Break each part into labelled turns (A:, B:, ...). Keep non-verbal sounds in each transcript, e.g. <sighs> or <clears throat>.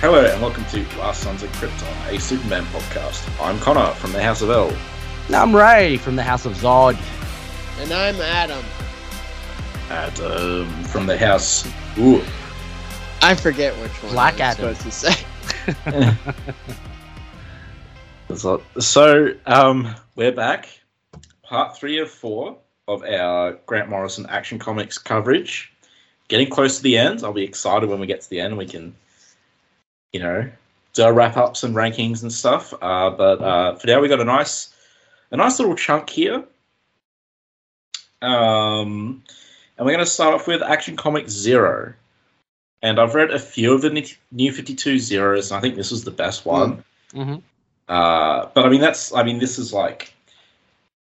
A: Hello and welcome to Last Sons of Krypton, a Superman podcast. I'm Connor from the House of L.
B: I'm Ray from the House of Zod.
C: And I'm Adam.
A: At, um, from the House. Ooh.
C: I forget which one
B: Black
C: I was
B: Adam.
C: supposed to say. <laughs>
A: So, so, um, we're back. Part three of four of our Grant Morrison Action Comics coverage. Getting close to the end. I'll be excited when we get to the end. We can, you know, do our wrap ups and rankings and stuff. Uh, but uh, for now, we got a nice, a nice little chunk here. Um, and we're going to start off with Action Comics Zero. And I've read a few of the Ni- New 52 Zeros, and I think this was the best one.
B: Mm-hmm.
A: Uh, but I mean, that's I mean, this is like,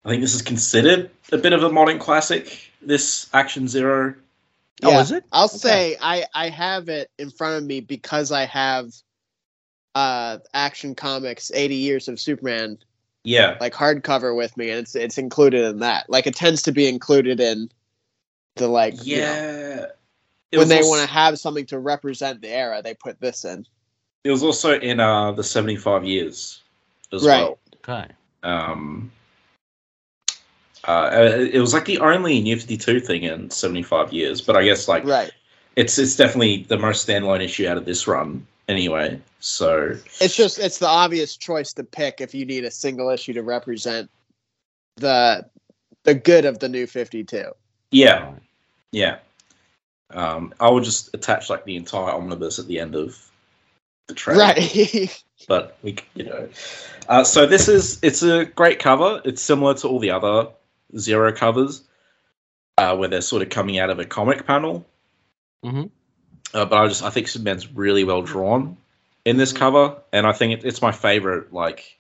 A: I think this is considered a bit of a modern classic. This Action Zero.
B: Oh,
C: Yeah.
B: is it?
C: I'll say I, I have it in front of me because I have uh Action Comics 80 Years of Superman
A: Yeah,
C: like hardcover with me and it's it's included in that. Like it tends to be included in the like you know,
A: yeah. It
C: when
A: was
C: they
A: also-
C: want to have something to represent the era, they put this in.
A: It was also in uh, the seventy-five years as
C: Right.
A: well.
B: Okay.
A: Um, uh, it was like the only New Fifty Two thing in seventy-five years, but I guess like
C: Right.
A: it's it's definitely the most standalone issue out of this run anyway. So
C: It's just it's the obvious choice to pick if you need a single issue to represent the the good of the new 52.
A: yeah, Yeah. Um, I would just attach like the entire omnibus at the end of the trailer.
C: Right. <laughs>
A: But we, c- you know, uh, so this is it's a great cover. It's similar to all the other zero covers, uh, where they're sort of coming out of a comic panel.
B: Mhm.
A: Uh, but I just I think Superman's really well drawn in this cover, and I think it, it's my favorite like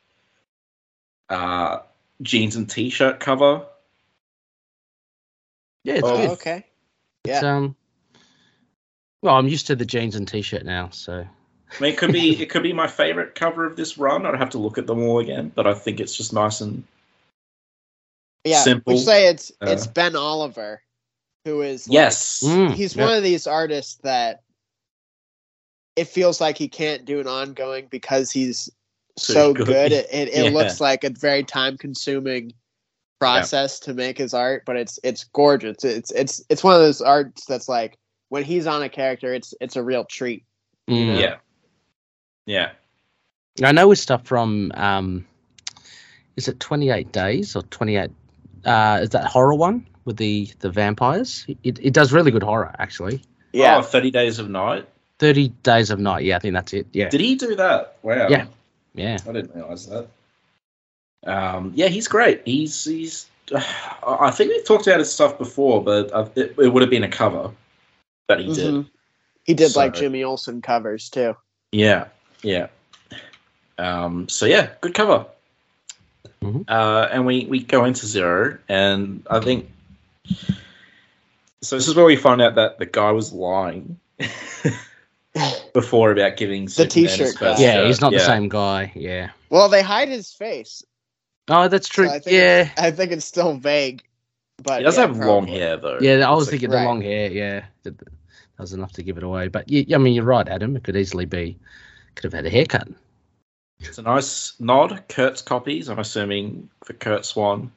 A: uh, jeans and t-shirt cover.
B: Yeah, it's
A: Oh,
B: good.
C: okay.
B: It's, um, well, I'm used to the jeans and t-shirt now, so
A: I mean, it could be it could be my favorite cover of this run. I'd have to look at them all again, but I think it's just nice and
C: Yeah.
A: Simple.
C: We say it's
A: Uh,
C: it's Ben Oliver who is like-
A: yes,
B: Mm,
C: he's
A: yeah.
C: one of these artists that it feels like he can't do an ongoing because he's
A: So
C: so
A: good.
C: good. It it, it
A: Yeah.
C: looks like a very time consuming process to make his art, but it's it's gorgeous. It's it's it's one of those arts that's like when he's on a character, it's it's a real treat.
B: mm.
A: yeah, yeah.
B: I know his stuff from um, is it 28 days or 28? Uh, is that horror one with the the vampires? It it does really good horror actually.
A: Oh, 30 Days of Night.
B: 30 Days of Night. Yeah, I think that's it. Yeah,
A: Did he do that? Wow.
B: Yeah. yeah.
A: I didn't realize that. Um, yeah, he's great. He's he's. <sighs> I think we've talked about his stuff before, but I, it, it would have been a cover that
B: Mm-hmm.
A: he did.
C: Mhm. He did like
A: So-
C: Jimmy Olsen covers too.
A: Yeah, yeah. Um, so yeah, good cover.
B: Mhm.
A: Uh, and we we go into zero, and I think so. This is where we find out that the guy was lying <laughs> before about giving Superman his
C: t-shirt
A: first
C: guy.
B: Yeah, he's not the
A: Yeah.
B: same guy. Yeah.
C: Well, they hide his face.
B: Oh, that's true.
C: So I think
B: yeah.
C: I think it's still vague. But
A: He does
C: yeah,
A: have
C: probably.
A: long hair though.
B: Yeah, I
A: It's
B: was
A: like-
B: thinking
C: right.
B: the long hair. Yeah, that that was enough to give it away. But you, I mean, you're right, Adam. It could easily be could have had a haircut.
A: It's a nice nod. Kurt's copies. I'm assuming for Kurt Swan.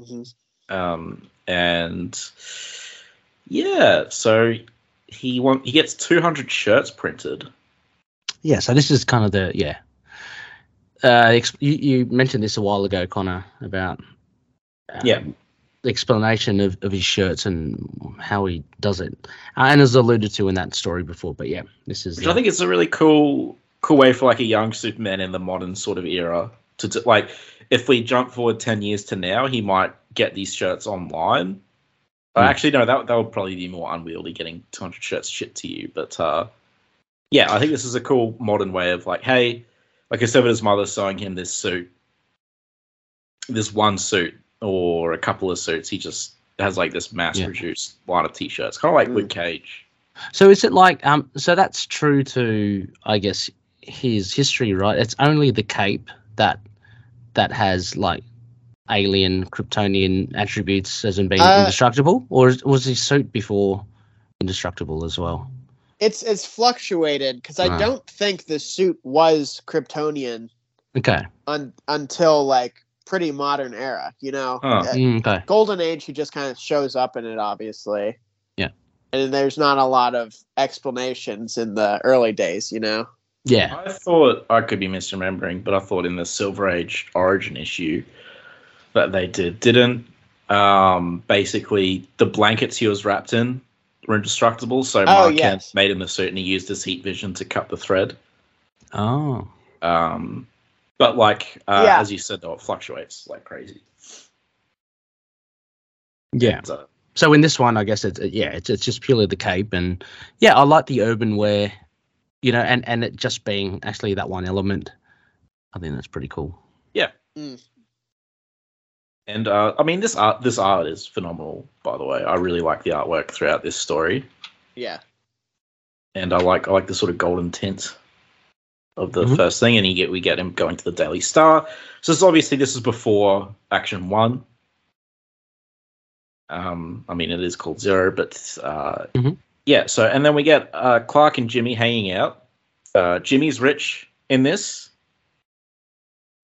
C: Mhm.
A: um, and yeah, so he want he gets 200 shirts printed.
B: Yeah. So this is kind of the yeah. Uh, ex- you, you mentioned this a while ago, Connor, about um,
A: Yeah.
B: the explanation of, of his shirts and how he does it, uh, and as alluded to in that story before. But yeah, this is
A: which I think is a really cool cool way for like a young Superman in the modern sort of era to do, like if we jump forward ten years to now, he might get these shirts online. Uh,
B: Hmm.
A: Actually, no, that that would probably be more unwieldy getting two hundred shirts shipped to you. But uh, yeah, I think this is a cool modern way of like, hey, like instead of his mother sewing him this suit, this one suit or a couple of suits, he just has like this mass produced line of t-shirts, kind of like
C: Hmm.
A: Luke Cage.
B: So is it like um? So that's true to I guess his history, right? It's only the cape that that has like alien Kryptonian attributes as in being
C: Uh,
B: indestructible, or is, was his suit before indestructible as well?
C: it's it's fluctuated because I
B: Ah.
C: don't think the suit was Kryptonian
B: Okay.
C: un, until like pretty modern era. You know,
A: Huh.
C: Uh,
B: Mm, okay.
C: Golden Age, he just kind of shows up in it, obviously.
B: Yeah.
C: And there's not a lot of explanations in the early days, you know.
B: Yeah.
A: I thought I could be misremembering, but I thought in the Silver Age origin issue that they did didn't um, basically the blankets he was wrapped in were indestructible, so Mark Kent
C: Oh, yes.
A: made him the suit and he used his heat vision to cut the thread.
B: Oh.
A: Um, but like uh,
C: Yeah.
A: as you said, though, it fluctuates like crazy.
B: Yeah.
A: So,
B: So in this one, I guess it's yeah, it's it's just purely the cape, and yeah, I like the urban wear, you know, and and it just being actually that one element. I think that's pretty cool.
A: and uh, I mean this art this art is phenomenal. By the way, I really like the artwork throughout this story,
C: Yeah.
A: and I like I like the sort of golden tint of the
B: Mhm.
A: first thing, and you get we get him going to the Daily Star. So this obviously this is before Action One. Um, I mean it is called Zero, but uh,
B: Mhm.
A: yeah. So and then we get uh, Clark and Jimmy hanging out. Uh, Jimmy's rich in this,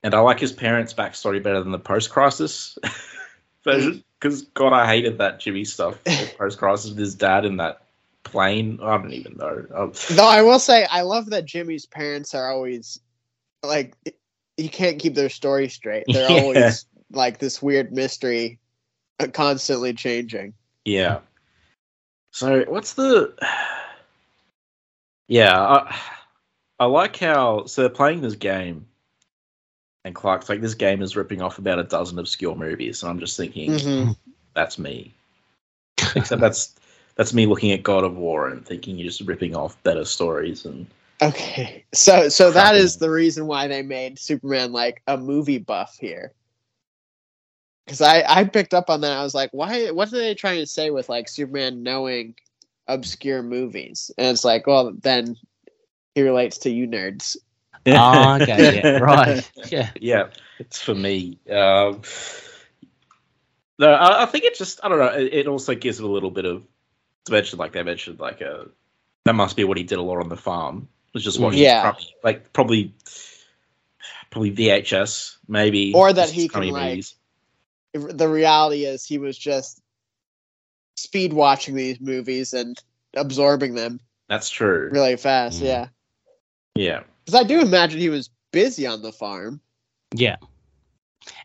A: and I like his parents' backstory better than the post-crisis <laughs> version. Because God, I hated that Jimmy stuff. Post-crisis with his dad in that plane. I don't even know. Um,
C: Though I will say, I love that Jimmy's parents are always like, you can't keep their story straight. They're
A: Yeah.
C: always like this weird mystery, uh, constantly changing.
A: Yeah. So what's the? <sighs> Yeah, I, I like how so they're playing this game, and Clark's like, "This game is ripping off about a dozen obscure movies," and I'm just thinking,
C: Mhm.
A: "That's
B: <laughs>
A: me." Except that's that's me looking at God of War and thinking you're just ripping off better stories and
C: Okay, so so that
A: Probably.
C: is the reason why they made Superman like a movie buff here. Because I I picked up on that. I was like, why? What are they trying to say with like Superman knowing obscure movies? And it's like, well, then he relates to you nerds.
B: Ah,
A: <laughs>
B: okay, yeah, right, <laughs> yeah,
A: yeah, it's for me. Um, no, I, I think it just I don't know. It, it also gives it a little bit of dimension, like they mentioned, like a that must be what he did a lot on the farm. Was just watching,
C: Yeah.
A: probably, like probably, probably VHS, maybe,
C: Or that
A: just
C: he
A: crummy
C: can, like,
A: movies.
C: The reality is, he was just speed watching these movies and absorbing them
A: That's true.
C: really fast.
B: Mm.
C: Yeah,
A: Yeah,
C: because I do imagine he was busy on the farm.
B: yeah.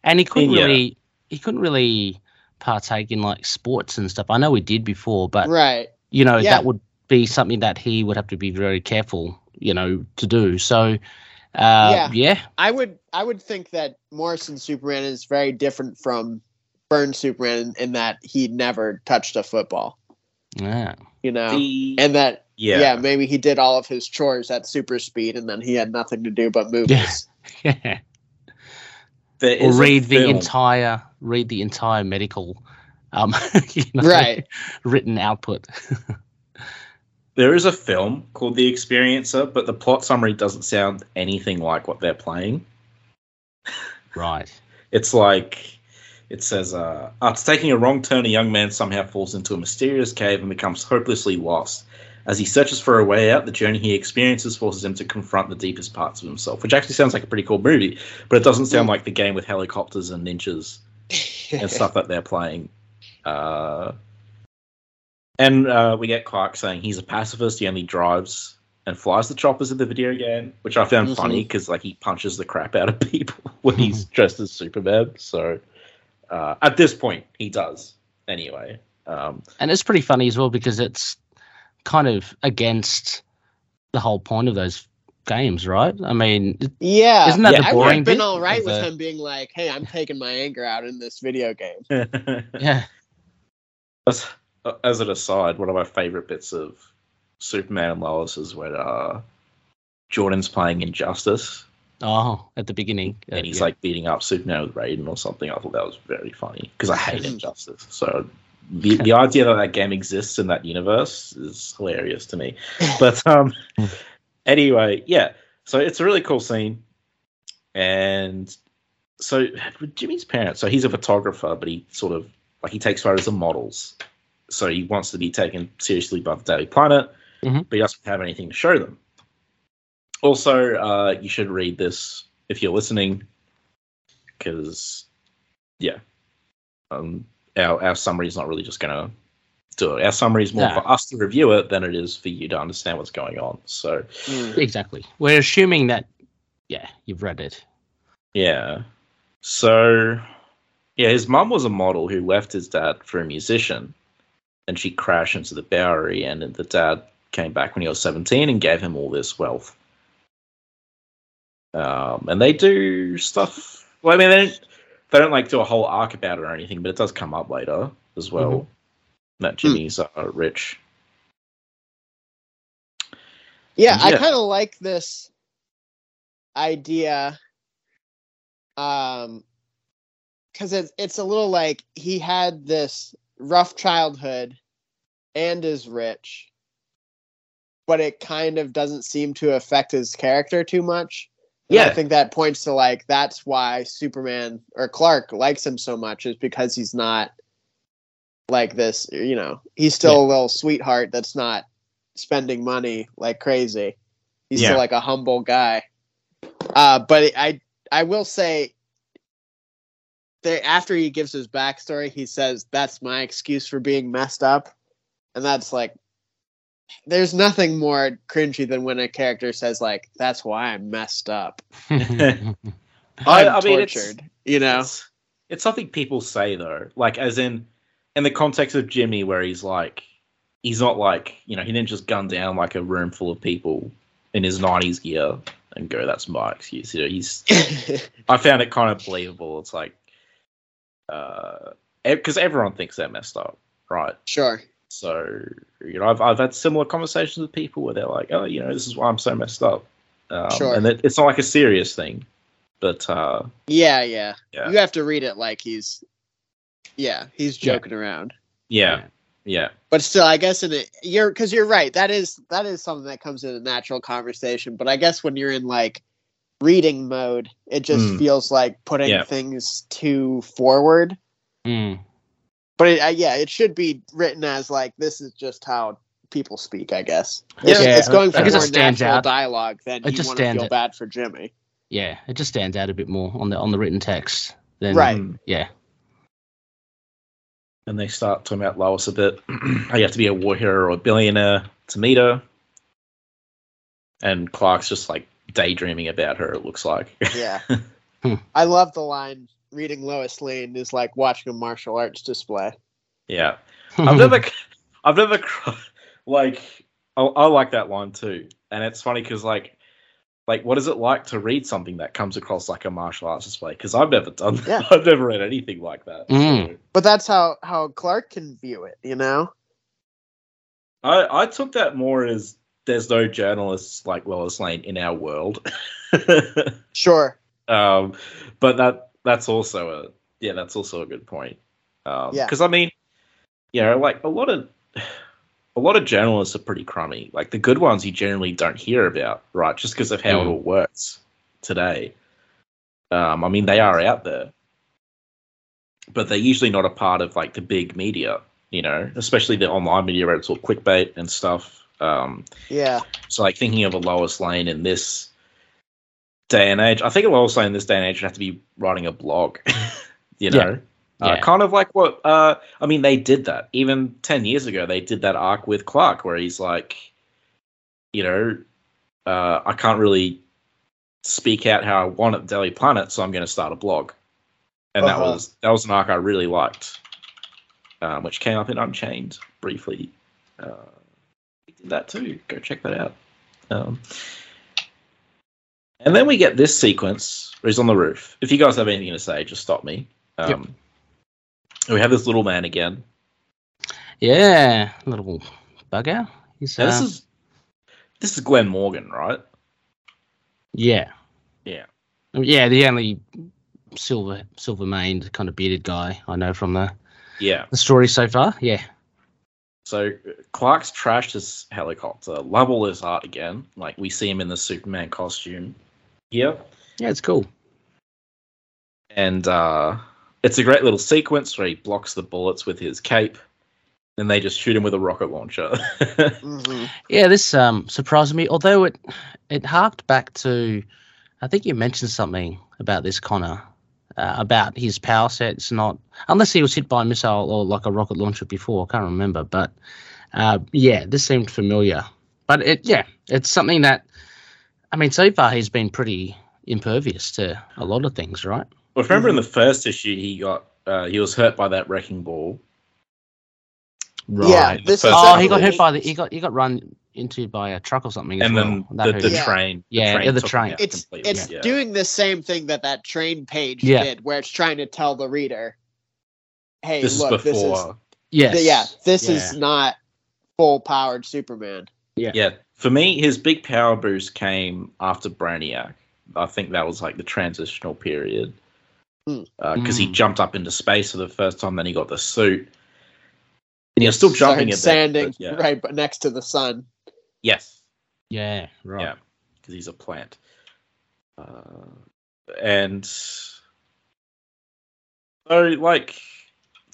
B: And he couldn't
A: Yeah.
B: really he couldn't really partake in like sports and stuff. I know he did before, but
C: Right.
B: you know
C: Yeah.
B: that would be something that he would have to be very careful, you know, to do. So, uh,
C: Yeah.
B: yeah,
C: I would I would think that Morrison Superman is very different from Byrne Superman in, in that he never touched a football,
B: yeah. <laughs>
C: you know,
A: The-
C: and that yeah.
A: yeah,
C: maybe he did all of his chores at super speed, and then he had nothing to do but movies.
B: yeah.
A: There
B: or
A: is a
B: read the
A: film-
B: entire read the entire medical um <laughs> you know,
C: Right.
B: <laughs> written output
A: There is a film called The Experiencer, but the plot summary doesn't sound anything like what they're playing.
B: right
A: It's like it says, uh, after taking a wrong turn, a young man somehow falls into a mysterious cave and becomes hopelessly lost. As he searches for a way out, the journey he experiences forces him to confront the deepest parts of himself, which actually sounds like a pretty cool movie, but it doesn't sound
C: Mm.
A: like the game with helicopters and ninjas and stuff that they're playing. Uh, and uh, we get Clark saying he's a pacifist. He only drives and flies the choppers in the video game, which I found funny 'cause
C: Mhm.
A: funny because like he punches the crap out of <laughs> people when he's dressed as Superman. So uh, at this point, he does anyway. Um,
B: and it's pretty funny as well because it's kind of against the whole point of those games right i mean it-
C: Yeah.
B: isn't that
A: Yeah.
B: the
C: I would
B: boring
C: have been
B: bit
C: all right
B: of
C: with
B: the-
C: him being like, "Hey, I'm taking my anger out in this video game."
B: yeah
A: as, as an aside, one of my favorite bits of Superman and Lois is when uh, Jordan's playing Injustice.
B: oh at the beginning Uh,
A: and he's
B: yeah.
A: like beating up Superman with Raiden or something. I thought that was very funny because I hate Injustice. So the, the idea that that game exists in that universe is hilarious to
B: <laughs>
A: me. But um, anyway, yeah. So it's a really cool scene, and so with Jimmy's parents. So he's a photographer, but he sort of like he takes photos of models. So he wants to be taken seriously by the Daily Planet.
B: Mhm.
A: but he doesn't have anything to show them. Also, uh, you should read this if you're listening, because yeah, um, our our summary is not really just gonna do it. Our summary is more
B: No.
A: for us to review it than it is for you to understand what's going on. So
B: Hmm.
C: Mm.
B: Exactly. We're assuming that, yeah, you've
A: <laughs>
B: read it.
A: Yeah. So, yeah, his mum was a model who left his dad for a musician, and she crashed into the Bowery, and the dad came back when he was 17 and gave him all this wealth. Um, and they do stuff. Well, I mean, they don't, they don't like do a whole arc about it or anything, but it does come up later as well. That Jimmy's uh, rich.
C: Yeah, I
A: Yeah.
C: kind of like this idea. Um, because it's it's a little like he had this rough childhood, and is rich, but it kind of doesn't seem to affect his character too much. And I
A: Yeah.
C: think that points to like that's why Superman or Clark likes him so much is because he's not like this. You know, he's still a little sweetheart that's not spending money like crazy. He's
A: Yeah.
C: still like a humble guy. Uh, but it, I I will say there after he gives his backstory, he says that's my excuse for being messed up, and that's like there's nothing more cringy than when a character says like that's why I'm messed up.
B: Mm.
C: I'm
A: I mean, it's-
C: tortured. you know.
A: It's, it's something people say though, like as in in the context of Jimmy, where he's like, he's not like you know he didn't just gun down like a room full of people in his nineties gear and go, that's my excuse. You know, he's I found it kind of believable. It's like, uh, because everyone thinks they're messed up, right?
C: <laughs> sure.
A: So you know, I've I've had similar conversations with people where they're like, oh, you know, this is why I'm so messed up, um,
C: Sure.
A: and it, it's not like a serious thing, but uh,
C: Yeah, yeah,
A: Yeah.
C: You have to read it like he's yeah, he's
B: Yeah.
C: joking around.
A: yeah, yeah.
C: But still, I guess in it, you're because you're right. That is that is something that comes in a natural conversation. But I guess when you're in like reading mode, it just
A: Mm.
C: feels like putting
A: Yeah.
C: things too forward.
B: Mm.
C: But it, uh, yeah, it should be written as like this is just how people speak. I guess.
A: Yeah.
C: It's,
B: Yeah.
C: it's going for
B: I guess it
C: more
B: stands
C: natural
B: out.
C: dialogue than
B: It
C: you
B: just
C: want to
B: stands
C: feel
B: out.
C: bad for Jimmy.
B: Yeah, it just stands out a bit more on the on the written text. Than,
C: Right.
A: Mm.
B: Yeah.
A: and they start talking about Lois a bit. <clears throat> How you have to be a war hero or a billionaire to meet her. And Clark's just like daydreaming about her, it looks like. <laughs>
C: Yeah.
B: Hmm.
C: I love the line. Reading Lois Lane is like watching a martial arts display.
A: yeah. I've never, <laughs> I've never, cr- like, I, I like that line too. And it's funny because, like, like, what is it like to read something that comes across like a martial arts display? Because I've never done that.
C: Yeah.
A: <laughs> I've never read anything like that.
B: Mm.
A: So
C: But that's how how Clark can view it. You know.
A: I, I took that more as there's no journalists like Lois Lane in our world. <laughs>
C: Sure.
A: um, but that that's also a yeah, that's also a good point. Um 'cause
C: Yeah.
A: because I mean, you know, like a lot of a lot of journalists are pretty crummy. Like the good ones you generally don't hear about, right? Just because of how it
B: Mm.
A: all works today. Um, I mean, they are out there, but they're usually not a part of like the big media, you know, especially the online media where it's all clickbait and stuff. Um,
C: Yeah.
A: so like thinking of a Lois Lane in this day and age, I think a Lois Lane in this day and age would have to be writing a blog, <laughs> you know, Uh,
B: Yeah.
A: kind of like what uh, I mean. They did that even ten years ago. They did that arc with Clark where he's like, you know, uh, I can't really speak out how I want at Daily Planet, so I'm going to start a blog, and that
C: Uh-huh.
A: was that was an arc I really liked, um, which came up in Unchained briefly. Uh, we did that too. Go check that out. Um, and then we get this sequence where he's on the roof. If you guys have anything to say, just stop me. Um, We have this little man again.
B: <laughs> yeah, little bugger. He's,
A: Now, this
B: uh,
A: is this is Glenn Morgan, right?
B: yeah.
A: Yeah.
B: Yeah, the only silver silver maned kind of bearded guy I know from the,
A: Yeah.
B: the story so far. Yeah.
A: So Clark's trashed his helicopter. Lovell is art again. Like we see him in the Superman costume here.
B: Yeah, it's cool.
A: and uh, it's a great little sequence where he blocks the bullets with his cape, and they just shoot him with a rocket launcher. <laughs>
C: Mhm.
B: Yeah, this um, surprised me. Although it it harked back to, I think you mentioned something about this Connor uh, about his power sets not unless he was hit by a missile or like a rocket launcher before. I can't remember, but uh, yeah, this seemed familiar. But it yeah, it's something that I mean, so far he's been pretty impervious to a lot of things, right?
A: Well, if you
B: Mhm.
A: remember in the first issue, he got uh, he was hurt by that wrecking ball.
C: Yeah,
A: the
C: this is
A: first
B: Oh,
A: Exactly.
B: he got hit
C: definitely-
B: by the he got he got run into by a truck or something. as
A: and then
B: well. That
A: the,
B: hurt
A: the
B: him.
C: Yeah.
A: train.
B: Yeah, yeah, the
A: took him
B: train.
A: out
C: It's
A: completely.
C: it's
A: Yeah.
C: doing the same thing that that train page
B: Yeah.
C: did, where it's trying to tell the reader, "Hey,
A: this
C: look,
A: is
C: this is
A: before.
B: yes.
C: yeah, this is
B: Yeah.
C: not full powered Superman."
A: yeah, for me, his big power boost came after Brainiac. I think that was like the transitional period
C: Hmm.
A: because he
B: Mm.
A: jumped up into space for the first time. Then he got the suit. And he was still jumping at
C: Started sanding
A: yeah.
C: right, but next to the sun. <laughs>
A: Yes,
B: yeah, right.
A: Yeah. because he's a plant. Uh, and so, like,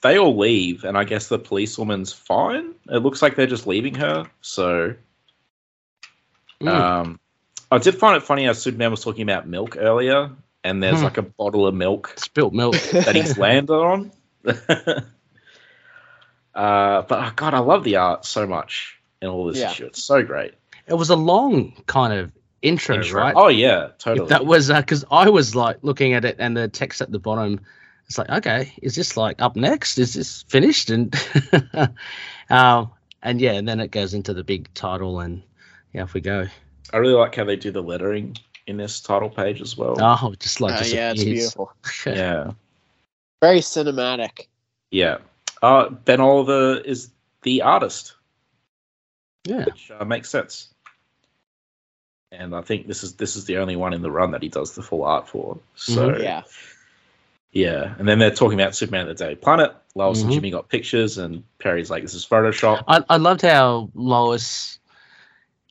A: they all leave, and I guess the policewoman's fine. It looks like they're just leaving her. So,
B: Mm.
A: um, I did find it funny how Superman was talking about milk earlier, and there's
B: Hmm.
A: like a bottle of milk
B: spilt milk.
A: that he's landed on. <laughs> uh, but oh, God, I love the art so much in all this
C: Yeah.
A: issue. It's so great.
B: It was a long kind of intro,
A: Intro-
B: right?
A: Oh yeah, totally.
B: If that was because I was like looking at it and the text at the bottom. It's like, okay, is this like up next? Is this finished? And <laughs> um, and yeah, and then it goes into the big title, and yeah, if we go,
A: I really like how they do the lettering in this title page as well.
B: oh, it just like
C: Oh, yeah, it's
B: disappears.
C: beautiful.
A: Yeah,
C: Very cinematic.
A: yeah. Uh, ben Oliver is the artist,
B: yeah,
A: which uh, makes sense. And I think this is this is the only one in the run that he does the full art for. So
B: Mhm.
A: yeah.
C: Mm-hmm. Yeah.
A: and then they're talking about Superman of the Daily Planet. Lois
B: Mhm.
A: and Jimmy got pictures, and Perry's like, "This is Photoshop."
B: I, I loved how Lois,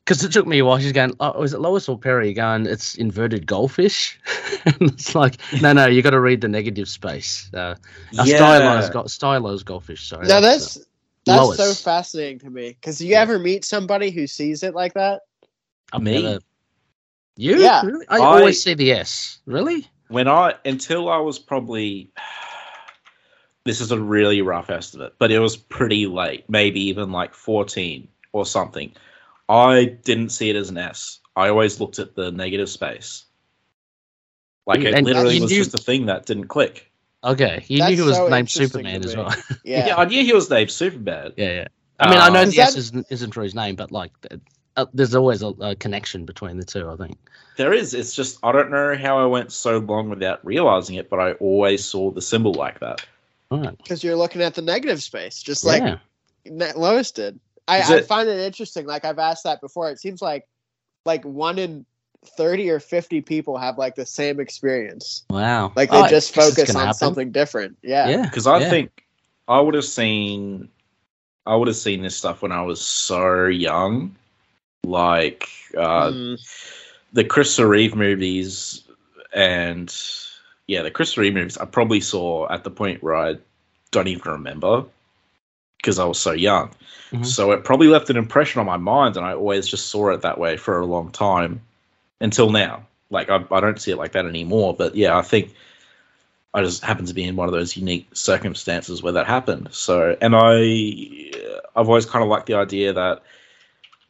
B: because it took me a while. She's going, oh, is it Lois or Perry? Going, it's inverted goldfish. <laughs> and it's like, no, no, you got to read the negative space. Uh, a stylized, go- stylized goldfish. Sorry.
C: Now that's that's
B: Lois.
C: so fascinating to me because you
A: Yeah.
C: ever meet somebody who sees it
B: <laughs>
C: like that?
B: I've
A: Me?
B: never- You?
C: Yeah.
B: Really? I,
A: I-
B: always see the S. Really?
A: when I until I was probably <sighs> this is a really rough estimate, but it was pretty late, maybe even like 14 or something. I didn't see it as an S. I always looked at the negative space. Like it
B: And
A: literally
B: you
A: was
B: knew-
A: just a thing that didn't click.
B: Okay. You
C: That's
B: knew he was
C: so
B: named
C: interesting
B: Superman
C: to
B: as
C: me.
B: well. <laughs>
A: Yeah.
C: Yeah.
A: I knew he was named Superman.
B: yeah, yeah. I mean, I know
A: Um,
B: the
C: Is that-
B: S isn't, isn't for his name, but like, th- uh, there's always a, a connection between the two, I think.
A: there is. It's just I don't know how I went so long without realizing it, but I always saw the symbol like that.
B: All right.
C: Because you're looking at the negative space, just like
B: yeah.
C: Ne- Lois did. I,
A: Is
C: I
A: it-
C: find it interesting. Like I've asked that before. It seems like like one in thirty or fifty people have like the same experience.
B: Wow.
C: Like they
B: Oh,
C: just
B: this is
C: focus on
B: gonna happen.
C: something different. Yeah.
B: Yeah.
A: because I
B: yeah.
A: think I would have seen I would have seen this stuff when I was so young, like uh,
C: Mm,
A: the Chris Reeve movies, and yeah, the Chris Reeve movies I probably saw at the point where I don't even remember because I was so young.
B: Mhm.
A: So it probably left an impression on my mind, and I always just saw it that way for a long time until now. Like I, I don't see it like that anymore. But yeah, I think I just happened to be in one of those unique circumstances where that happened. So, and I, I've always kind of liked the idea that,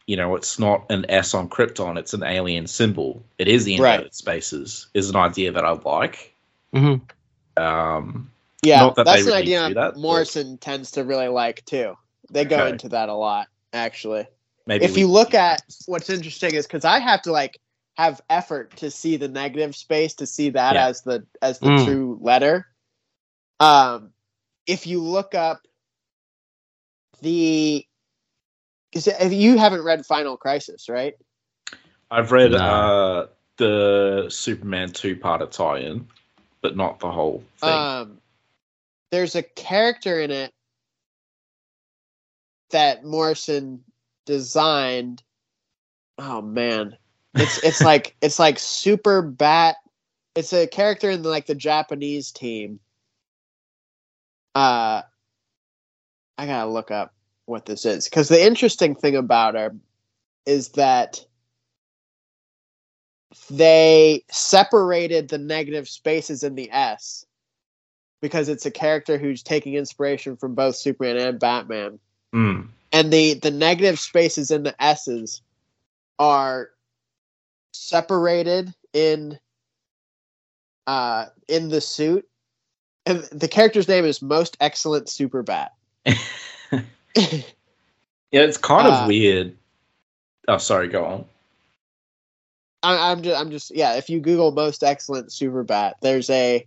A: you know, it's not an S on Krypton; it's an alien symbol. It is the
C: Right.
A: inverted spaces. Is an idea that I like.
B: Mhm.
A: Um,
C: yeah.
A: Not that they
C: That's an
A: really
C: idea
A: do that, but-
C: Morrison tends to really like too. They go
A: Okay.
C: into that a lot, actually.
A: maybe
C: if
A: we-
C: you look at what's interesting is because I have to like have effort to see the negative space to see that
A: Yeah.
C: as the as the
B: Mm.
C: true letter. Um, if you look up the, is it- if you haven't read Final Crisis, right?
A: I've read
B: No.
A: uh, the Superman two part tie-in, but not the whole thing.
C: Um, there's a character in it that Morrison designed. Oh man, it's it's like it's like super bat. It's a character in like the Japanese team. Uh, I gotta look up what this is because the interesting thing about her is that they separated the negative spaces in the S because it's a character who's taking inspiration from both Superman and Batman.
A: Mm.
C: And the the negative spaces in the S's are separated in uh in the suit. And the character's name is Most Excellent Superbat.
A: Yeah, it's kind of
C: Uh,
A: weird. Oh, sorry, go on.
C: I, I'm just, I'm just, yeah. If you Google most excellent superbat, there's a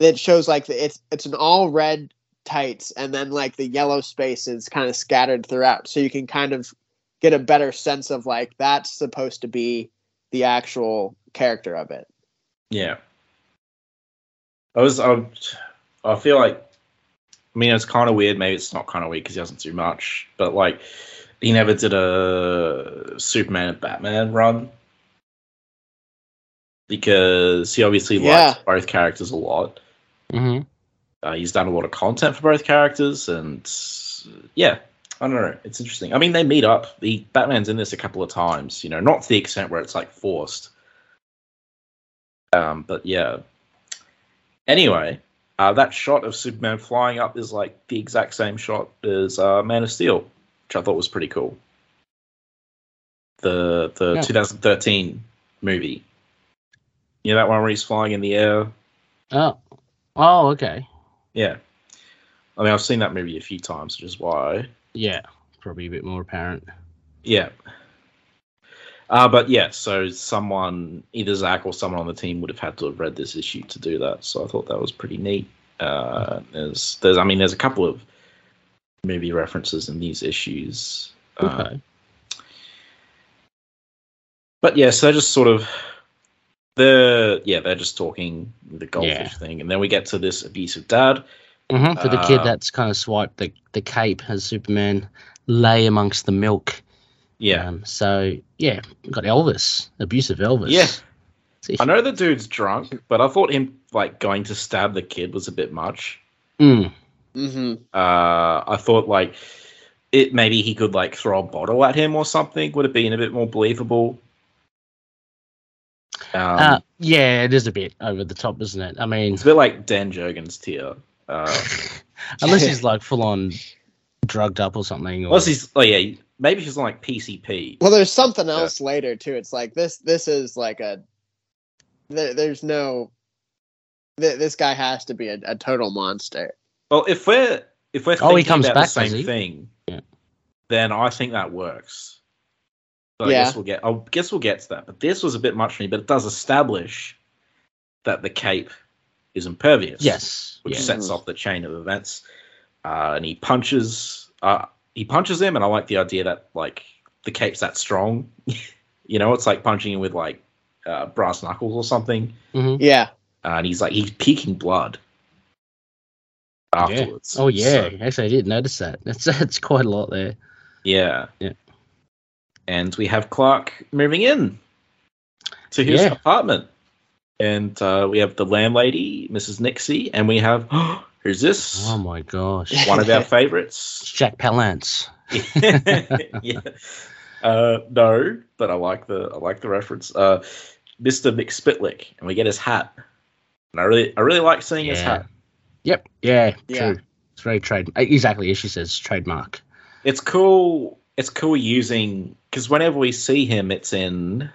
C: that shows like the, it's it's an all red tights, and then like the yellow spaces kind of scattered throughout, so you can kind of get a better sense of like that's supposed to be the actual character of it.
A: Yeah. I was, I, I feel like, I mean, it's kind of weird. Maybe it's not kind of weird because he doesn't do much, but like, he never did a Superman and Batman run because he obviously likes
C: Yeah.
A: both characters a lot.
B: hmm
A: Uh, he's done a lot of content for both characters, and yeah, I don't know. It's interesting. I mean, they meet up. The Batman's in this a couple of times, you know, not to the extent where it's like forced. Um, but yeah. Anyway, uh, that shot of Superman flying up is like the exact same shot as uh, Man of Steel, which I thought was pretty cool. The the
B: Yeah.
A: 2013 movie. You know that one where he's flying in the air
B: Oh. Oh, okay.
A: yeah. I mean, I've seen that movie a few times, which is why.
B: Yeah, probably a bit more apparent.
A: Yeah. Uh, but yeah, so someone, either Zach or someone on the team would have had to have read this issue to do that. So I thought that was pretty neat. Uh, there's, there's, I mean, there's a couple of movie references in these issues. Uh,
B: Okay.
A: But yeah, so they're just sort of the yeah, they're just talking the goldfish
B: Yeah.
A: thing, and then we get to this abusive dad.
B: hmm For the kid
A: uh,
B: that's kind of swiped the, the cape as Superman lay amongst the milk.
A: Yeah,
B: Um, so, yeah, we've got Elvis, abusive Elvis.
A: yeah.
B: See-
A: I know the dude's drunk, but I thought him like going to stab the kid was a bit much. Um,
B: Mm,
C: Mm-hmm.
A: Uh, I thought like it maybe he could like throw a bottle at him or something would have been a bit more believable. Um,
B: uh, yeah, it is a bit over the top, isn't it?
A: <laughs>
B: I mean,
A: it's a bit like Dan Jurgens tier. Uh,
B: unless he's like full on drugged up or something. Or,
A: unless he's oh yeah, maybe he's on, like PCP.
C: Well, there's something
A: Yeah.
C: else later too. It's like this. This is like a. There, there's no. Th- this guy has to be a, a total monster.
A: Well, if we're if we're
B: Oh,
A: thinking
B: he comes
A: about
B: back,
A: the
B: does
A: same
B: he?
A: thing,
B: Yeah.
A: then I think that works. So I
C: Yeah.
A: guess we'll get. I guess we'll get to that. But this was a bit much for me. But it does establish that the cape is impervious.
B: Yes.
A: which
B: yeah.
A: sets off the chain of events. Uh, and he punches. Uh, he punches him, and I like the idea that like the cape's that strong. <laughs> you know, it's like punching him with like uh, brass knuckles or something.
B: Mhm.
C: Yeah.
A: Uh, and he's like he's peeking blood afterwards.
B: Oh yeah,
A: So,
B: actually I didn't notice that. <laughs> That's that's quite a lot there.
A: yeah,
B: Yeah.
A: And we have Clark moving in to his
B: Yeah.
A: apartment, and uh, we have the landlady, Mrs. Nixie, and we have <gasps> who's this?
B: Oh my gosh,
A: One of
B: <laughs>
A: our
B: it's
A: favorites. <laughs>
B: Jack Palance.
A: yeah. Uh, no, but I like the I like the reference. Uh, Mr. McSpitlick, and we get his hat. And I really I really like seeing his
B: Yeah.
A: hat.
B: Yep. Yeah.
C: Yeah.
B: True. It's very trade. Exactly as she says, trademark.
A: It's cool. It's cool using because whenever we see him, it's in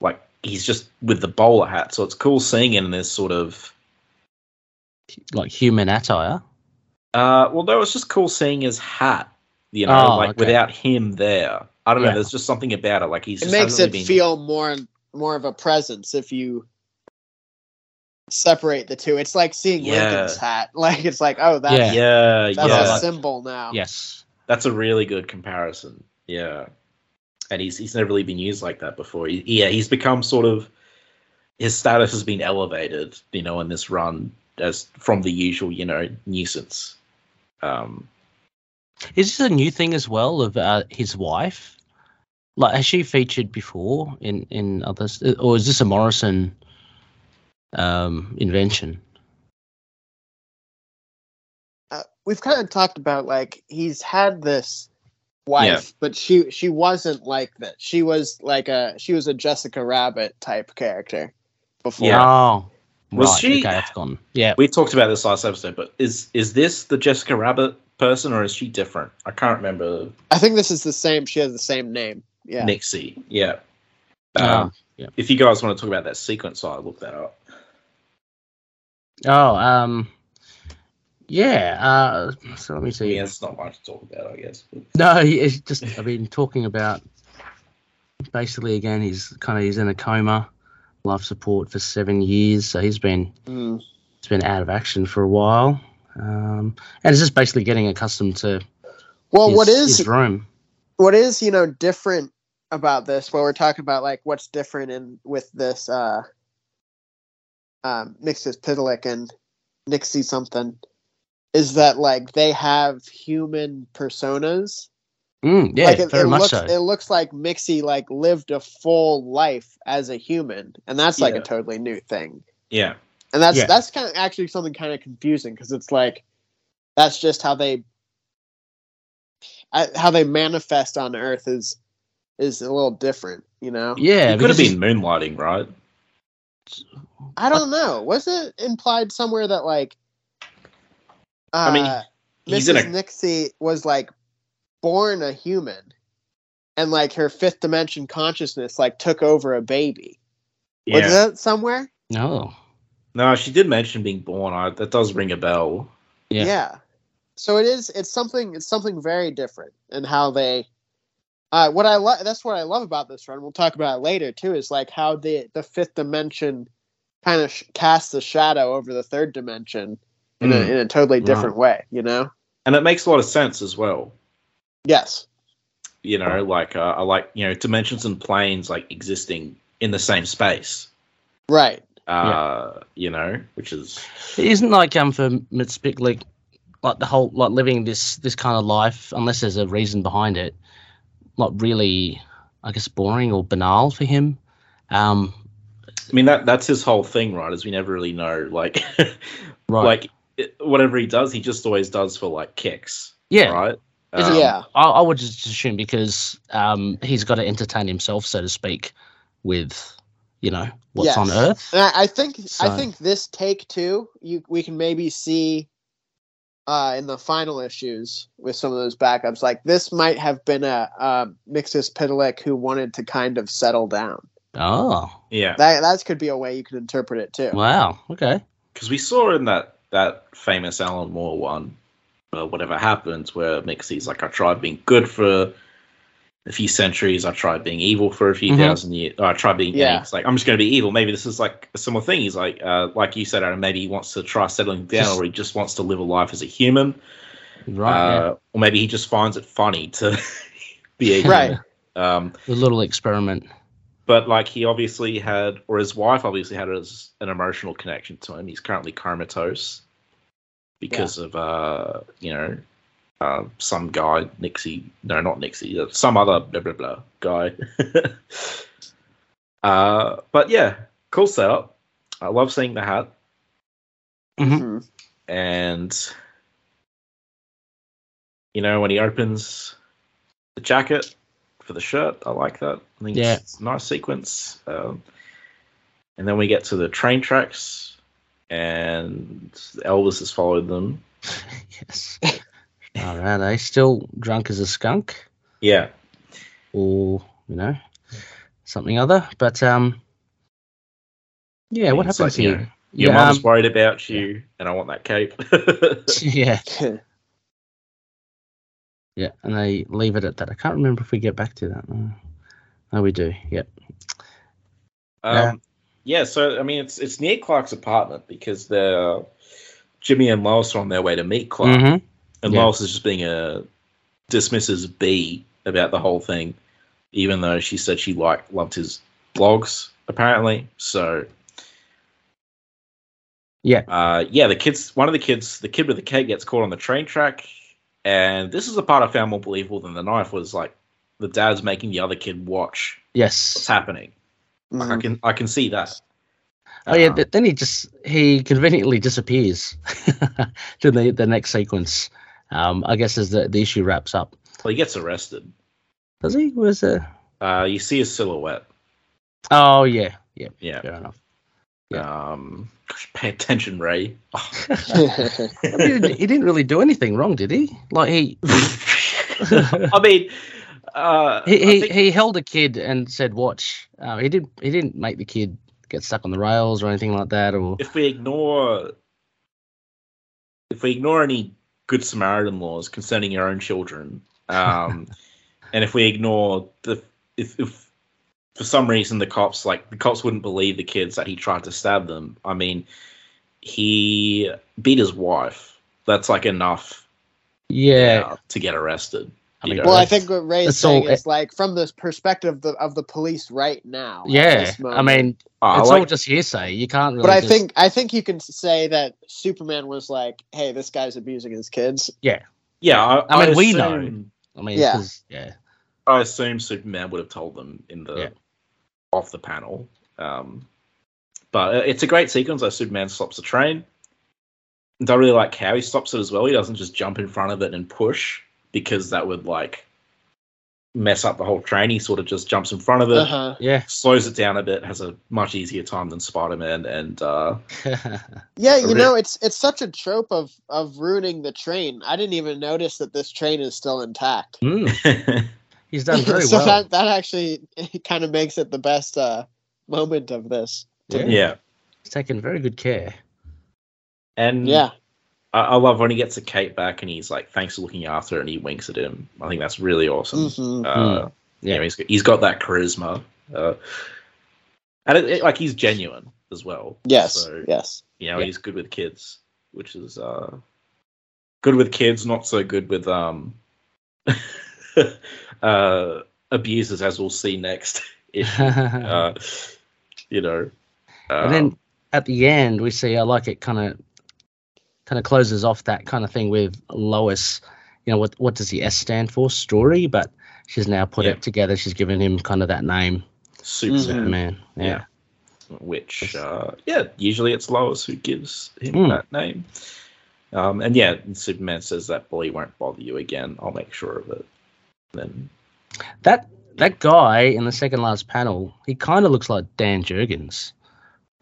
A: like he's just with the bowler hat. So it's cool seeing him in this sort of.
B: Like human attire.
A: Uh, well, no, it's just cool seeing his hat. You know,
B: Oh,
A: like
B: okay.
A: without him there, I don't know.
B: Yeah.
A: There's just something about it. Like he's
C: it
A: just
C: makes
A: hasn't
C: it
A: really been-
C: feel more more of a presence if you separate the two. It's like seeing
A: Yeah.
C: Lincoln's hat. <laughs> Like it's like, oh, that's
B: Yeah.
A: Yeah,
C: that's
A: yeah.
C: a symbol now.
B: Yes.
A: That's a really good comparison. Yeah, and he's he's never really been used like that before. He, yeah, he's become sort of his status has been elevated, you know, in this run as from the usual, you know, nuisance. Um,
B: Is this a new thing as well of uh, his wife? Like, has she featured before in in others, or is this a Morrison um, invention?
C: Uh, we've kind of talked about like he's had this wife,
A: Yeah.
C: but she she wasn't like that. She was like a she was a Jessica Rabbit type character before.
A: Yeah.
B: Oh,
A: Was
B: right.
A: she-
B: Okay, that's gone. Yeah.
A: We talked about this last episode, but is is this the Jessica Rabbit person or is she different? I can't remember.
C: I think this is the same. She has the same name. Yeah.
A: Nixie. Yeah.
B: Oh,
A: Um,
B: yeah.
A: If you guys want to talk about that sequence, I'll look that up.
B: Oh, um, yeah. Uh, so let me
A: I
B: see.
A: mean, it's not much to talk about, I guess. but-
B: No, he- it's just I mean talking about basically again he's kind of he's in a coma, life support for seven years, so he's been
C: Mm.
B: he's been out of action for a while, um, and it's just basically getting accustomed to
C: Well,
B: his,
C: what is
B: his room.
C: what is you know different about this? What we're talking about, like what's different in with this uh, um, Mixes Pidlick and Nixie something, is that like they have human personas.
B: Mm, yeah,
C: like it,
B: very
C: it
B: much
C: looks,
B: so.
C: It looks like Mixie like lived a full life as a human, and that's like
A: Yeah.
C: a totally new thing.
A: Yeah.
C: And that's
B: Yeah.
C: that's kind of actually something kind of confusing because it's like that's just how they I, how they manifest on Earth is is a little different, you know.
B: yeah,
A: it could have
B: because-
A: been moonlighting, right?
C: I don't know. Was it implied somewhere that like uh,
A: I mean, he's in
C: Mrs.
A: a-
C: Nixie was like born a human, and like her fifth dimension consciousness like took over a baby. Was that somewhere?
B: No,
A: No, she did mention being born. I, that does ring a bell.
B: Yeah.
C: So it is. It's something. It's something very different in how they. Uh, what I love. That's what I love about this run. We'll talk about it later too. Is like how the the fifth dimension kind of sh- casts a shadow over the third dimension in a
A: Mm.
C: in a totally different way. You know.
A: And it makes a lot of sense as well.
C: Yes.
A: You know, like uh, I like you know dimensions and planes like existing in the same space.
C: Right.
A: Uh, You know, which is
B: it isn't like um for Mitspik like like the whole like living this this kind of life unless there's a reason behind it, not really I guess boring or banal for him. Um,
A: I mean that that's his whole thing, right? Is we never really know like <laughs>
B: right.
A: like it- whatever he does, he just always does for like kicks.
B: yeah,
A: Right. Um,
B: Is it-
C: yeah.
B: I, I would just assume because um, he's got to entertain himself, so to speak, with you know what's
C: Yes.
B: on Earth.
C: And I, I think
B: So-
C: I think this take two, you we can maybe see uh, in the final issues with some of those backups. Like this might have been a, a Mixus Pidalic who wanted to kind of settle down.
B: Oh,
A: Yeah.
C: That that could be a way you could interpret it too.
B: wow. Okay.
A: Because we saw in that that famous Alan Moore one, uh, whatever happens, where Mixie's like, I tried being good for a few centuries, I tried being evil for a few
B: Mhm.
A: thousand years, or I tried being
C: Yeah.
A: yeah. It's like I'm just going to be evil. Maybe this is like a similar thing. He's like, uh, like you said, Aaron, maybe he wants to try settling down,
B: Just-
A: or he just wants to live a life as a human,
B: Right.
A: uh, or maybe he just finds it funny to <laughs> be a human.
C: Right.
B: <laughs>
A: Um,
B: yeah. A
A: <laughs>
B: little experiment.
A: but like he obviously had, or his wife obviously had as an emotional connection to him. He's currently comatose because of uh, you know, uh, some guy Nixie, no, not Nixie, uh, some other blah blah blah guy. <laughs> uh, but yeah, cool setup. I love seeing the hat
B: Mhm.
C: Mhm.
A: and you know when he opens the jacket for the shirt i like that i think
B: Yeah.
A: it's, it's a nice sequence um, and then we get to the train tracks and elvis has followed them
B: yes. All right. eh? still drunk as a skunk,
A: yeah
B: or you know something other? But um, yeah. What
A: It's
B: happens
A: like, you
B: here?
A: know, your
B: yeah.
A: mum's
B: um,
A: worried about you and i want that cape <laughs>
B: <laughs> yeah. Yeah, and they leave it at that. I can't remember if we get back to that. No, no we do. Yep. Yeah.
A: Um, yeah, so I mean, it's it's near Clark's apartment because the Jimmy and Lois are on their way to meet Clark,
B: Mhm.
A: and
B: Yeah.
A: Lois is just being a dismisses B about the whole thing, even though she said she liked loved his blogs apparently. So
B: Yeah.
A: uh, yeah, the kids, one of the kids, the kid with the cape gets caught on the train track, and this is the part I found more believable than the knife was like the dad's making the other kid watch what's
B: Yes. <laughs>
A: happening. Like I
C: Mhm.
A: can I can see that.
B: Oh yeah,
A: Um,
B: th- then he just he conveniently disappears <laughs> to the the next sequence. Um, I guess as the, the issue wraps up,
A: well, he gets arrested.
B: does he? Where's the?
A: Uh, you see a silhouette.
B: Oh yeah, yeah,
A: Yeah.
B: fair enough.
A: Um, gosh, pay attention, Ray. Oh.
B: I mean, he didn't- he didn't really do anything wrong, did he? Like he
A: I mean, uh,
B: he,
A: I
B: he,
A: think-
B: he held a kid and said watch. Uh, he didn't he didn't make the kid get stuck on the rails or anything like that. Or
A: if we ignore if we ignore any good Samaritan laws concerning your own children,
B: <laughs>
A: um, and if we ignore the if, if for some reason the cops like the cops wouldn't believe the kids that he tried to stab them. I mean, he beat his wife. That's like enough
B: yeah,
A: uh, to get arrested.
B: I mean,
A: Yeah.
C: well, I think what Ray is
B: That's all-
C: saying is like from the perspective of the, of the police right now. at
B: yeah.
C: this
B: I
C: moment.
B: mean,
A: Ah,
B: it's
A: like-
B: all just hearsay. You can't really.
C: but I
B: just-
C: think I think you can say that Superman was like, "Hey, this guy's abusing his kids."
A: yeah, I,
B: I mean, we know.
A: assume,
B: I mean,
C: yeah.
B: 'cause- yeah.
A: I assume Superman would have told them in the
B: Yeah.
A: off the panel. Um, but uh, it's a great sequence. Like Superman stops the train. And I really like how he stops it as well. He doesn't just jump in front of it and push because that would like mess up the whole train. He sort of just jumps in front of it,
C: Uh huh.
B: Yeah. <laughs>
A: slows it down a bit, has a much easier time than Spider Man, and uh,
C: Yeah,
A: Or
C: you
A: it-
C: know, it's it's such a trope of of ruining the train. I didn't even notice that this train is still intact.
B: Mm, he's
C: <laughs>
B: done very
C: so
B: well.
C: that that actually kind of makes it the best uh, moment of this.
B: yeah.
A: yeah,
B: He's taken very good care.
A: and
C: Yeah,
A: I-, I love when he gets the cape back and he's like, "Thanks for looking after," it, and he winks at him. I think that's really awesome.
C: hmm
A: Uh,
B: Yeah.
A: yeah, he's got, he's got that charisma, uh, and it, it- like he's genuine as well.
C: yes,
A: so,
C: yes.
A: you know
B: Yeah.
A: he's good with kids, which is uh, good with kids, not so good with um, <laughs> uh, abusers, as we'll see next. <laughs>
B: <laughs>
A: If, uh, you know,
B: and
A: um,
B: then at the end, we see I like it kind of kind of closes off that kind of thing with Lois. You know what? What does the S stand for? Story, but she's now put
A: Yeah.
B: it together. She's given him kind of that name,
A: Superman,
B: man. Yeah.
A: Yeah. which uh, yeah, usually it's Lois who gives him
B: Hmm.
A: that name. Um, and yeah, and Superman says that bully won't bother you again. I'll make sure of it. Then
B: That that guy in the second last panel, he kind of looks like Dan Jurgens.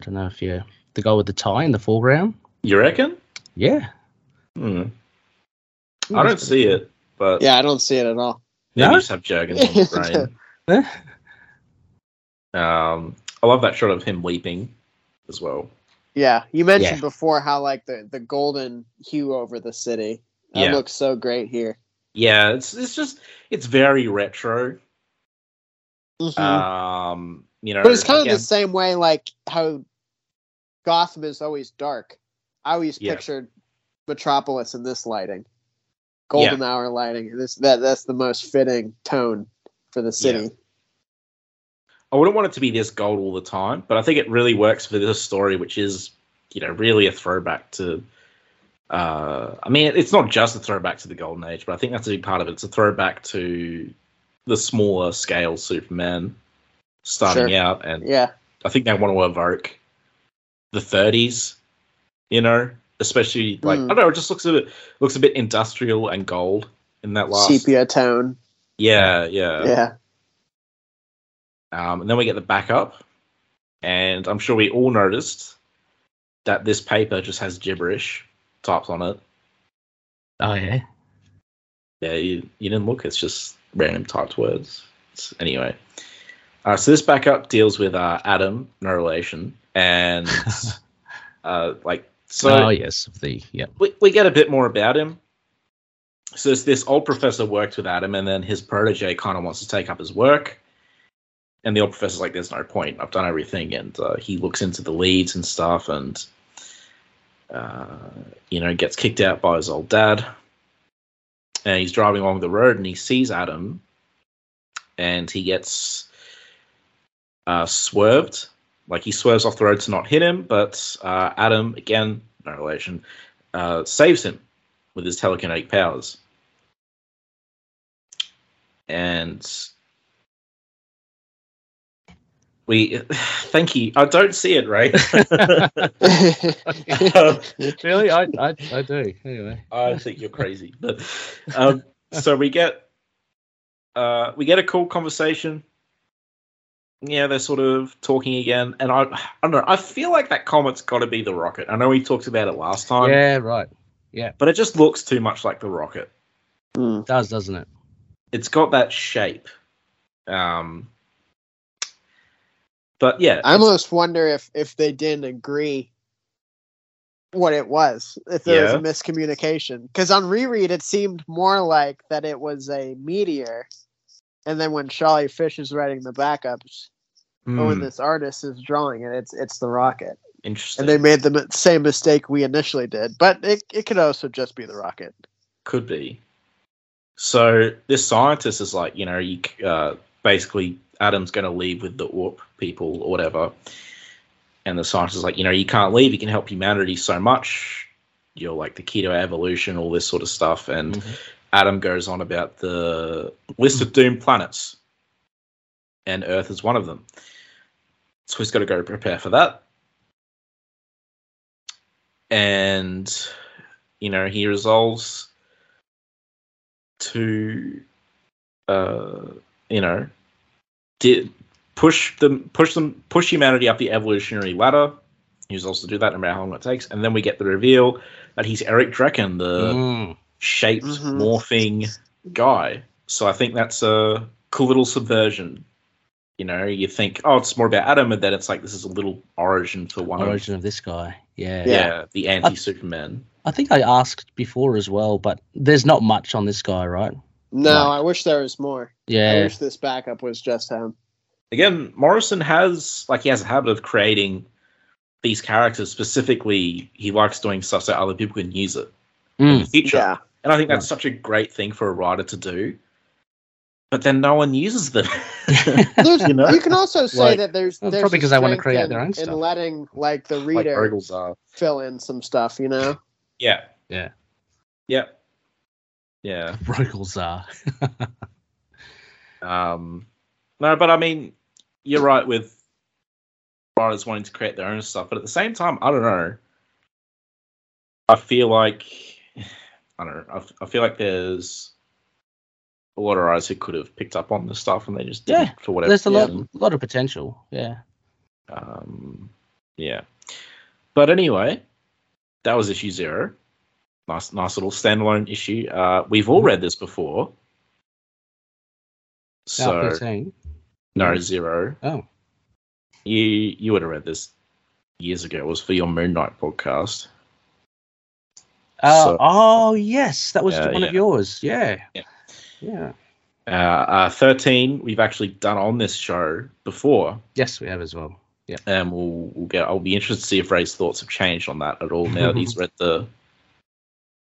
B: I don't know if you the guy with the tie in the foreground.
A: you reckon?
B: Yeah.
A: Hmm. I don't see it, but yeah,
C: Yeah, I don't see it at all.
A: you
B: No?
A: just have Jurgens on the
B: Eh?
C: <laughs>
A: brain. Um, I love that shot of him weeping as well.
C: Yeah, you mentioned
B: Yeah.
C: before how like the the golden hue over the city. That
A: Yeah.
C: looks so great here.
A: Yeah, it's it's just it's very retro.
C: Mhm.
A: Um, you know,
C: but it's kind of
A: again-
C: the same way, like how Gotham is always dark. I always
A: Yeah.
C: pictured Metropolis in this lighting, golden hour lighting. This that that's the most fitting tone for the city.
A: I wouldn't want it to be this gold all the time, but I think it really works for this story, which is, you know, really a throwback to. Uh, I mean, it's not just a throwback to the Golden Age, but I think that's a big part of it. It's a throwback to the smaller scale Superman starting
C: Sure.
A: out, and
C: Yeah,
A: I think they want to evoke the 30s, you know, especially like
C: Mm.
A: I don't know, it just looks a bit looks a bit industrial and gold in that last.
C: sepia tone.
A: Yeah, yeah.
C: yeah,
A: Um, and then we get the backup, and I'm sure we all noticed that this paper just has gibberish typed on it.
B: Oh yeah.
A: Yeah, you, you didn't look. It's just random typed words. It's- anyway, uh, so this backup deals with uh, Adam, no relation, and uh, like so
B: oh yes, of the
A: <laughs>
B: yeah.
A: we, we get a bit more about him. So it's this old professor worked with Adam, and then his protege kind of wants to take up his work. And the old professor's like, "There's no point. I've done everything." And uh, he looks into the leads and stuff, and uh, you know, gets kicked out by his old dad. And he's driving along the road, and he sees Adam, and he gets uh, swerved. Like he swerves off the road to not hit him, but uh, Adam, again, no relation, uh, saves him with his telekinetic powers. And We <sighs> thank you. I don't see it, right?
B: <laughs>
A: <laughs>
C: <laughs>
A: Um,
B: really? I, I, I do. Anyway.
A: I think you're crazy. But um, so we get uh, we get a cool conversation. Yeah, they're sort of talking again, and I <sighs> I don't know. I feel like that comet's got to be the rocket. I know we talked about it last time,
B: yeah, right.
A: but it just looks too much like the rocket.
C: Mm.
B: does, doesn't it?
A: It's got that shape. Um, but yeah,
C: I almost wonder if if they didn't agree what it was, if there
A: Yeah.
C: was a miscommunication. Because on reread, it seemed more like that it was a meteor, and then when Charlie Fish is writing the backups,
A: Hmm,
C: or when Oh, this artist is drawing it, it's it's the rocket.
A: interesting.
C: And they made the m- same mistake we initially did, but it it could also just be the rocket.
A: could be. So this scientist is like, you know, you, c- uh, basically Adam's going to leave with the Orp people or whatever, and the scientist is like, you know, you can't leave. You can help humanity so much. You're like the key to evolution, all this sort of stuff. And Adam goes on about the list of doomed planets, and Earth is one of them. So he's got to go prepare for that. And, you know, he resolves to, uh, you know, di- push them, push them, push humanity up the evolutionary ladder. He resolves to do that no matter how long it takes. And then we get the reveal that he's Eric Drekken, the
B: Mm.
A: shaped
C: Mhm.
A: morphing guy. So I think that's a cool little subversion. You know, you think, oh, it's more about Adam, and then it's like this is a little origin for one
B: Origin of this guy. Yeah.
A: of yeah, the anti Superman.
B: I think I asked before as well, but there's not much on this guy, right?
C: No,
B: Right.
C: I wish there was more. I
B: Yeah.
C: wish this backup was just him.
A: Again, Morrison has like he has a habit of creating these characters specifically. He likes doing stuff so other people can use it in the
B: Mm.
A: future,
C: Yeah,
A: and I think that's such a great thing for a writer to do. But then no one uses them. <laughs>
C: There's-
A: You
C: <laughs> you,
A: know?
C: can also say
B: Like-
C: that there's,
B: Well,
C: there's
B: probably
C: a
B: 'cause they wanna
C: strength
B: create
C: in-
B: their own
C: in
B: stuff.
C: letting like the
A: like
C: reader
A: Urgles are.
C: fill in some stuff, you know.
A: Yeah.
B: Yeah.
A: Yeah. Yeah.
B: <laughs> Rogals are.
A: Um, no, but I mean, you're right with writers wanting to create their own stuff, but at the same time, I don't know. I feel like <sighs> I don't know. I, f- I feel like there's a lot of writers who could have picked up on this stuff and they just didn't
B: Yeah,
A: for whatever.
B: There's a lot,
A: reason.
B: lot of potential. Yeah.
A: Um, yeah. But anyway, that was issue zero. Nice, nice little standalone issue. Uh, we've all read this before.
B: Now
A: So
B: 13.
A: no zero.
B: Oh.
A: You you would have read this years ago. It was for your Moon Knight podcast.
B: Uh,
A: So-
B: oh, yes. That was
A: Yeah,
B: one
A: yeah.
B: of yours. Yeah.
A: Yeah.
B: Yeah.
A: Uh, uh, Thirteen, we've actually done on this show before,
B: Yes, we have as well. Yeah.
A: and um, we'll, we'll get. I'll be interested to see if Ray's thoughts have changed on that at all now that he's
B: <laughs>
A: read the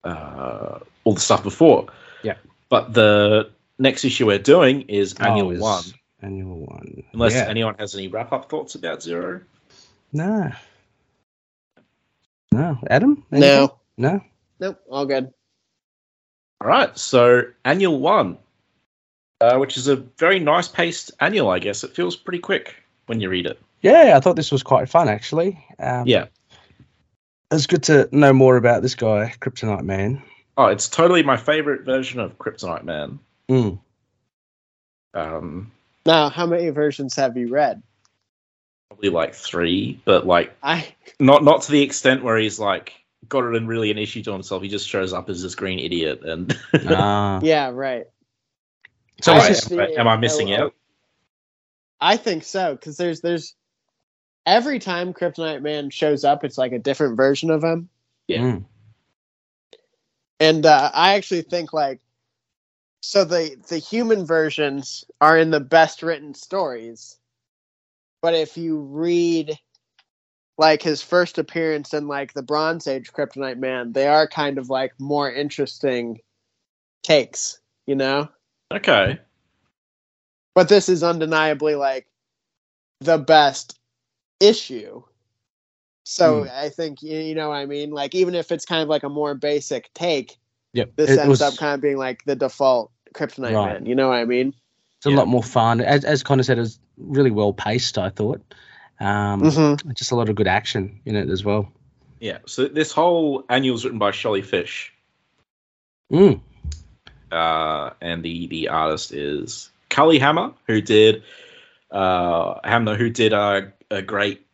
A: uh, all the stuff before.
B: Yeah.
A: But the next issue we're doing is annual
B: Oh, is
A: one.
B: Annual one.
A: Unless
B: Yeah.
A: anyone has any wrap up thoughts about zero.
B: No. No. Adam? Anything?
C: No,
B: No.
C: nope, all good.
A: All right, so annual one, uh, which is a very nice paced annual, I guess. It feels pretty quick when you read it.
B: Yeah, I thought this was quite fun, actually. Um,
A: Yeah.
B: It's good to know more about this guy, Kryptonite
A: <laughs>
B: Man.
A: Oh, it's totally my favorite version of Kryptonite Man.
B: Mm.
A: Um,
C: Now, how many versions have you read?
A: probably like three, but like
C: I
A: not not to the extent where he's like got it in really an issue to himself. He just shows up as this green idiot. And
B: Ah.
C: yeah, right.
B: So
A: Am
B: it's
A: I-
B: just-
A: am, I, am I missing out?
C: I think so because there's there's every time Kryptonite Man shows up, it's like a different version of him.
A: Yeah.
B: Mm.
C: and uh, I actually think like so the the human versions are in the best written stories, but if you read like his first appearance in like the Bronze Age Kryptonite Man, they are kind of like more interesting takes, you know.
A: Okay.
C: But this is undeniably like the best issue. So I think you, you know what I mean. Like even if it's kind of like a more basic take,
B: Yep.
C: this
B: it
C: ends
B: was-
C: up kind of being like the default kryptonite
B: Right.
C: man. You know what I mean?
B: It's a
A: Yeah.
B: lot more fun. As, as Connor said, it was really well paced, I thought. Um,
C: Mm-hmm.
B: Just a lot of good action in it as well.
A: Yeah. So this whole annual is written by Shelly Fish,
B: Mm.
A: uh, and the the artist is Cully Hammer, who did uh, Hamner, who did uh, a great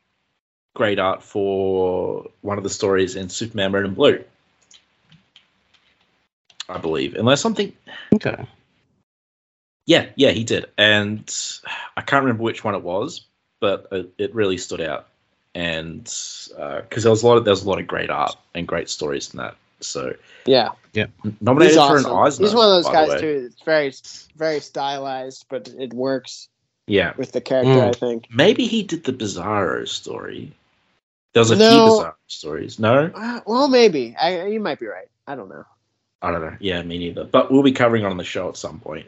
A: great art for one of the stories in Superman Red and Blue. I believe, unless something.
B: Okay.
A: Yeah, yeah, he did, and I can't remember which one it was, but it, it really stood out, and because there was a lot of there was a lot of great art and great stories in that. So
C: Yeah,
A: nominated
C: he's
A: for
C: awesome.
A: an Eisner.
C: he's one of those
A: by the way.
C: guys too. It's very, very stylized, but it works
A: Yeah,
C: with the character.
B: Mm.
C: I think.
A: maybe he did the Bizarro story. There was a
C: No.
A: few Bizarro stories. No,
C: Uh, well, maybe I, you might be right. I don't know.
A: I don't know. Yeah, me neither. But we'll be covering it on the show at some point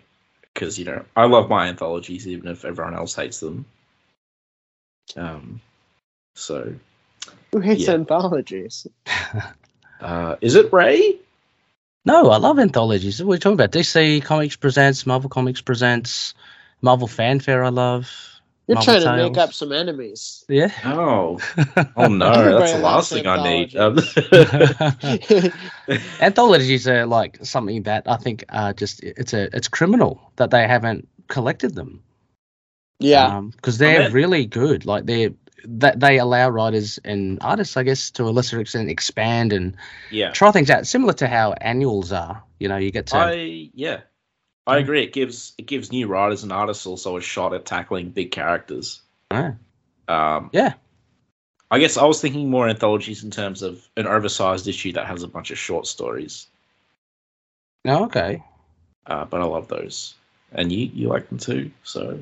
A: because you know I love my anthologies, even if everyone else hates them. Um, so
C: Who hates
A: Yeah.
C: anthologies?
A: uh, is it Ray?
B: No, I love anthologies. What are you talking about? DC Comics Presents, Marvel Comics Presents, Marvel Fanfare, I love.
C: You're
B: Marvel
C: trying to
B: Tales.
C: make up some enemies.
A: <laughs>
C: <laughs>
B: Yeah. <laughs>
A: Oh, oh no,
C: Everybody
A: that's the last
C: loves
A: thing I need. Um,
B: anthologies are uh, like something that I think are just it's a it's criminal that they haven't collected them.
C: yeah,
B: because they're
A: I'm in.
B: really good. Like they're that they allow writers and artists, I guess, to a lesser extent, expand and
A: <laughs> yeah,
B: try things out, similar to how annuals are. You know, you get to
A: I yeah, I agree. It gives it gives new writers and artists also a shot at tackling big characters.
B: Yeah.
A: Um,
B: Yeah.
A: I guess I was thinking more anthologies in terms of an oversized issue that has a bunch of short stories,
B: no, okay, <laughs>
A: uh, but I love those, and you you like them too. So,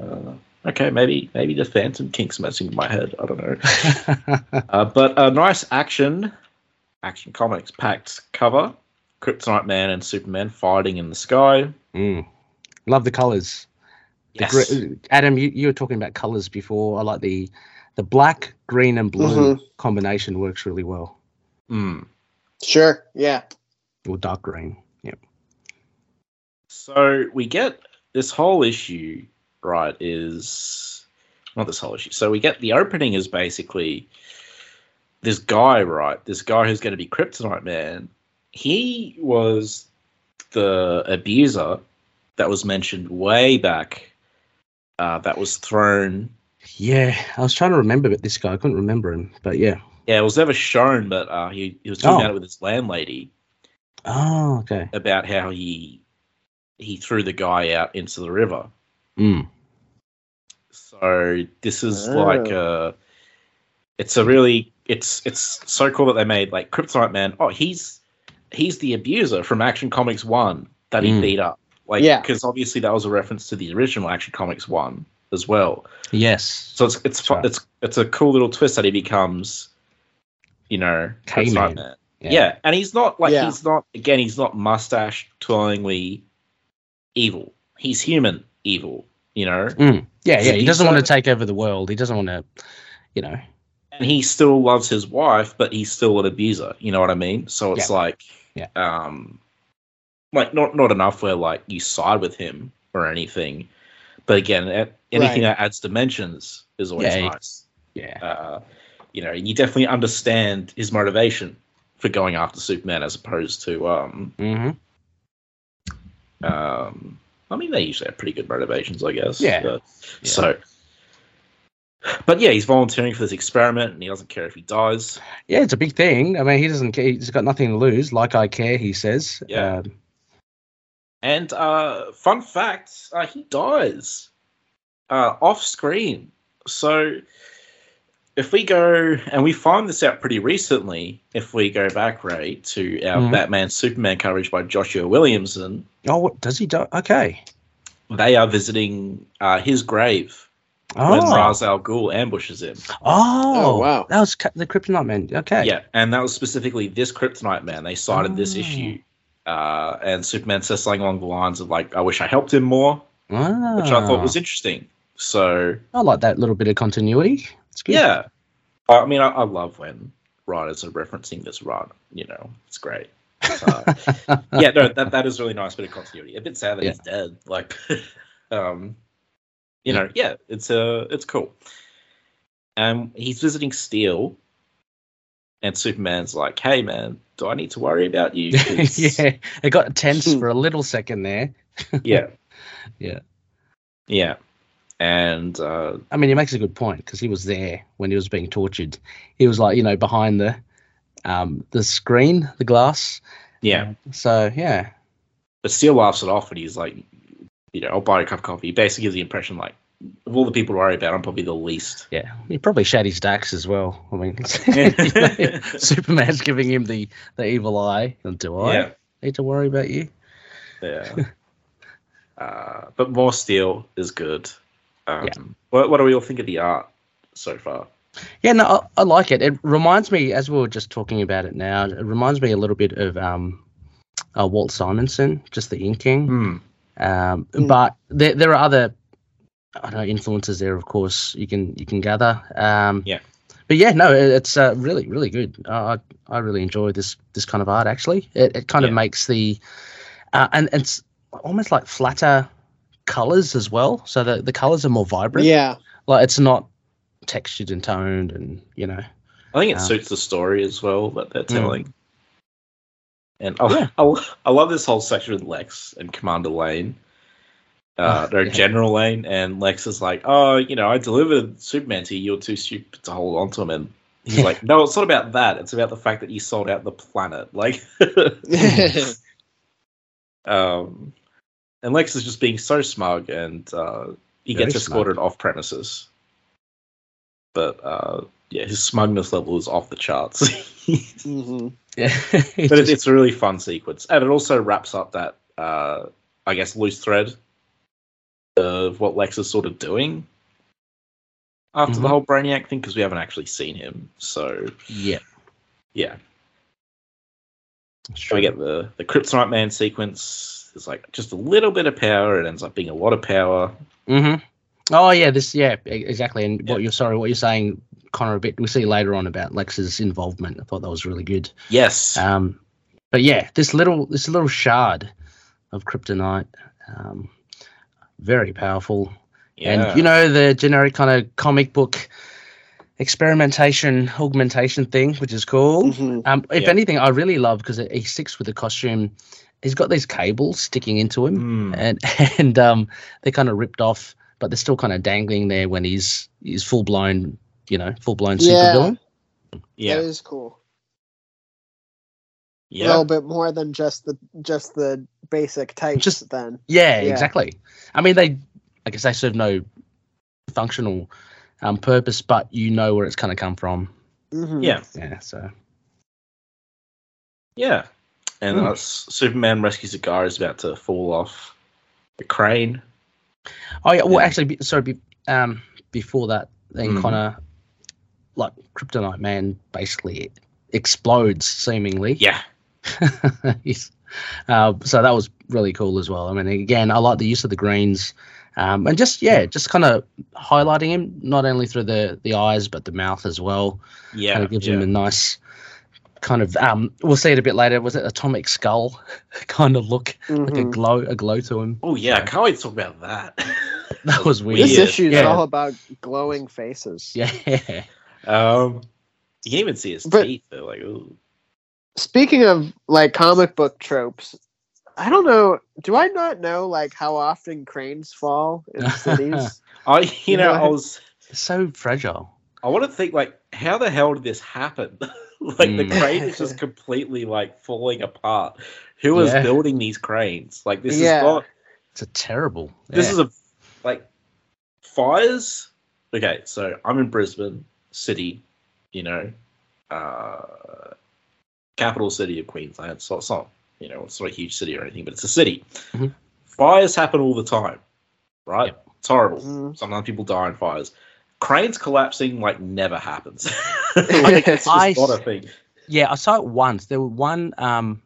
A: uh, okay, maybe maybe the Phantom Kink's messing with my head. I don't know, uh, but a nice action, action comics packed cover. Kryptonite Man and Superman fighting in the sky.
B: Mm. love the colors. The
A: Yes.
B: gre- Adam, you, you were talking about colors before. I like the the black, green, and blue combination works really well.
A: Mm.
C: sure, yeah.
B: Or dark green. Yep.
A: So we get this whole issue, right? Is not this whole issue. So we get the opening is basically this guy, right? This guy who's going to be Kryptonite Man. He was the abuser that was mentioned way back. Uh, that was thrown.
B: Yeah, I was trying to remember but this guy. I couldn't remember him, but yeah.
A: Yeah, it was never shown, but uh, he, he was talking
B: Oh.
A: about it with his landlady.
B: Oh, okay.
A: about how he he threw the guy out into the river.
B: Mm.
A: So this is
C: Oh.
A: like a it's a really it's it's so cool that they made like Kryptonite Man. Oh, he's he's the abuser from Action Comics One that he
B: Mm.
A: beat up. Like,
C: Yeah.
A: because obviously that was a reference to the original Action Comics One as well.
B: Yes.
A: So it's it's fu-
B: right.
A: it's it's a cool little twist that he becomes, you know,
B: K-Man.
A: Kryptonite Man. Yeah. and he's not like
C: Yeah.
A: he's not again. He's not mustache twirlingly evil. He's human evil, you know.
B: Yeah, yeah. He
A: He's
B: doesn't
A: so-
B: want to take over the world. He doesn't want to, you know.
A: And he still loves his wife, but he's still an abuser. You know what I mean? So it's
B: Yeah.
A: like,
B: Yeah.
A: um, like not not enough where like you side with him or anything. But again, a- anything that adds dimensions is always
B: Yeah.
A: nice.
B: Yeah.
A: Uh, you know, and you definitely understand his motivation for going after Superman as opposed to um,
B: Mm-hmm.
A: Um, I mean, they usually have pretty good motivations, I guess.
B: Yeah.
A: but-
B: Yeah.
A: So, but yeah, he's volunteering for this experiment, and he doesn't care if he dies.
B: Yeah, it's a big thing. I mean, he doesn't care. He's got nothing to lose. Like I care, he says.
A: Yeah.
B: Um,
A: And uh, fun fact, uh, he dies uh, off screen. So, if we go and we find this out pretty recently, if we go back, Ray, to our
B: Mhm.
A: Batman Superman coverage by Joshua Williamson,
B: oh, what, does he do? Okay.
A: they are visiting uh, his grave when
B: Oh.
A: Ra's al Ghul ambushes him.
B: Oh.
C: Oh, wow.
B: That was ca- the Kryptonite man. Okay.
A: Yeah, and that was specifically this Kryptonite man. They cited this
B: Oh.
A: issue, uh, and Superman says something along the lines of like, "I wish I helped him more,"
B: Ah.
A: which I thought was interesting. So
B: I like that little bit of continuity. It's good.
A: yeah, I I mean, I, I love when writers are referencing this run. You know, it's great. So,
B: <laughs>
A: yeah, no, that that is really nice bit of continuity. A bit sad that
B: Yeah.
A: he's dead. Like, <laughs> um, you know, yeah, it's uh, it's cool. Um, he's visiting Steel, and Superman's like, "Hey, man, do I need to worry about
B: <laughs>
A: you?" 'Cause-
B: <laughs> yeah, it got tense for a little second there.
A: yeah,
B: Yeah.
A: yeah. And uh,
B: I mean, he makes a good point because he was there when he was being tortured. He was like, you know, behind the um, the screen, the glass.
A: yeah,
B: So yeah,
A: but Steele laughs it off, and he's like, "You know, I'll buy you a cup of coffee." He basically gives the impression like, of all the people to worry about, I'm probably the least.
B: yeah. He probably shat his dacks as well. I mean, <laughs>
A: Yeah.
B: Superman's giving him the the evil eye. Do I
A: Yeah.
B: need to worry about you?
A: Yeah. <laughs> uh, but more steel is good. Um,
B: Yeah.
A: what, what do we all think of the art so far?
B: Yeah, no, I, I like it. It reminds me, as we were just talking about it now, it reminds me a little bit of um, uh, Walt Simonson, just the inking.
A: Hmm.
B: Um,
C: Mm.
B: But there, there are other, I don't know, influences there. Of course, you can you can gather. Um,
A: Yeah.
B: But yeah, no, it- it's uh, really really good. Uh, I I really enjoy this this kind of art. Actually, it it kind of
A: Yeah.
B: makes the, uh, and and it's almost like flatter colors as well. So the the colors are more vibrant. <laughs>
C: Yeah, <laughs>
B: Like it's not textured and toned and you know.
A: I think it
B: Um,
A: suits the story as well that they're
B: Hmm.
A: telling. And I,
B: Yeah.
A: I, I love this whole section with Lex and Commander Lane. Uh,
B: Oh,
A: no,
B: yeah.
A: General Lane and Lex is like, oh, you know, I delivered Superman to you. You're too stupid to hold on to him. And he's
B: Yeah.
A: like, no, it's not about that. It's about the fact that he sold out the planet. <laughs> Like,
C: Mm-hmm.
A: Um, and Lex is just being so smug, and uh, he
B: Very
A: gets escorted off premises. But uh, yeah, his smugness level is off the charts. <laughs>
C: hmm
B: <laughs> Yeah.
A: but it, it's a really fun sequence, and it also wraps up that uh, I guess loose thread of what Lex is sort of doing after the
B: Mhm.
A: whole Brainiac thing, because we haven't actually seen him. So
B: yeah.
A: yeah,
B: it's
A: So we
B: true.
A: get the the Kryptonite Man sequence. There's like just a little bit of power. It ends up being a lot of power.
B: Mm-hmm. Oh yeah, this yeah e- exactly. And
A: Yeah.
B: what you're sorry, what you're saying, Connor, a bit. We see later on about Lex's involvement. I thought that was really good.
A: Yes.
B: Um, but yeah, this little this little shard of kryptonite, um, very powerful. And you know the generic kind of comic book experimentation augmentation thing, which is cool.
C: hmm
B: Um,
A: Mm-hmm.
B: if
A: Yeah.
B: anything, I really love because he sticks with the costume. He's got these cables sticking into him.
A: Hmm.
B: and <laughs> and um, they're kind of ripped off, but they're still kind of dangling there when he's he's full blown, you know, full blown
C: Yeah.
B: supervillain.
A: yeah,
C: That is cool. A
A: yeah,
C: little bit more than just the just the basic types.
B: Just-
C: then.
B: Yeah,
C: Yeah.
B: exactly. I mean, they, I guess, they serve no functional um, purpose, but you know where it's kind of come from.
C: Mhm.
A: yeah,
B: Yeah, so
A: yeah. And then
B: Hmm.
A: uh, S- Superman rescues a guy who's about to fall off the crane.
B: oh yeah. Hmm. Well,
A: Yeah.
B: actually, be- sorry. Be, um, before that, then
A: Mhm.
B: Connor, like Kryptonite Man, basically explodes seemingly.
A: Yeah,
B: <laughs> Yes. Uh, so that was really cool as well. I mean, again, I like the use of the greens, um, and just yeah, just kind of highlighting him not only through the the eyes but the mouth as well.
A: yeah,
B: kind of gives
A: yeah.
B: him a nice kind of um. We'll see it a bit later. Was it atomic skull <laughs> kind of look, like a
A: Mm-hmm.
C: Mhm.
B: glow, a glow to him? <laughs>
A: oh yeah, I can't wait to talk about that.
B: That was weird.
C: This
A: Yeah.
C: issue is
B: Yeah.
C: all about glowing faces.
B: Yeah, <laughs>
A: um, you can even see his
C: But-
A: teeth. They're like, ooh.
C: Speaking of like comic book tropes, I don't know. Do I not know like how often cranes fall
B: <laughs>
C: in cities?
A: I, you,
C: You
A: know,
C: know,
A: I was,
B: so fragile.
A: I want to think like, how the hell did this happen? <laughs> like the
B: Mm.
A: crane is just completely like falling apart. Who is
B: Yeah.
A: building these cranes? Like this
C: Yeah.
A: is not
B: It's a terrible.
A: This
B: yeah.
A: is a like fires. Okay, so I'm in Brisbane city, you know, uh, capital city of Queensland. So it's not, you know, it's not a huge city or anything, but it's a city.
B: Mhm.
A: Fires happen all the time, right? It's horrible.
C: Mhm.
A: Sometimes people die in fires. Cranes collapsing like never happens. <laughs> like, it's just
B: I-
A: not a thing.
B: Yeah, I saw it once. There were one um,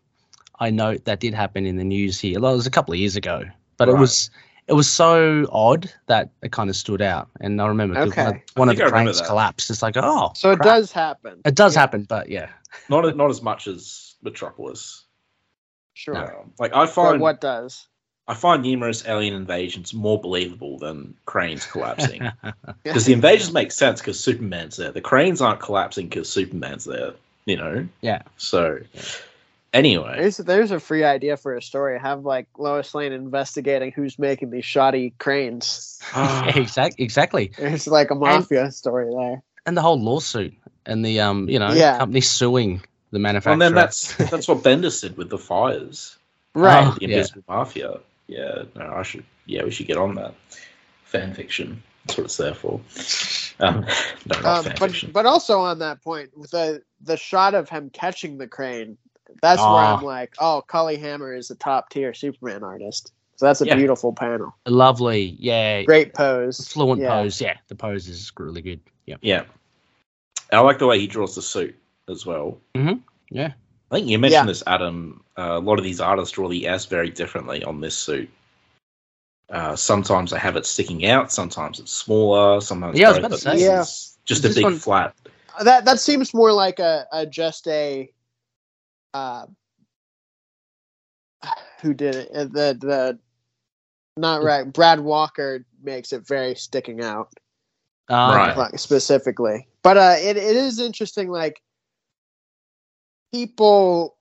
B: I note that did happen in the news here. Well, it was a couple of years ago, but it
A: Right.
B: was it was so odd that it kind of stood out. And I remember 'cause one of-
C: Okay.
B: one,
A: I
B: of
A: think I
B: the
A: remember
B: cranes
A: that.
B: collapsed. It's like, oh,
C: <laughs> So it
B: crap.
C: does happen.
B: It does
C: Yeah.
B: happen, but yeah,
A: Not not as much as Metropolis.
C: Sure.
A: Um, like I
C: But
A: find
C: what does?
A: I find numerous alien invasions more believable than cranes collapsing.
B: <laughs>
C: <laughs>
A: Because the invasions make sense because Superman's there. The cranes aren't collapsing because Superman's there. You know.
B: Yeah.
A: So, anyway,
C: There's there's a free idea for a story. Have like Lois Lane investigating who's making these shoddy cranes.
A: ah,
B: yeah, exactly. Exactly.
C: It's like a mafia story there.
B: And the whole lawsuit and the um, you know,
C: Yeah.
B: company suing the
A: <sighs>
B: manufacturer.
A: and then that's that's what Bendis did with the fires,
C: Right.
B: Oh,
A: the
B: yeah.
A: Invisible Mafia. Yeah. No, I should. Yeah, we should get on that. Fan fiction. That's what it's there for. Um, no, not
C: Um,
A: fan
C: but
A: fiction.
C: but also on that point, the the shot of him catching the crane, that's where
B: Ah.
C: I'm like, oh, Cully Hammer is a top tier Superman artist. So that's a
A: Yeah.
C: beautiful panel.
B: lovely. Yeah.
C: Great pose.
B: Fluent
C: Yeah.
B: pose. Yeah. The pose is really good. Yeah.
A: Yeah. I like the way he draws the suit as well.
B: Mhm. Yeah.
A: I think you mentioned
C: Yeah.
A: this, Adam. Uh, a lot of these artists draw the S very differently on this suit. Uh, sometimes they have it sticking out. Sometimes it's smaller. Sometimes
B: Yeah, I was
A: both,
B: about to
A: but
C: say.
A: this
C: Yeah.
A: is just a
B: This
A: big
B: one-
A: flat.
C: That that seems more like a, a just a uh <sighs> who did it? Uh, The the not right. Brad Walker makes it very sticking out.
B: Uh,
A: Right.
C: like, specifically. But uh, it, it is interesting. Like people,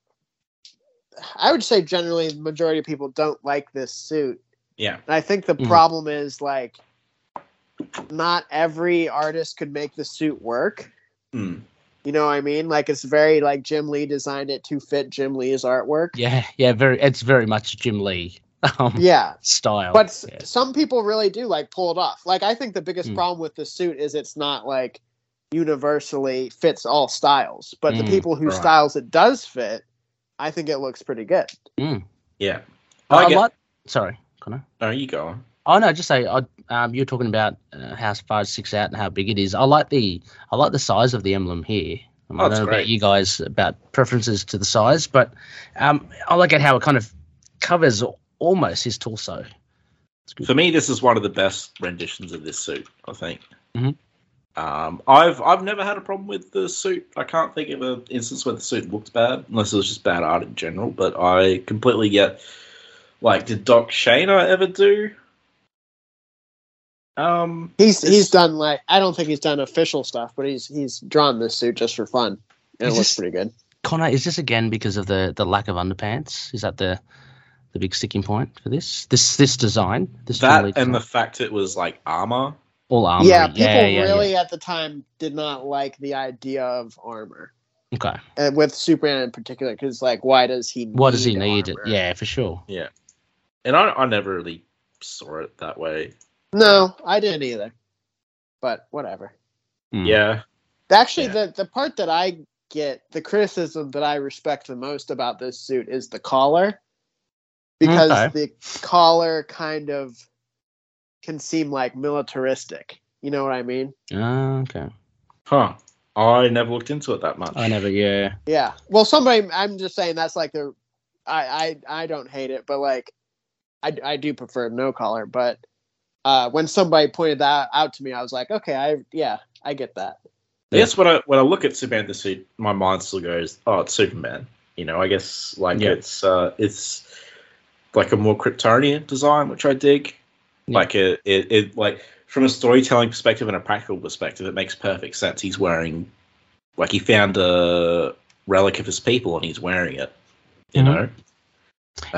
C: I would say generally the majority of people don't like this suit,
A: Yeah,
C: and I think the
B: Mhm.
C: problem is like not every artist could make the suit work.
A: Mm.
C: You know what I mean? Like it's very like Jim Lee designed it to fit Jim Lee's artwork.
B: Yeah. Yeah. Very. It's very much Jim Lee <laughs> um,
C: Yeah.
B: style.
C: But s
B: yeah.
C: some people really do like pull it off. Like I think the biggest
B: Mm.
C: problem with the suit is it's not like universally fits all styles. But the
B: Mm,
C: people whose
A: right.
C: styles it does fit, I think it looks pretty good.
A: yeah.
B: I,
A: I get.
B: like. Sorry, Connor.
A: No, you go on.
B: Oh no, just say I, um, you're talking about uh, how far six out and how big it is. I like the I like the size of the emblem here. Um,
A: Oh,
B: I
A: it's
B: don't know
A: great.
B: about you guys about preferences to the size, but um, I like it how it kind of covers al- almost his torso.
A: For me, this is one of the best renditions of this suit. I think.
B: Mhm.
A: Um, I've I've never had a problem with the suit. I can't think of an instance where the suit looked bad, unless it was just bad art in general. But I completely get. Like, did Doc Shana ever do? Um,
C: He's
A: It's-
C: he's done like I don't think he's done official stuff, but he's he's drawn this suit just for fun. And it
B: Is
C: looks
B: this-
C: pretty good.
B: Connor, is this again because of the the lack of underpants? Is that the the big sticking point for this this this design? This
A: that
B: Jim Lee
A: and the
B: design?
A: fact it was like armor.
B: all armor.
C: yeah, people really at the time did not like the idea of armor.
B: okay.
C: And with Superman in particular, because like, why does he?
B: What does he need? It?
C: armor?
B: Yeah, for sure.
A: And I, I never really saw it that way.
C: No, I didn't either. But whatever.
B: Mm.
A: Yeah.
C: Actually,
A: Yeah.
C: the the part that I get the criticism that I respect the most about this suit is the collar, because
B: Okay.
C: the collar kind of can seem like militaristic. You know what I mean?
B: Ah, okay.
A: Huh. I never looked into it that much.
B: I never. Yeah.
C: Yeah. Well, somebody. I'm just saying that's like the. I I I don't hate it, but like, I I do prefer no collar. But uh, when somebody pointed that out to me, I was like, okay, I yeah, I get that.
A: I guess when I when I look at Superman the suit, my mind still goes, "Oh, it's Superman." You know, I guess like
B: Yeah.
A: it's uh, it's like a more Kryptonian design, which I dig.
B: Yeah.
A: Like it, it, it, like from a storytelling perspective and a practical perspective, it makes perfect sense. He's wearing, like, he found a relic of his people, and he's wearing it. You
B: Mhm.
A: know,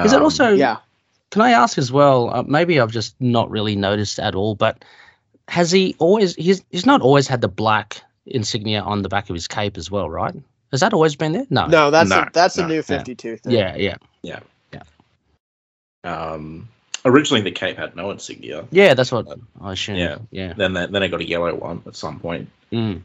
B: Is it
A: Um,
B: also?
C: Yeah.
B: Can I ask as well? Uh, maybe I've just not really noticed at all, but has he always? He's he's not always had the black insignia on the back of his cape as well, right? Has that always been there? No.
C: No, that's
A: No,
C: a, that's
A: no,
C: a new
A: no.
C: fifty two thing.
B: Yeah, yeah,
A: Um, originally, the cape had no insignia.
B: yeah. That's what I assume.
A: Yeah.
B: Yeah, yeah.
A: Then, they, then I got a yellow one at some point.
B: Mm.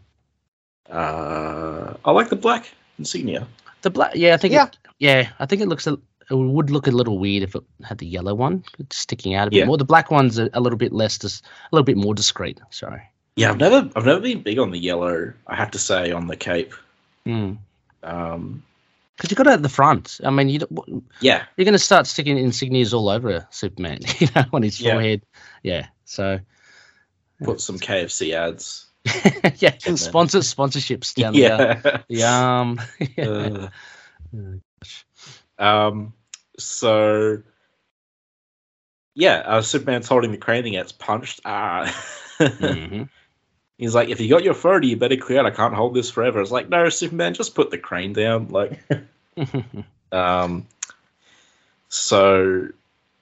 A: Uh, I like the black insignia.
B: The black. Yeah, I think.
C: Yeah.
B: It, yeah, I think it looks. A, it would look a little weird if it had the yellow one sticking out a bit
A: Yeah.
B: more. The black one's a, a little bit less, dis, a little bit more discreet. Sorry.
A: Yeah, I've never, I've never been big on the yellow. I have to say on the cape.
B: Mm.
A: Um,
B: Because you got it at the front. I mean, you don't- what-
A: yeah,
B: you're going to start sticking insignias all over Superman, <laughs> you know, on his
A: Yeah.
B: forehead. Yeah. So, <laughs>
A: put some KFC ads.
B: yeah,
A: then-
B: sponsor sponsorships
A: <laughs>
B: down
A: yeah.
B: <laughs>
A: <laughs>
B: the, the arm.
A: Uh, um, So, yeah, uh, Superman's holding the crane and gets punched. Ah.
B: Mhm.
A: <laughs> He's like, if you got your 30, you better clear it. I can't hold this forever. It's like, no, Superman, just put the crane down. Like, um, so,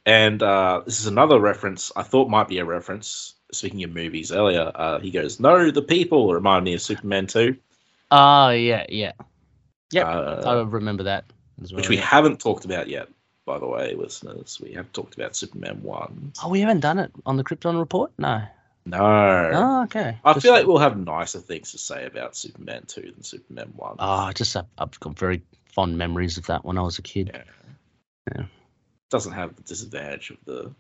A: and uh, this is another reference I thought might be a reference. Speaking of movies earlier, uh, he goes, no, the people remind me of Superman 2.
B: <laughs> oh yeah, yeah. Yep.
A: Uh,
B: I remember that as well.
A: which we
B: yeah.
A: haven't talked about yet, by the way, listeners. We have talked about Superman 1.
B: oh, we haven't done it on the Krypton report. No.
A: No.
B: Oh, okay.
A: I
B: Just-
A: feel like we'll have nicer things to say about Superman 2 than Superman 1.
B: Ah, just I've, I've got very fond memories of that when I was a kid.
A: Yeah.
B: Yeah.
A: Doesn't have the disadvantage of the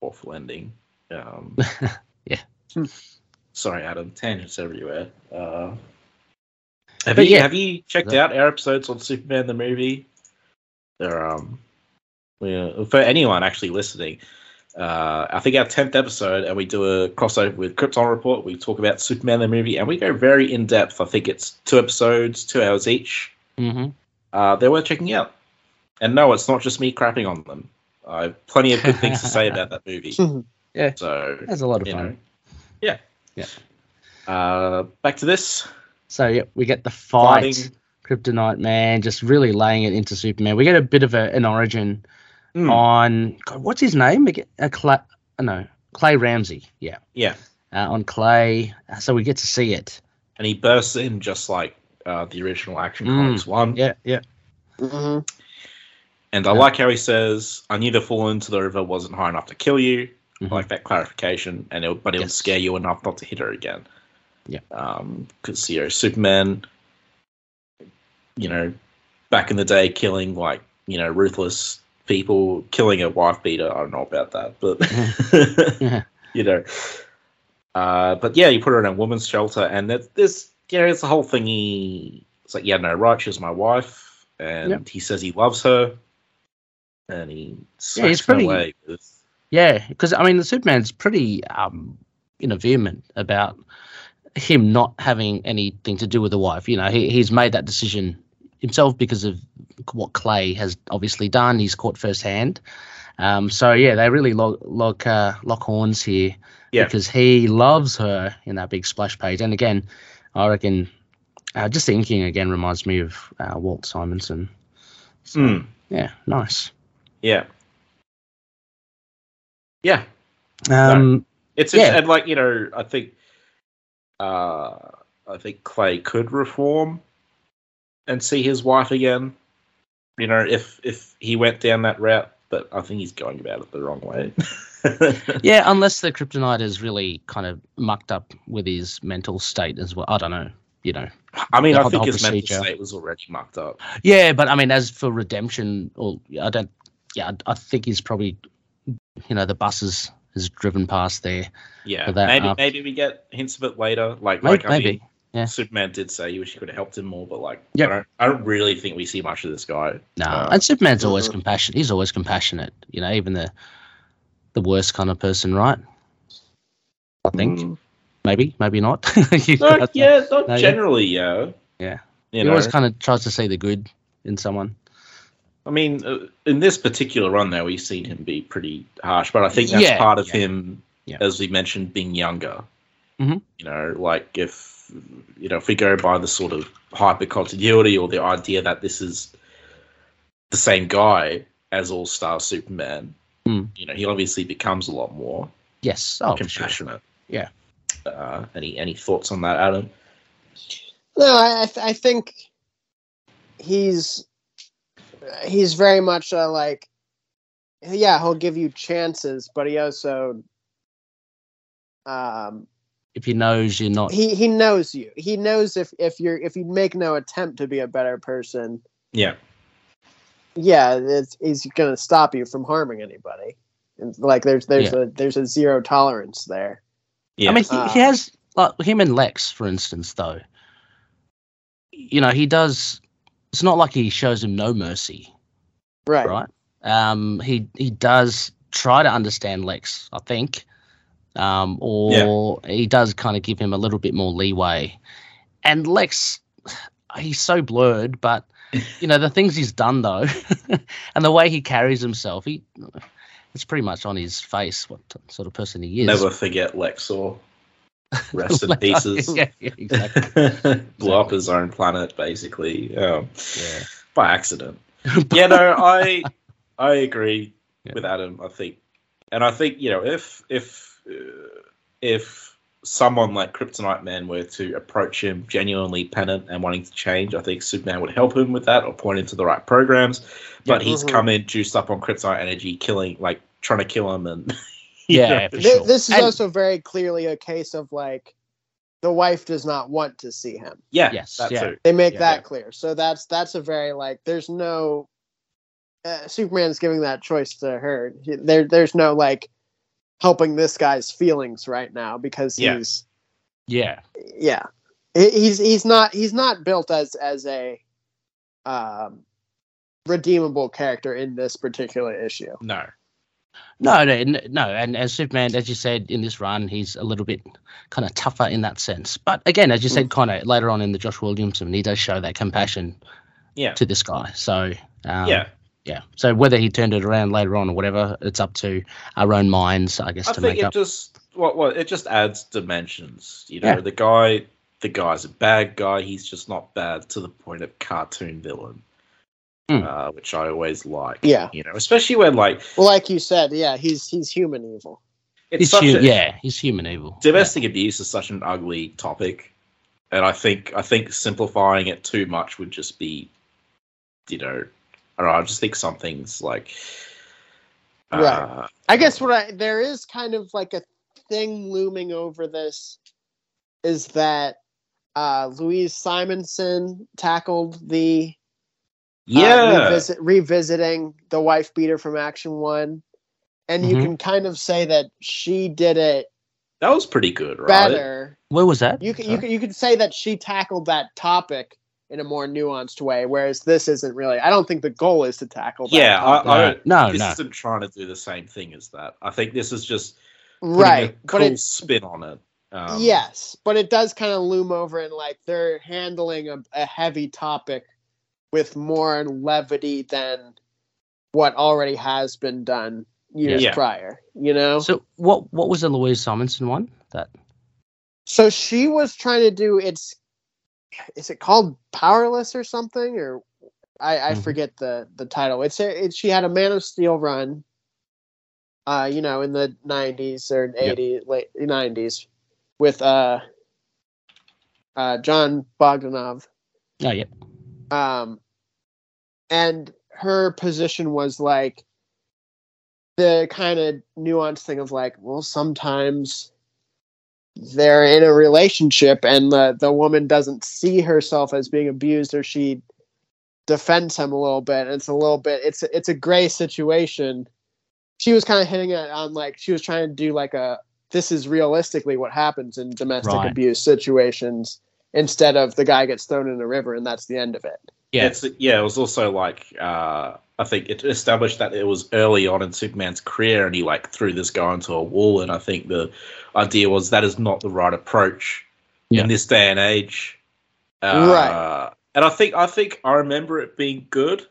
A: awful ending. Um,
B: <laughs> Yeah.
A: Sorry, Adam. Tangents everywhere. Uh, have
B: But
A: you
B: yeah.
A: have you checked out our episodes on Superman the movie? They're um, we for anyone actually listening. Uh, I think our tenth episode, and we do a crossover with Krypton Report. We talk about Superman the movie, and we go very in depth. I think it's two episodes, two hours each
B: hmm
A: uh, they're worth checking out. And no, it's not just me crapping on them. I have plenty of
B: <laughs>
A: good things to say about that movie.
B: Yeah.
A: So,
B: That's a lot of
A: you
B: fun.
A: know. Yeah.
B: Yeah.
A: Uh, back to this.
B: So yeah, we get the fight.
A: Fighting.
B: Kryptonite Man, just really laying it into Superman. We get a bit of a, an origin
A: Hmm,
B: on God, what's his name? again? Uh, Clay, no, Clay Ramsey. Yeah,
A: Yeah.
B: uh, on Clay. uh, So we get to see it.
A: And he bursts in just like uh, the original Action
B: Mm.
A: Comics one.
B: Yeah, yeah.
C: hmm
A: And I
B: Yeah.
A: like how he says, I knew the fall into the river wasn't high enough to kill you.
B: Mhm.
A: I like that clarification, and it, but it would
B: Yes.
A: scare you enough not to hit her again.
B: Yeah.
A: Because, you know, Superman, you know, back in the day, killing, like, you know, ruthless people, killing a wife beater. I don't know about that,
B: Yeah.
A: but, <laughs>
B: <laughs>
A: you know. Uh, but yeah, you put her in a woman's shelter, and that this, you know, it's the whole thing. He, it's like, yeah, no, right, she's my wife, and
B: Yep.
A: he says he loves her, and he
B: Yeah, he's
A: smacks
B: pretty-
A: her away with,
B: Yeah, because I mean, the Superman's pretty, um, you know, vehement about him not having anything to do with the wife. You know, he he's made that decision himself because of what Clay has obviously done. He's caught firsthand. Um, so yeah, they really lock lock uh, lock horns here
A: Yeah.
B: because he loves her in that big splash page. And again, I reckon uh, just thinking again reminds me of uh, Walt Simonson. So,
A: Hmm,
B: Yeah, nice.
A: yeah, yeah.
B: Um,
A: It's
B: Yeah.
A: and like you know, I think, uh, I think Clay could reform and see his wife again. You know, if if he went down that route, but I think he's going about it the wrong way. <laughs>
B: Yeah, unless the kryptonite is really kind of mucked up with his mental state as well. I don't know, you know.
A: I mean,
B: The
A: I
B: whole- the
A: think
B: whole
A: his mental
B: procedure.
A: state was already mucked up.
B: Yeah, but I mean, as for redemption, or I don't. Yeah, I, I think he's probably, you know, the bus is is driven past there.
A: Yeah,
B: For that,
A: maybe
B: uh,
A: maybe we get hints of it later. Like,
B: Maybe,
A: like I
B: maybe.
A: mean, Superman did say he wish he could have helped him more, but like,
B: Yep.
A: I, don't, I don't really think we see much of this guy.
B: no.
A: uh,
B: and Superman's always
C: mhm.
B: compassionate. He's always compassionate. You know, even the the worst kind of person, right? I think
A: Mm.
B: maybe, maybe not. <laughs> You
A: No,
B: guys-
A: yeah, not
B: No, yeah.
A: generally, yeah.
B: Yeah.
A: you
B: he
A: know,
B: always kind of tries to see the good in someone.
A: I mean, uh, in this particular run, though, we've seen him be pretty harsh, but I think that's
B: Yeah,
A: part of
B: yeah.
A: him,
B: Yeah.
A: as we mentioned, being younger.
B: Mhm.
A: You know, like if you know if we go by the sort of hyper continuity or the idea that this is the same guy as All Star Superman,
B: Mm.
A: you know, he obviously becomes a lot more
B: Yes. Oh, for sure.
A: compassionate.
B: Yeah.
A: Uh, any any thoughts on that, Adam?
C: No, I I, th- I think he's he's very much uh, like yeah, he'll give you chances, but he also um
B: If he knows you're not.
C: he he knows you. He knows if if you're if you make no attempt to be a better person,
A: Yeah.
C: yeah, it's, he's going to stop you from harming anybody. And like there's there's a there's a zero tolerance there.
A: Yeah.
B: I mean, he, he
C: Uh,
B: has like him and Lex, for instance, though. You know, he does. It's not like he shows him no mercy,
C: Right.
B: right? Um, he he does try to understand Lex, I think, um, or he does kind of give him a little bit more leeway. And Lex, he's so blurred, but you know the things he's done though, <laughs> and the way he carries himself, he it's pretty much on his face what sort of person he is. <laughs>
A: Never forget Lexor. Rest in pieces.
B: yeah, yeah, exactly. <laughs>
A: Blow up his own planet, basically, um,
B: Yeah.
A: by accident. yeah, no, I I agree
B: Yeah.
A: with Adam. I think, and I think you know, if if uh, if someone like Kryptonite Man were to approach him genuinely penitent and wanting to change, I think Superman would help him with that or point him to the right programs. But
C: Yeah.
A: he's
B: Mm-hmm.
C: Mhm.
A: come in juiced up on Kryptonite energy, killing like trying to kill him, and <laughs> you
B: <laughs> yeah,
A: know,
B: for
C: Th-
B: sure.
C: This is
B: And-
C: also very clearly a case of like the wife does not want to see him.
A: yeah,
B: Yes,
A: that
B: yeah.
A: too.
C: They make
A: Yeah.
C: that clear. So that's that's a very like there's no uh, Superman's giving that choice to her. He- There there's no like helping this guy's feelings right now because
A: Yeah.
C: he's
B: yeah,
C: yeah He- he's he's not he's not built as as a um redeemable character in this particular issue.
A: No,
B: no, no, n- no, and as Superman, as you said in this run, he's a little bit kind of tougher in that sense. But again, as you
A: Mm.
B: said, kind of later on in the Josh Williamson, he does show that compassion
A: yeah,
B: to this guy. So um,
A: yeah.
B: yeah. So whether he turned it around later on or whatever, it's up to our own minds, I guess,
A: I
B: to
A: think
B: make
A: it
B: up.
A: just what what it just adds dimensions. You know,
B: Yeah.
A: the guy the guy's a bad guy. He's just not bad to the point of cartoon villain,
B: Hmm.
A: uh, which I always like.
C: Yeah.
A: you know, especially when like
C: Well, like you said, yeah, he's he's human evil.
A: it's
B: He's
A: such
B: hu-
A: a,
B: yeah, he's human evil.
A: domestic abuse is such an ugly topic, and I think I think simplifying it too much would just be, you know, I don't know. I just think some things like.
C: Right.
A: uh,
C: I guess what I there is kind of like a thing looming over this is that uh Louise Simonson tackled the uh,
A: yeah,
C: revisit, revisiting the wife beater from Action One, and you
A: Mm-hmm.
B: Mhm.
C: can kind of say that she did it
A: that was pretty good, right?
C: better.
B: Where was that?
C: You can, you
B: Sorry?
C: can you could say that she tackled that topic in a more nuanced way, whereas this isn't really. I don't think the goal is to tackle. That
A: Yeah, I,
C: topic.
A: I,
B: no,
A: this
B: Oh, no.
A: isn't trying to do the same thing as that. I think this is just putting
C: right,
A: a
C: but
A: cool
C: it's
A: spin on it. Um,
C: yes, but it does kind of loom over and like they're handling a, a heavy topic with more levity than what already has been done years
A: Yeah.
C: prior. You know, so,
B: So what what was the Louise Simonson one? That
C: she was trying to do it's is it called powerless or something or I, I
B: Mhm.
C: forget the the title. It's a, it, she had a Man of Steel run. Uh, you know, in the '90s or
B: Yep.
C: '80s, late '90s, with uh, uh, John Bogdanov,
B: oh yeah.
C: um, and her position was like the kind of nuanced thing of like well sometimes they're in a relationship and the, the woman doesn't see herself as being abused or she defends him a little bit it's a little bit it's it's a gray situation she was kind of hitting it on like she was trying to do like a this is realistically what happens in domestic
B: Right.
C: abuse situations instead of the guy gets thrown in a river and that's the end of it
B: Yeah.
A: It's, yeah, it was also like uh, I think it established that it was early on in Superman's career, and he like threw this guy into a wall. And I think the idea was that is not the right approach
B: Yeah.
A: in this day and age. Uh,
C: Right.
A: And I think I think I remember it being good.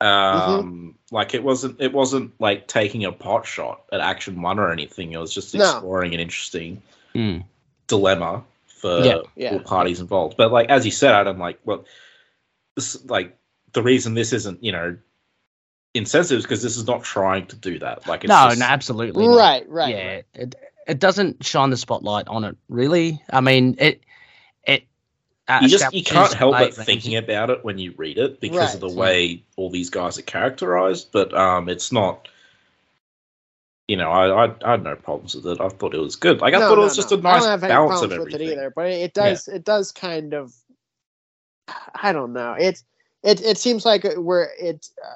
A: Um,
C: Mm-hmm.
A: like it wasn't it wasn't like taking a pot shot at Action One or anything. It was just
C: No.
A: exploring an interesting
B: Mm.
A: dilemma for
B: Yeah.
C: Yeah.
A: all parties involved. But like as you said, Adam, like well, this, like the reason this isn't you know insensitive is because this is not trying to do that. Like it's
B: No,
A: just-
B: no, absolutely. not.
C: Right, right.
B: yeah,
C: right.
B: it it doesn't shine the spotlight on it really. I mean, it it uh,
A: you just you can't help but thinking
B: it.
A: about it when you read it because of the
C: Right,
B: yeah.
A: way all these guys are characterized. But um, it's not. You know, I, I I had no problems with it. I thought it was good. Like I
C: No,
A: thought it
C: no,
A: was just
C: no.
A: a nice
C: I don't have any
A: balance of
C: problems with it
A: everything.
C: either, but it does it does kind of I don't know. It it it seems like where it uh,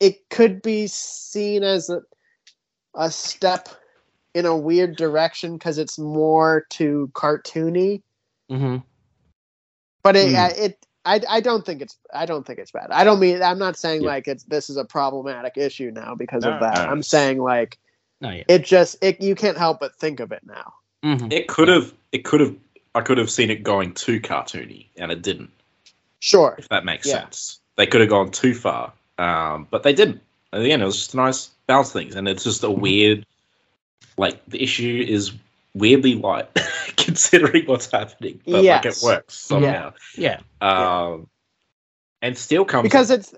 C: it could be seen as a a step in a weird direction because it's more to cartoony,
B: hmm
C: but it
B: Hmm.
C: uh, it. I, I don't think it's I don't think it's bad. I don't mean I'm not saying
B: Yeah.
C: like it's this is a problematic issue now because
A: No,
C: of that.
A: no.
C: I'm saying like
B: No, yeah.
C: it just it you can't help but think of it now.
B: Mhm.
A: It could have. It could have. I could have seen it going too cartoony, and it didn't.
C: Sure.
A: if that makes
C: Yeah.
A: sense. They could have gone too far, um, but they didn't. At the end, it was just a nice balance of things, and it's just a
C: Mm-hmm.
A: weird, like the issue is weirdly light <laughs> considering what's happening, but like it
C: Yes.
A: works somehow.
B: Yeah.
A: Um, and still comes
C: Because it's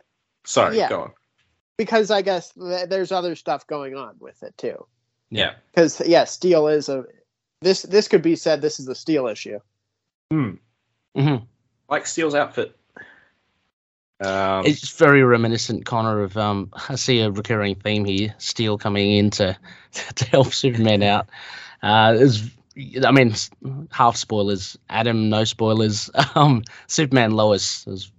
A: sorry,
C: yeah.
A: go on.
C: because I guess th- there's other stuff going on with it too.
A: Yeah,
C: Because yeah, steel is a this this could be said this is a steel issue.
B: hmm
A: like Steele's outfit. Um,
B: It's very reminiscent, Connor, of um, I see a recurring theme here: steel coming in to <laughs> to help Superman out. Uh, is I mean, s- half spoilers. Adam, no spoilers. <laughs> Um, Superman Lois is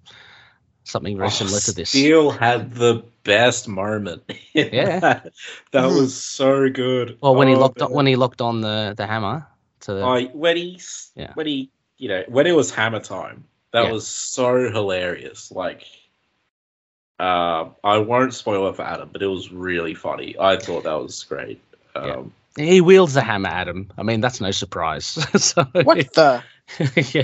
B: something very
A: oh,
B: similar to this.
A: Steele had the best moment. <laughs> in
B: Yeah.
A: that, That
C: Mhm.
A: was so good.
B: Well, when he
A: Oh,
B: locked on,
A: man. Oh,
B: when he locked on the the hammer to the,
A: I when he s
B: Yeah.
A: when he you know when it was hammer time, that
B: Yeah.
A: was so hilarious. Like, uh, I won't spoil it for Adam, but it was really funny. I thought that was great. Um,
B: Yeah. he wields the hammer, Adam. I mean, that's no surprise. <laughs> so <laughs>
C: What the?
B: yeah.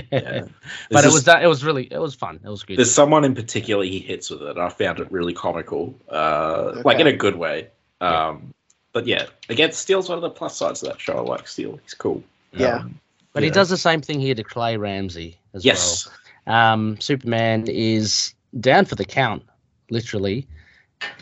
A: Yeah.
B: But
A: there's
B: it
A: just-
B: was that. It was really. It was fun. It was good.
A: there's someone in particular he hits with it. and I found it really comical, uh, like
C: Okay.
A: in a good way. Um, But yeah, again, Steele's one of the plus sides of that show. I like Steele; he's cool.
C: Yeah.
A: Um,
B: but he
A: yeah.
B: does the same thing here to Clay Ramsey as well.
A: Yes,
B: Um, Superman is down for the count, literally,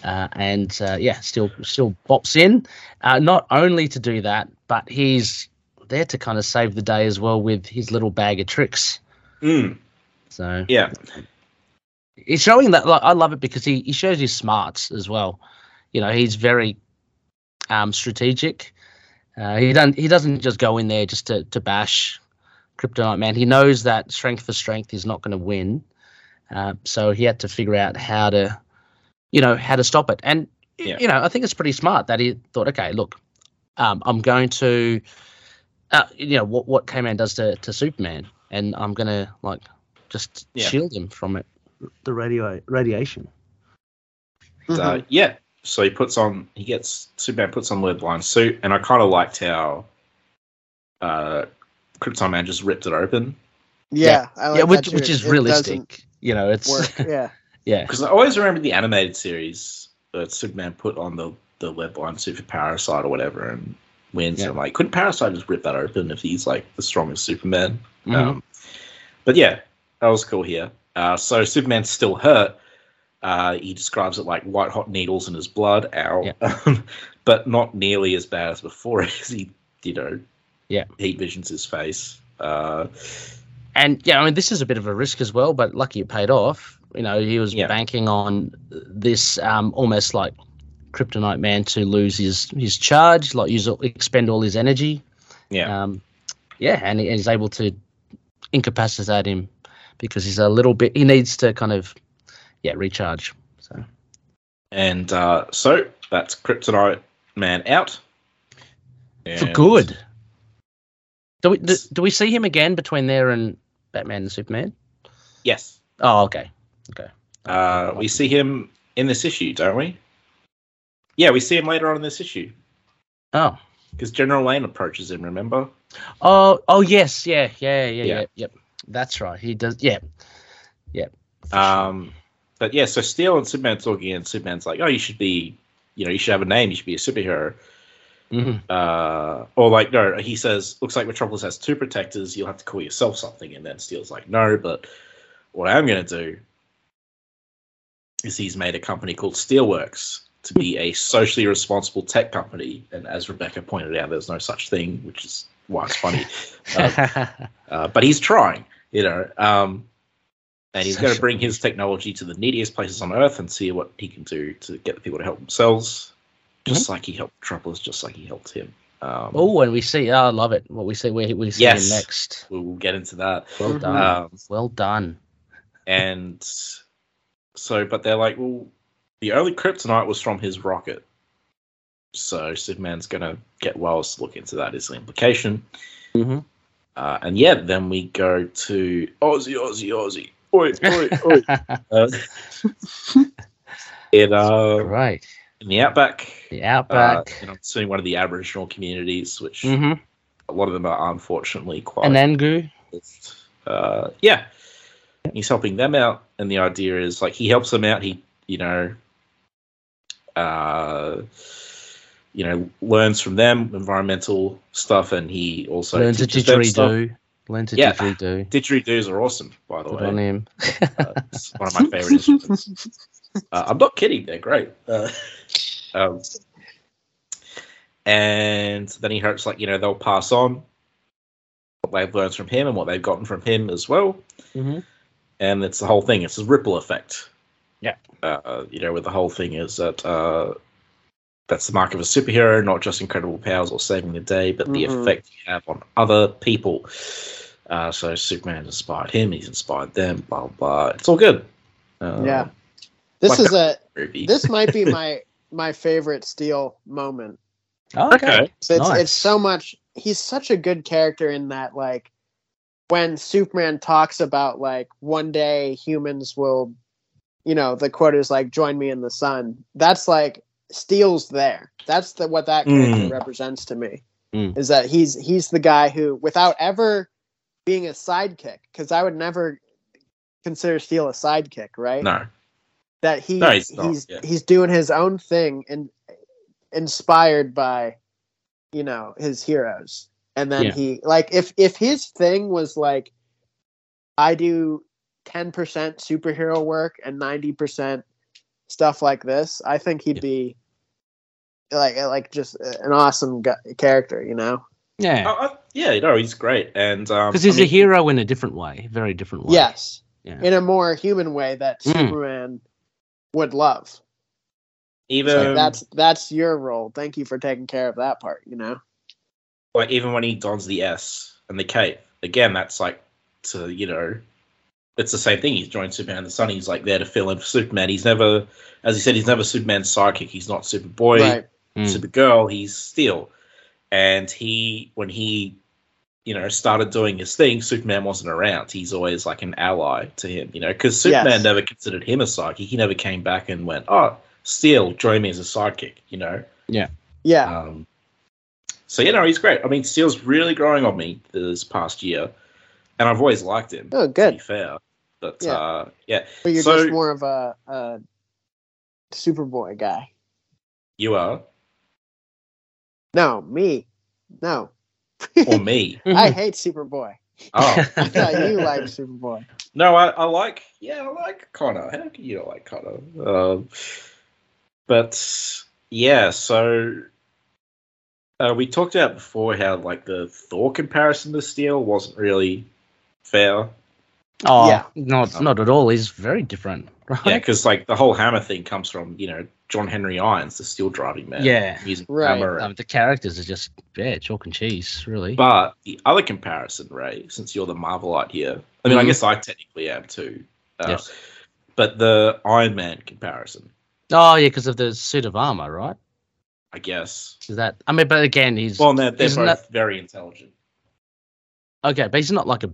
B: uh, and uh, yeah, still still bops in. Uh, not only to do that, but he's there to kind of save the day as well with his little bag of tricks.
A: Mm,
B: So
A: yeah,
B: he's showing that. Like, I love it because he, he shows his smarts as well. You know, he's very um, strategic. Uh, he doesn't he doesn't just go in there just to to bash Kryptonite Man. He knows that strength for strength he's not going to win, uh, so he had to figure out how to, you know, how to stop it. And y-
A: Yeah.
B: you know, I think it's pretty smart that he thought, okay, look, um, I'm going to, uh, you know, what what K-Man does to to Superman, and I'm gonna like just
A: Yeah.
B: shield him from it the radio radiation.
C: Mm-hmm.
A: uh, yeah. So he puts on, he gets Superman puts on the blind suit, and I kind of liked how uh, Krypton Man just ripped it open
C: yeah, I like
B: yeah,
C: that
B: which
C: too.
B: which
C: It-
B: is
C: it doesn't
B: realistic. You know, it's
C: Work. Yeah.
A: <laughs>
B: yeah,
A: because I always remember the animated series that Superman put on the the web blind suit for Parasite or whatever, and wins.
B: Yeah.
A: And I'm like, couldn't Parasite just rip that open if he's like the strongest Superman?
B: Mhm.
A: Um, but yeah, that was cool here. Uh, so Superman's still hurt. Uh, he describes it like white hot needles in his blood, ow. Um, <laughs> but not nearly as bad as before <laughs> as he, you know,
B: Yeah.
A: heat visions his face. Uh,
B: and yeah. I mean, this is a bit of a risk as well, but lucky it paid off. You know, he was
A: Yeah.
B: banking on this um, almost like Kryptonite Man to lose his his charge, like use all- expend all his energy.
A: yeah.
B: Um, yeah, and he- and he's able to incapacitate him because he's a little bit. He needs to kind of yeah recharge. So
A: And uh, so that's Kryptonite Man out.
B: for
A: And-
B: good. Do we do, do we see him again between there and Batman and Superman?
A: Yes.
B: Oh, okay.
A: Uh, we see him in this issue, don't we? Yeah, we see him later on in this issue
B: Oh,
A: because General Lane approaches him, remember?
B: oh, oh, yes, yeah, yeah, yeah,
A: Yeah.
B: yeah, yep. That's right. He does. Yeah, yeah.
A: Um, but yeah, so Steel and Superman talking, and Superman's like, "Oh, you should be, you know, you should have a name. You should be a superhero."
B: Mhm.
A: Uh, or like, no, he says, "Looks like Metropolis has two protectors. You'll have to call yourself something." And then Steel's like, "No, but what I'm going to do is he's made a company called Steelworks to be a socially responsible tech company." And as Rebecca pointed out, there's no such thing, which is why it's funny. Uh, uh, but he's trying, you know. Um, and he's going to
B: Social
A: bring his technology to the neediest places on Earth and see what he can do to get the people to help themselves, just like he helped Metropolis, just like he helped him. Um,
B: <laughs> oh, and we see. Oh, I love it. What we see. Where we see
A: Yes.
B: him next.
A: we'll, we'll get into that.
B: Well
C: Mhm.
B: done.
A: Um,
B: well done. <laughs>
A: and so, but they're like, well, the only kryptonite was from his rocket. So Superman's going to get Wells to look into that is the implication.
B: Mhm.
A: Uh, and yeah, then we go to Aussie, Aussie, Aussie. Oi, oi, oi. Uh, in, uh,
B: right.
A: in the outback,
B: The
A: uh,
B: outback.
A: you know, seeing one of the Aboriginal communities, which
B: hmm
A: a lot of them are unfortunately quite.
B: And Angu.
A: uh, yeah, He's helping them out, and the idea is like he helps them out. He, you know, uh, you know, learns from them environmental stuff, and he also
B: Learn to
A: teaches them stuff.
B: didgeridoo. Learn to
A: Yeah. <laughs>
B: didgeridoo.
A: Didgeridoos are awesome, by the
B: Good
A: way.
B: on him.
A: Uh, it's one of my favorite instruments. Uh, I'm not kidding; they're great. Uh, um, and then he hopes, like you know, they'll pass on what they've learned from him and what they've gotten from him as well.
B: Mhm.
A: And it's the whole thing; it's a ripple effect.
B: Yeah.
A: Uh, you know, where the whole thing is that uh, that's the mark of a superhero, not just incredible powers or saving the day, but the
C: Mhm.
A: effect you have on other people. Uh, so Superman inspired him; he's inspired them. Blah blah. It's all good. Uh,
C: Yeah. This
A: Like
C: is a
A: <laughs> movie.
C: this might be my my favorite Steel moment.
B: Oh, okay.
A: okay.
C: So it's
B: Nice.
C: it's so much. He's such a good character in that like when Superman talks about like one day humans will, you know, the quote is like "Join me in the sun." That's like Steel's there. That's the what that character
A: Mm.
C: represents to me
B: Mm.
C: is that he's he's the guy who without ever being a sidekick because I would never consider Steel a sidekick, right?
A: No.
C: that he
A: No,
C: he's
A: he's not,
C: he's,
A: yeah.
C: doing his own thing and inspired by you know his heroes and then
B: Yeah.
C: he like if if his thing was like i do 10% superhero work and 90% stuff like this i think he'd
B: Yeah.
C: be like eh, like just an awesome gu character you know
B: Yeah.
A: Oh, I- yeah, no, he's great, and um,
B: Because
A: I
B: he's
A: mean,
B: a hero in a different way, very different way.
C: yes
B: Yeah.
C: in a more human way that
B: Mm.
C: superman would love It's
A: Even
B: Um,
C: like, that's that's your role. Thank you for taking care of that part. You know.
A: like even when he dons the S and the cape, again, that's like to you know, it's the same thing. He's joined Superman and the Sun. He's like there to fill in for Superman. He's never, as he said, he's never Superman's sidekick. He's not Superboy,
C: Right.
B: Mm.
A: Supergirl. He's Steel, and he when he you know started doing his thing, Superman wasn't around. He's always like an ally to him, you know, because
C: Yes.
A: Superman never considered him a sidekick. He never came back and went, oh, Steel, join me as a sidekick, you know.
C: Yeah.
B: Uh,
A: Um, so you know he's great. I mean, Steele's really growing on me this past year, and I've always liked him.
C: Oh,
A: To be
C: good.
A: fair, but
C: Yeah.
A: uh, yeah,
C: But you're
A: so-
C: just more of a, a Superboy guy.
A: you
C: <laughs>
A: are
C: No, me. No,
A: or
C: <laughs>
A: me.
B: Mm-hmm.
C: I hate Superboy.
A: Oh
C: I thought
B: <laughs>
C: you liked Superboy.
A: no, I, I like yeah, I like Connor. How can you not like Connor? Um, but yeah, so uh, we talked about before how like the Thor comparison to Steel wasn't really fair.
B: Oh,
C: Yeah.
B: not not at all. He's very different, <laughs> right?
A: Yeah, because like the whole hammer thing comes from you know John Henry Irons, the steel driving man.
B: Yeah.
A: using
C: Right.
A: hammer.
B: Um, the characters are just yeah, chalk and cheese, really.
A: but the other comparison, Ray, since you're the Marvelite here, I mean, I
B: Mhm.
A: guess I technically am too. Uh,
B: Yes.
A: But the Iron Man comparison,
B: Oh yeah, because of the suit of armor, right?
A: I guess.
B: Is that? I mean, but again, he's
A: Well, they're, they're both
B: Isn't
A: very
B: <laughs>
A: intelligent.
B: okay, but he's not like a.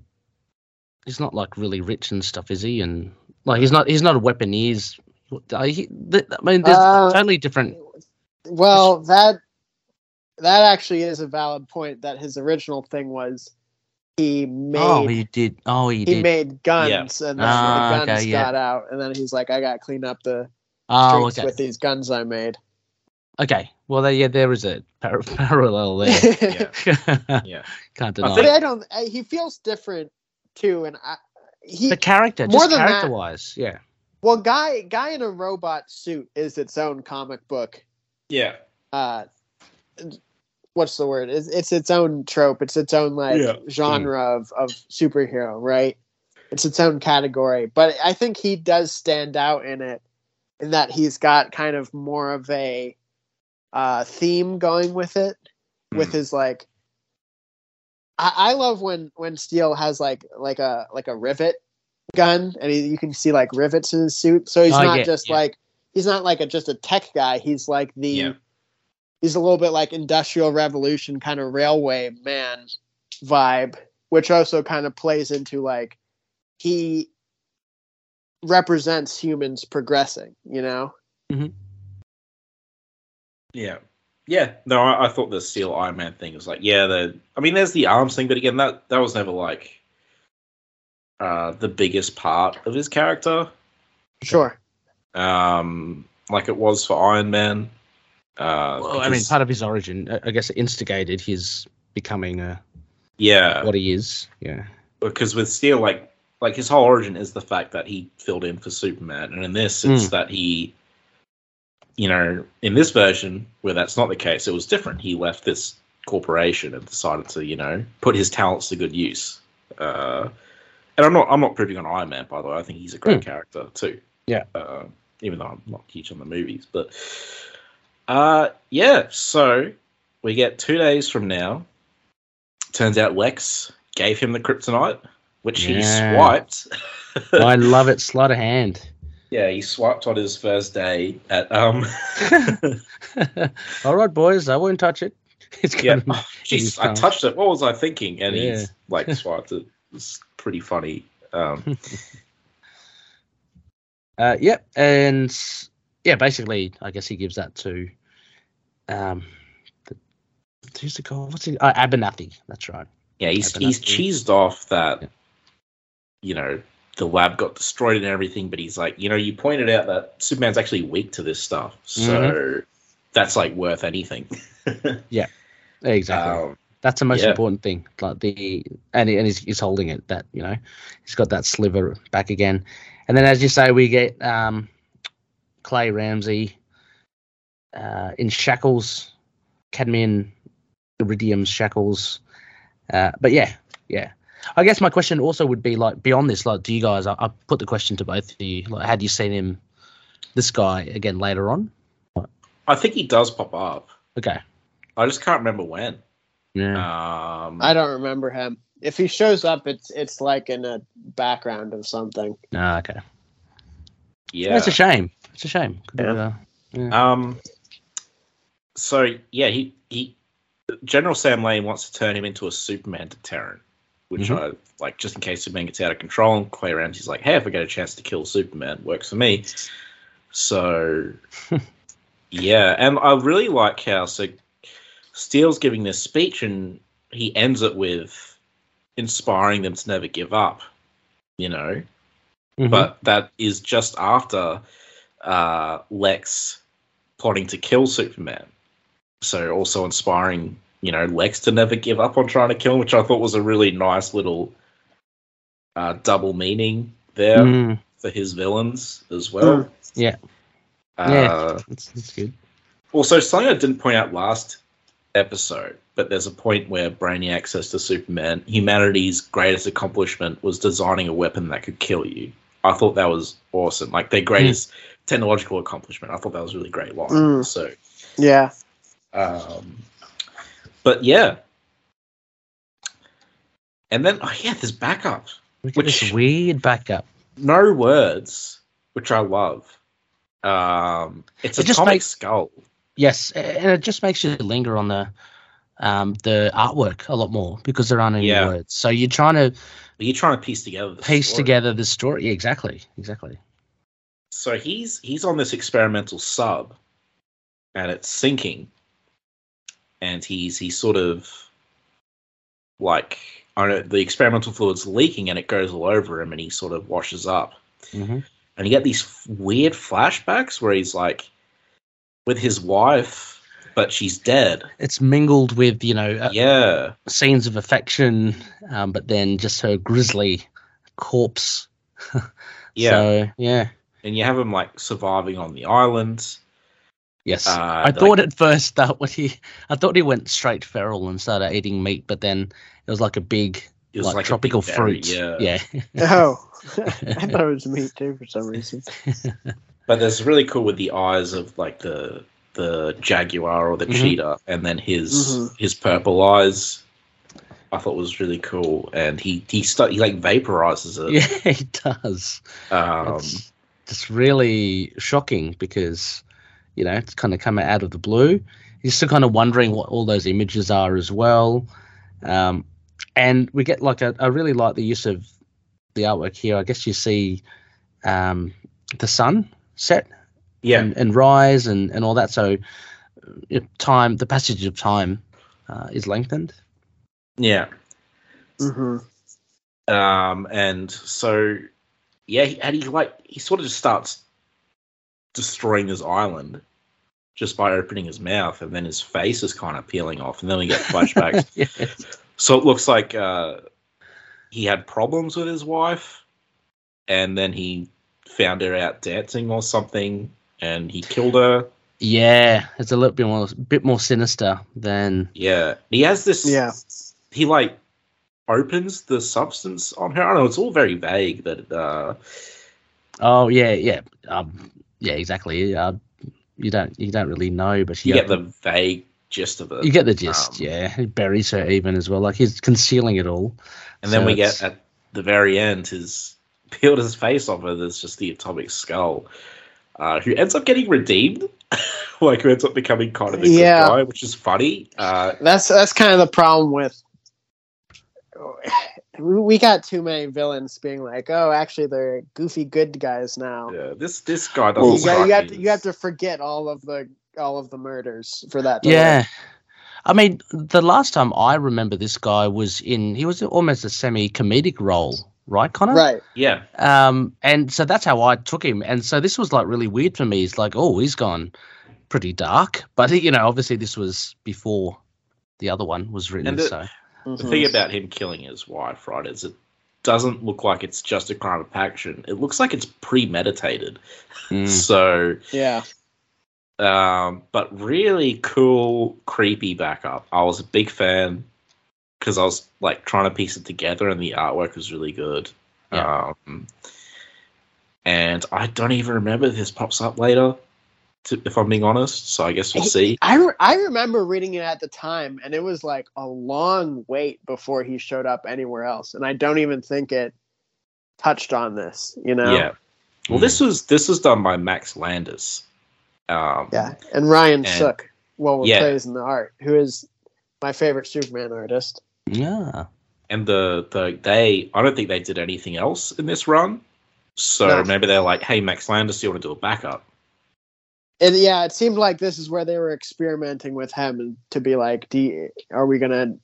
B: He's not like really rich and stuff, is he? And like he's not he's not a weapon. He's I, he, th- I mean, there's
C: Uh,
B: totally different.
C: Well, that that actually is a valid point. That his original thing was he made
B: oh, he did. Oh, he,
C: he
B: did.
C: made guns, and then
B: Ah,
C: the guns
B: okay, yeah.
C: got out, and then he's like, I got to clean up the
B: oh,
C: streets
B: okay.
C: with these guns I made.
B: Okay. Well, there, yeah, there is a par- <laughs> parallel
C: <laughs>
B: there.
A: Yeah. Yeah.
B: <laughs> Can't
A: I
B: deny.
C: but
B: it.
C: I don't. I, he feels different too, and I, he
B: The character,
C: More
B: just
C: than that-
B: character-wise, yeah.
C: well, guy guy in a robot suit is its own comic book.
A: Yeah.
C: Uh, what's the word? It's, it's its own trope. It's its own like
A: Yeah.
C: genre of of superhero, right? It's its own category. But I think he does stand out in it, in that he's got kind of more of a uh, theme going with it. with
A: Mm.
C: his like I, I love when when Steele has like like a like a rivet gun and he, you can see like rivets in his suit so he's
B: Oh,
C: not
B: yeah,
C: just
B: yeah.
C: like he's not like a just a tech guy he's like the
A: Yeah.
C: he's a little bit like industrial revolution kind of railway man vibe which also kind of plays into like he represents humans progressing you know
A: Yeah. Yeah. No, I, I thought the Steel Iron Man thing was like, yeah, the I mean, there's the arms thing, but again, that that was never like. uh, the biggest part of his character,
C: Sure.
A: um, like it was for Iron Man. Uh,
B: Well, I mean,
A: because-
B: part of his origin, I- I guess, it instigated his becoming uh,
A: yeah,
B: what he is.
A: <laughs>
B: Yeah.
A: because with Steel, like like his whole origin is the fact that he filled in for Superman, and in this,
B: Hmm.
A: it's that he, you know, in this version where that's not the case, it was different. He left this corporation and decided to, you know, put his talents to good use. Uh, and I'm not I'm not proving on Iron Man by the way. I think he's a great
B: Hmm.
A: character too.
B: Yeah.
A: Uh, even though I'm not huge on the movies, but uh, yeah. So we get two days from now. Turns out Lex gave him the kryptonite, which he
B: Yeah.
A: swiped. <laughs>
B: I love it. Sleight of hand.
A: yeah, he swiped on his first day at um. <laughs>
B: <laughs> All right, boys, I won't touch it. <laughs> It's
A: Yeah,
B: gonna,
A: oh,
B: He's
A: jeez, I
B: fast.
A: touched it. What was I thinking? And
B: Yeah.
A: he's like swiped it. It's pretty funny.
B: <laughs>
A: Um,
B: <laughs> Uh, yep, and yeah, basically, I guess he gives that to, um, the, who's the call? What's he? Uh, Abernathy. That's right.
A: yeah, he's
B: Open
A: he's
B: up to you.
A: cheesed off that
B: Yeah.
A: you know the lab got destroyed and everything, but he's like, you know, you pointed out that Superman's actually weak to this stuff, so
B: Mm-hmm.
A: that's like worth anything.
B: Exactly.
A: um,
B: That's the most
A: yeah.
B: important thing. Like the and he, and he's, he's holding it. That you know, he's got that sliver back again. And then, as you say, we get um, Clay Ramsey uh, in shackles, cadmium, iridium shackles. Uh, but yeah, yeah. I guess my question also would be like beyond this. Like, do you guys? I, I put the question to both of you. Like, had you seen him, this guy again later on?
A: I think he does pop up.
B: Okay.
A: I just can't remember when.
B: Yeah.
A: Um,
C: I don't remember him. If he shows up, it's it's like in a background of something.
B: Ah, okay.
A: yeah.
B: That's a shame. It's a shame. Could have,
C: Yeah.
B: uh,
A: Um. So yeah, he he, General Sam Lane wants to turn him into a Superman deterrent, which
B: Mm-hmm.
A: I like just in case Superman gets out of control. And Clay Ramsey's like, hey, if I get a chance to kill Superman, works for me.
B: <laughs>
A: So yeah, and I really like how so Steele's giving this speech and he ends it with inspiring them to never give up. You know,
B: mhm.
A: but that is just after uh, Lex plotting to kill Superman. So also inspiring, you know, Lex to never give up on trying to kill him, which I thought was a really nice little uh, double meaning there
B: Mm.
A: for his villains as well.
B: Yeah.
A: Uh,
B: Oh, That's, that's good.
A: Also, something I didn't point out last episode, but there's a point where Brainiac says to Superman, humanity's greatest accomplishment was designing a weapon that could kill you. I thought that was awesome. Like their greatest technological accomplishment. I thought that was a really great line.
C: Mm.
A: So,
C: <laughs> Yeah.
A: um, but yeah. And then, oh yeah, there's backup.
B: Look
A: Which-
B: at this weird backup.
A: No words, which I love. Um, it's
B: It
A: a
B: just
A: comic
B: makes-
A: skull.
B: Yes, a- and it just makes you linger on the um, the artwork a lot more because there aren't any
A: Yeah.
B: words. So you're trying to
A: Are you trying to piece together? the
B: piece
A: story?
B: together the story. Yeah, exactly, exactly.
A: so he's he's on this experimental sub and it's sinking and he's he's sort of like I don't know, the experimental fluid's leaking and it goes all over him and he sort of washes up Mm-hmm.
B: hmm
A: and you get these f- weird flashbacks where he's like with his wife but she's dead
B: It's mingled with you know uh,
A: yeah
B: scenes of affection, um, but then just her grisly corpse.
A: yeah
B: So, yeah.
A: and you have him like surviving on the island
B: Yes.
A: uh,
B: I
A: like-
B: thought at first that <laughs> what he, I thought he went straight feral and started eating meat, but then it was like a big,
A: it was
B: like,
A: like a
B: tropical
A: big berry,
B: fruit.
A: yeah
B: yeah. <laughs>
C: Oh, <laughs> I thought it was me too for some reason.
A: But that's really cool with the eyes of like the the jaguar or the
B: Mhm.
A: cheetah, and then his
C: Mhm.
A: his purple eyes. I thought was really cool, and he he start, he like vaporizes
B: Yeah, <laughs>
A: it.
B: he does.
A: Um,
B: It's just really shocking because, you know, it's kind of come out of the blue. You're still kind of wondering what all those images are as well. Um, and we get like a, I really like the use of the artwork here. I guess you see um, the sun set
A: yeah,
B: and, and rise and, and all that. So uh, if time, the passage <laughs> of time uh, is lengthened.
A: yeah.
C: hmm
A: Um, and so, yeah, he, and he like he sort of just starts destroying his island just by opening his mouth, and then his face is kind of peeling off, and then we get flashbacks.
B: Yes.
A: so it looks like uh, he had problems with his wife, and then he found her out dancing or something, and he killed her.
B: Yeah, it's a little bit more bit more sinister than
A: Yeah, he has this.
C: Yeah.
A: he like opens the substance on her. I don't know. It's all very vague, but uh,
B: Oh yeah, yeah, um, yeah, exactly. Uh, you don't you don't really know, but
A: you
B: you
A: get the vague gist of it.
B: you get the gist.
A: um,
B: yeah, he buries her even as well. Like he's concealing it all.
A: and then
B: so
A: we
B: it's-
A: get at the very end his peeled his face off her. There's just the atomic skull, uh, who ends up getting redeemed. <laughs> like who ends up becoming kind of a
C: Yeah.
A: good guy, which is funny. Uh,
C: That's that's kind of the problem with. We got too many villains being like, oh, actually, they're goofy good guys now.
A: yeah, this this guy doesn't.
C: You, got,
A: strike
C: you have
A: me
C: to you have
A: as-
C: to forget all of the all of the murders for that. To
B: Yeah, I mean, the last time I remember this guy was in he was almost a semi comedic role, right, Connor?
C: work. right.
A: Yeah,
B: Um, and so that's how I took him. And so this was like really weird for me. It's like, oh, he's gone pretty dark. <laughs> But you know, obviously this was before the other one was written.
A: And the-
B: so
A: the
C: Mhm.
A: thing about him killing his wife, right, is it doesn't look like it's just a crime of passion. It looks like it's premeditated.
B: Mm.
A: So
C: yeah,
A: um, but really cool, creepy backup. I was a big fan because I was like trying to piece it together, and the artwork was really good. Um, and I don't even remember if this pops up later, to, if I'm being honest. So I guess we'll see.
C: I re- I remember reading it at the time, and it was like a long wait before he showed up anywhere else. And I don't even think it touched on this. You know.
A: Yeah. Well, this was this was done by Max Landis. Um,
C: Yeah, and Ryan
A: And-
C: Sook, well with
A: Yeah.
C: Plays in the Art, who is my favorite Superman artist.
B: yeah.
A: and the the they I don't think they did anything else in this run. So
C: No.
A: maybe they're like, hey, Max Landis, do you want to do a backup?
C: And yeah, it seemed like this is where they were experimenting with him and to be like, do you- are we gonna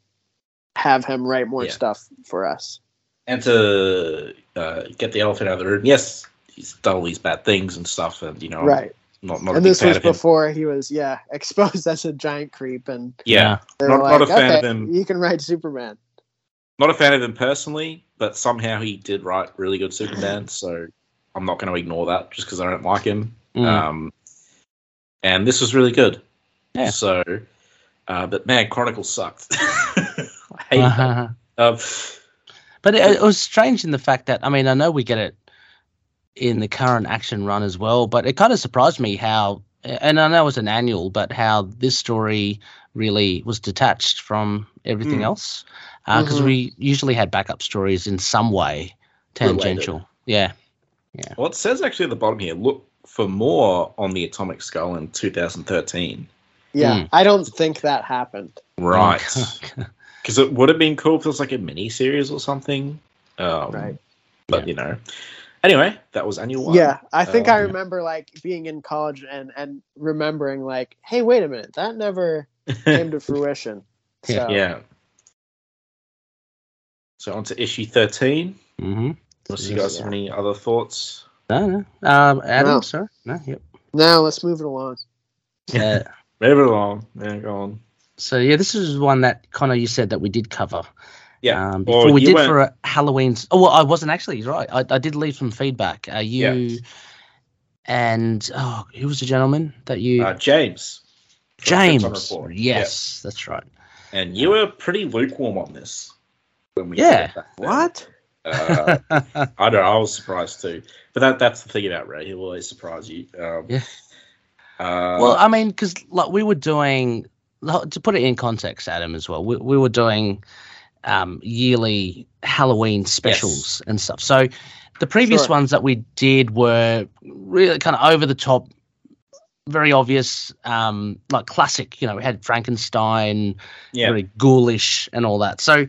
C: have him write more
A: Yeah.
C: stuff for us?
A: and to uh, get the elephant out of the room. Yes, he's done all these bad things and stuff, and you know, I'm
C: right.
A: not not a
C: And
A: big
C: this
A: fan
C: was
A: of him.
C: before he was yeah <laughs> exposed as a giant creep, and
A: Yeah,
C: they
A: Not-
C: were
A: not
C: like,
A: a fan of
C: okay,
A: him.
C: you can write Superman.
A: not a fan of him personally, but somehow he did write really good Superman, so I'm not going to ignore that just because I don't like him.
B: Mm.
A: Um, and this was really good.
B: Yeah.
A: So, uh, but man, Chronicle sucked. <laughs> I hate
B: Uh-huh. <laughs>
A: that. Um,
B: But it, it was strange in the fact that I mean I know we get it in the current action run as well, but it kind of surprised me how, and I know it was an annual, but how this story really was detached from everything
A: Mm. Mm-hmm.
B: else because
C: Mhm.
B: we usually had backup stories in some way
A: Related.
B: tangential. Yeah,
A: well, it says actually at the bottom here. Look for more on the Atomic Skull in 2013.
C: Yeah,
A: Hmm.
B: Mm.
C: I don't think that happened.
B: <laughs>
A: Right.
B: Oh,
A: <laughs> because it would have been cool if it was like a mini series or something. Um,
C: Right.
A: But
B: Yeah.
A: you know, anyway, that was annual one.
C: Yeah, I think
A: Uh,
C: I remember like being in college and and remembering like, hey, wait a minute, that never came to fruition.
B: Yeah.
C: So,
A: yeah. So on to issue thirteen.
B: hmm
A: Unless you guys have any other thoughts?
B: No, no. Um, Adam,
C: No.
B: sorry. No,
A: <laughs>
B: yep.
C: Now let's move it along.
B: Uh,
A: Move it along. Yeah, go on.
B: So yeah, this is one that Connor you said that we did cover.
A: Yeah.
B: Um,
A: Or
B: before we
A: you
B: did
A: went-
B: for a Halloween's. Oh well, I wasn't actually you're right. I, I did leave some feedback. Uh, you
A: Yeah.
B: and oh, who was the gentleman that you?
A: Uh, James. from Tips on
B: James.
A: Report.
B: Yes, that's right.
A: Yeah. And you were pretty lukewarm on this. When we
B: Yeah.
A: did it back then.
C: What?
A: Uh,
B: <laughs>
A: I don't know. I was surprised too. But that that's the thing about Ray. He'll always surprise you. Um,
B: Yeah.
A: Uh,
B: well, I mean, because like we were doing like, to put it in context, Adam as well. We we were doing um, yearly Halloween specials and stuff. So the previous
C: Sure.
B: ones that we did were really kind of over the top, very obvious, um, like classic. You know, we had Frankenstein,
A: yeah.
B: very ghoulish and all that. So,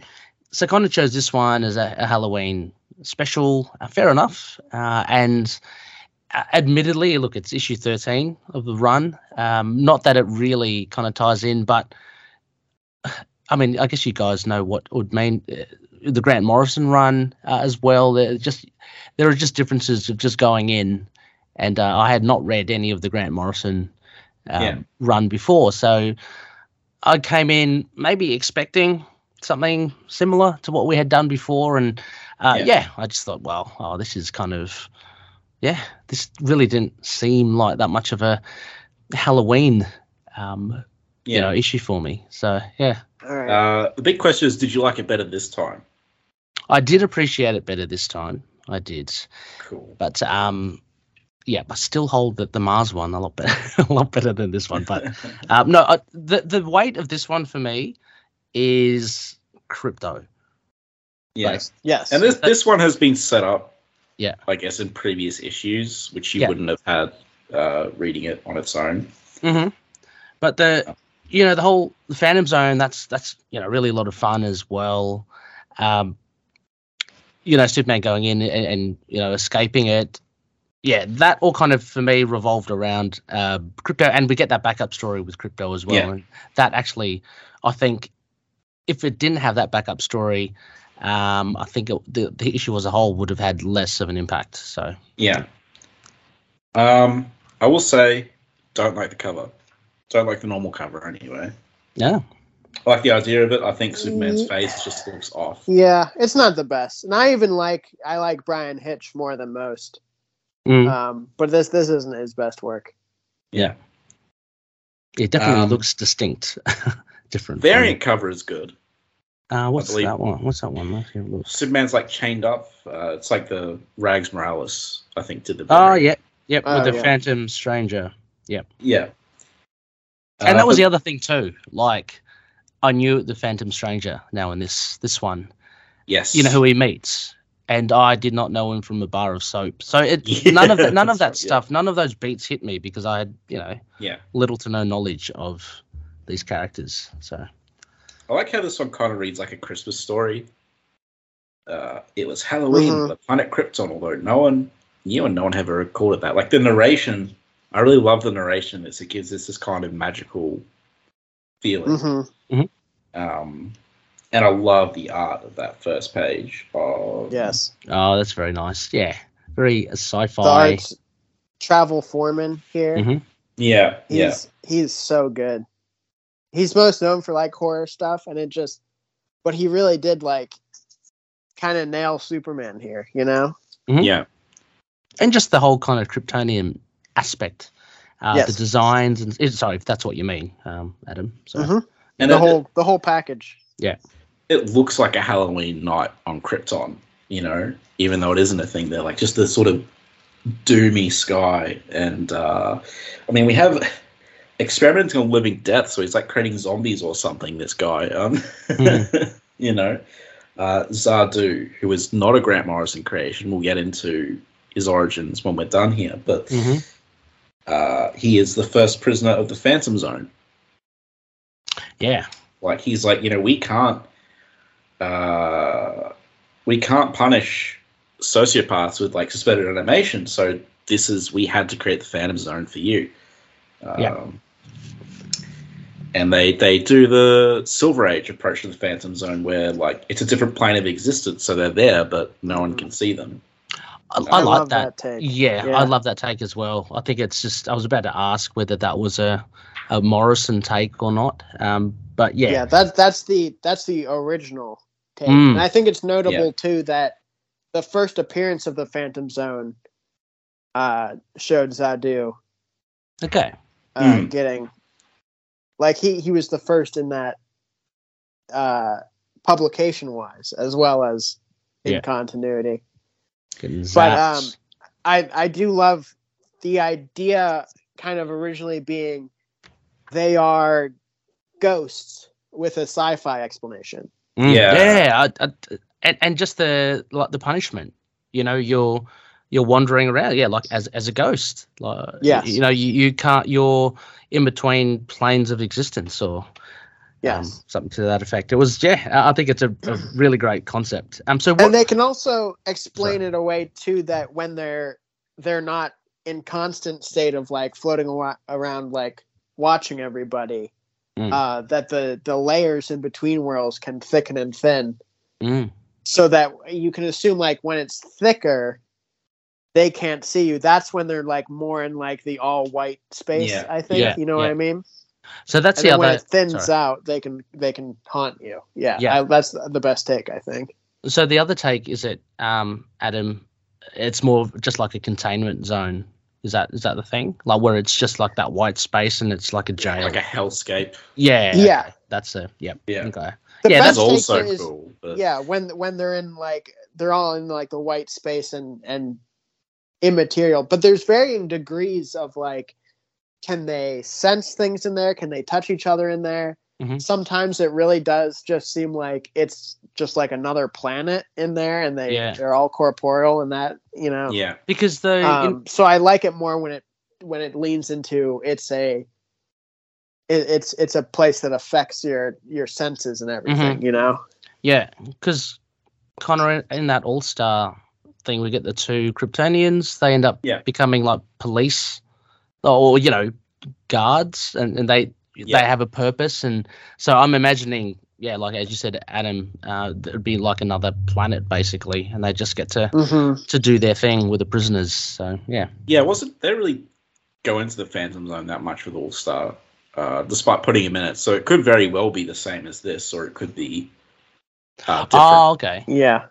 B: so Connor chose this one as a, a Halloween special. Uh, fair enough. Uh, and uh, admittedly, look, it's issue 13 of the run. Um, not that it really kind of ties in, but I mean, I guess you guys know what it would mean. uh, the Grant Morrison run uh, as well. There just there are just differences of just going in, and uh, I had not read any of the Grant Morrison um,
A: Yeah.
B: run before, so I came in maybe expecting something similar to what we had done before, and uh,
A: Yeah.
B: yeah. I just thought, well, oh, this is kind of yeah, this really didn't seem like that much of a Halloween. Um, you know, issue for me. So yeah,
C: All right.
A: Uh, the big question is, did you like it better this time?
B: I did appreciate it better this time. I did,
A: Cool.
B: but um, yeah, I still hold that the Mars one a lot better, <laughs> a lot better than this one. But um, no, I, the the weight of this one for me is crypto.
A: <laughs> yeah.
C: Nice. Yes.
A: And this this one has been set up,
B: Yeah.
A: I guess in previous issues, which you
B: Yeah.
A: wouldn't have had uh, reading it on its own.
B: Mm-hmm. But the you know the whole the Phantom Zone that's that's you know really a lot of fun as well. Um, you know Superman going in and, and you know escaping it. Yeah, that all kind of for me revolved around uh, crypto, and we get that backup story with crypto as well.
A: Yeah.
B: And that actually, I think, if it didn't have that backup story, um, I think it, the the issue as a whole would have had less of an impact. So
A: Yeah. Um, I will say, don't like the cover. Don't like the normal cover anyway.
B: yeah,
A: I like the idea of it. I think Superman's
B: Mm.
A: face just looks off.
C: yeah, it's not the best, and I even like I like Brian Hitch more than most.
B: Mm.
C: Um, but this this isn't his best work.
B: it definitely
A: Um,
B: looks distinct, <laughs> different. from-
A: Variant cover is good.
B: Uh, what's
A: believe-
B: that one? What's that one? Let's have a look.
A: Superman's like chained up. Uh, it's like the Rags Morales, I think, did the.
B: Oh,
A: variant.
B: yeah. Yep,
C: Oh,
B: with the
C: yeah.
B: Phantom Stranger.
A: yeah.
B: And
A: Uh,
B: that was
A: but-
B: the other thing too. Like, I knew the Phantom Stranger now in this this one.
A: yes.
B: You know who he meets, and I did not know him from a bar of soap. So <laughs> it
A: Yeah,
B: none of that none of that
A: that's right, yeah.
B: stuff, none of those beats hit me because I had you know
A: Yeah.
B: little to no knowledge of these characters. So
A: I like how this one kind of reads like a Christmas story. Uh, it was Halloween,
C: Mhm.
A: the planet Krypton, although no one knew and no one ever called it that. Like the narration, I really love the narration. It's, it gives this this kind of magical feeling.
C: hmm
A: Um, and I love the art of that first page. Of,
C: Yes,
B: oh, that's very nice. Yeah, very
C: the
B: sci-fi.
C: arts travel foreman here.
B: Mhm.
A: Yeah.
C: He's
A: Yeah.
C: he's so good. He's most known for like horror stuff, and it just, but he really did like kind of nail Superman here. You know?
B: Mhm.
A: Yeah.
B: and just the whole kind of kryptonium aspect uh,
C: Yes.
B: the designs and it- sorry if that's what you mean um, adam so
C: Mhm.
A: And
C: the
A: it,
C: whole the whole package.
A: it looks like a Halloween night on Krypton, you know, even though it isn't a thing there. Like just the sort of doomy sky. And uh, I mean, we have experimenting on living death, so he's like creating zombies or something, this guy. Um, <laughs> you know, uh, Zardu, who is not a Grant Morrison creation, we'll get into his origins when we're done here, but
B: Mhm.
A: uh, he is the first prisoner of the Phantom Zone.
B: yeah
A: Like he's like, you know, we can't uh we can't punish sociopaths with like suspended animation, so this is we had to create the Phantom Zone for you. Um,
B: Yeah.
A: And they they do the Silver Age approach to the Phantom Zone, where like it's a different plane of existence, so they're there, but no one can see them.
B: i,
A: I
B: I like
C: love
B: that,
C: take.
B: Yeah,
C: Yeah.
B: i love that take as well i think it's just i was about to ask whether that was a, a morrison take or not um, but yeah,
C: yeah, that that's the that's the original take
B: Mm.
C: and i think it's notable too that the first appearance of the phantom zone uh showed zadu
B: okay
C: uh,
A: Mm.
C: getting like he he was the first in that uh publication wise as well as in
B: Yeah.
C: continuity
B: Getting
C: But,
B: zapped.
C: um, I I do love the idea kind of originally being they are ghosts with a sci-fi explanation.
B: Mm,
A: Yeah.
B: yeah. I, I, and and just the like the punishment. You know, you're you're wandering around. Yeah, like as as a ghost. Like,
C: Yes.
B: You know, you, you can't. You're in between planes of existence, or um,
C: Yes.
B: something to that effect. It was yeah. I I think it's a, a really great concept. Um. So what?
C: and they can also explain it away too that when they're they're not in constant state of like floating awa- around like watching everybody
B: Mm.
C: uh that the the layers in between worlds can thicken and thin
B: Mm,
C: so that you can assume like when it's thicker they can't see you that's when they're like more in like the all white space
A: Yeah.
C: i think
B: Yeah,
C: you know what
B: yeah.
C: i mean
B: So that's
C: and
B: the
C: then when
B: other.
C: it thins
B: sorry.
C: out they can they can haunt you yeah,
B: Yeah.
C: I, that's the best take i think
B: So the other take is that um, Adam, it's more of just like a containment zone. Is that is that the thing? Like where it's just like that white space and it's like a jail.
A: like a hellscape.
B: Yeah.
C: Yeah.
B: okay. That's a yeah.
A: Yeah.
B: Okay.
C: the
B: Yeah,
A: That's
B: that's
C: take
A: also
C: is-
A: cool. But
C: yeah when when they're in like they're all in like the white space and and immaterial but there's varying degrees of like can they sense things in there can they touch each other in there
B: Mhm.
C: sometimes it really does just seem like it's just like another planet in there and they
B: Yeah.
C: they're all corporeal and that you know
A: yeah,
B: Because the
C: um, so i like it more when it when it leans into it's a it, it's it's a place that affects your your senses and everything you know
B: yeah, because Connor in, in that All Star thing, we get the two Kryptonians. They end up
A: Yeah.
B: becoming like police, or you know, guards, and, and they
A: Yeah.
B: they have a purpose. And so I'm imagining, yeah, like as you said, Adam, uh, it'd be like another planet basically, and they just get to
C: mm-hmm.
B: to do their thing with the prisoners. So yeah,
A: yeah. Wasn't they really go into the Phantom Zone that much with All Star, uh, despite putting him in it? So it could very well be the same as this, or it could be uh, different.
B: oh okay,
C: yeah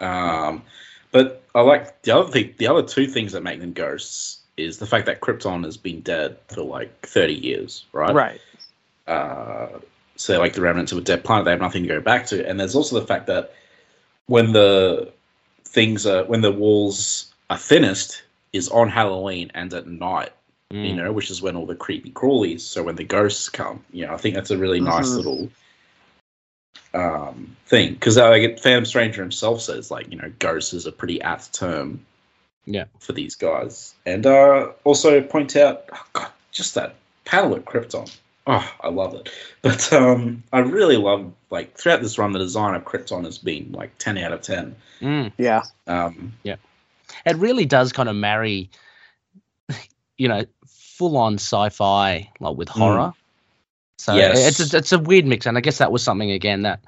A: Um, but I like the other thing. The other two things that make them ghosts is the fact that Krypton has been dead for like thirty years, right?
C: right
A: Uh, so they're like the remnants of a dead planet. They have nothing to go back to. And there's also the fact that when the things are when the walls are thinnest is on Halloween and at night. You
B: Mm.
A: know, which is when all the creepy crawlies. So when the ghosts come, you know, I think that's a really nice
C: Mhm.
A: little um thing because like Phantom Stranger himself says like you know ghosts is a pretty apt term
B: Yeah.
A: for these guys and uh also point out oh god just that panel at Krypton oh I love it but um I really love like throughout this run the design of Krypton has been like ten out of ten
B: Mm.
C: yeah
A: um
B: it really does kind of marry you know full on sci-fi like with horror so
A: Mm. Yes.
B: it's a, it's a weird mix and i guess that was something again that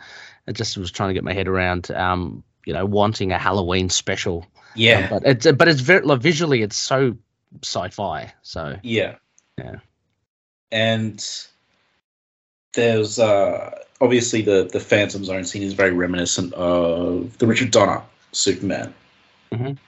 B: i just was trying to get my head around um you know wanting a halloween special Um,
A: yeah
B: but it's but it's very like, visually it's so sci-fi so
A: Yeah.
B: Yeah.
A: And there's uh obviously the the Phantom Zone scene is very reminiscent of the Richard Donner Superman.
B: Mhm.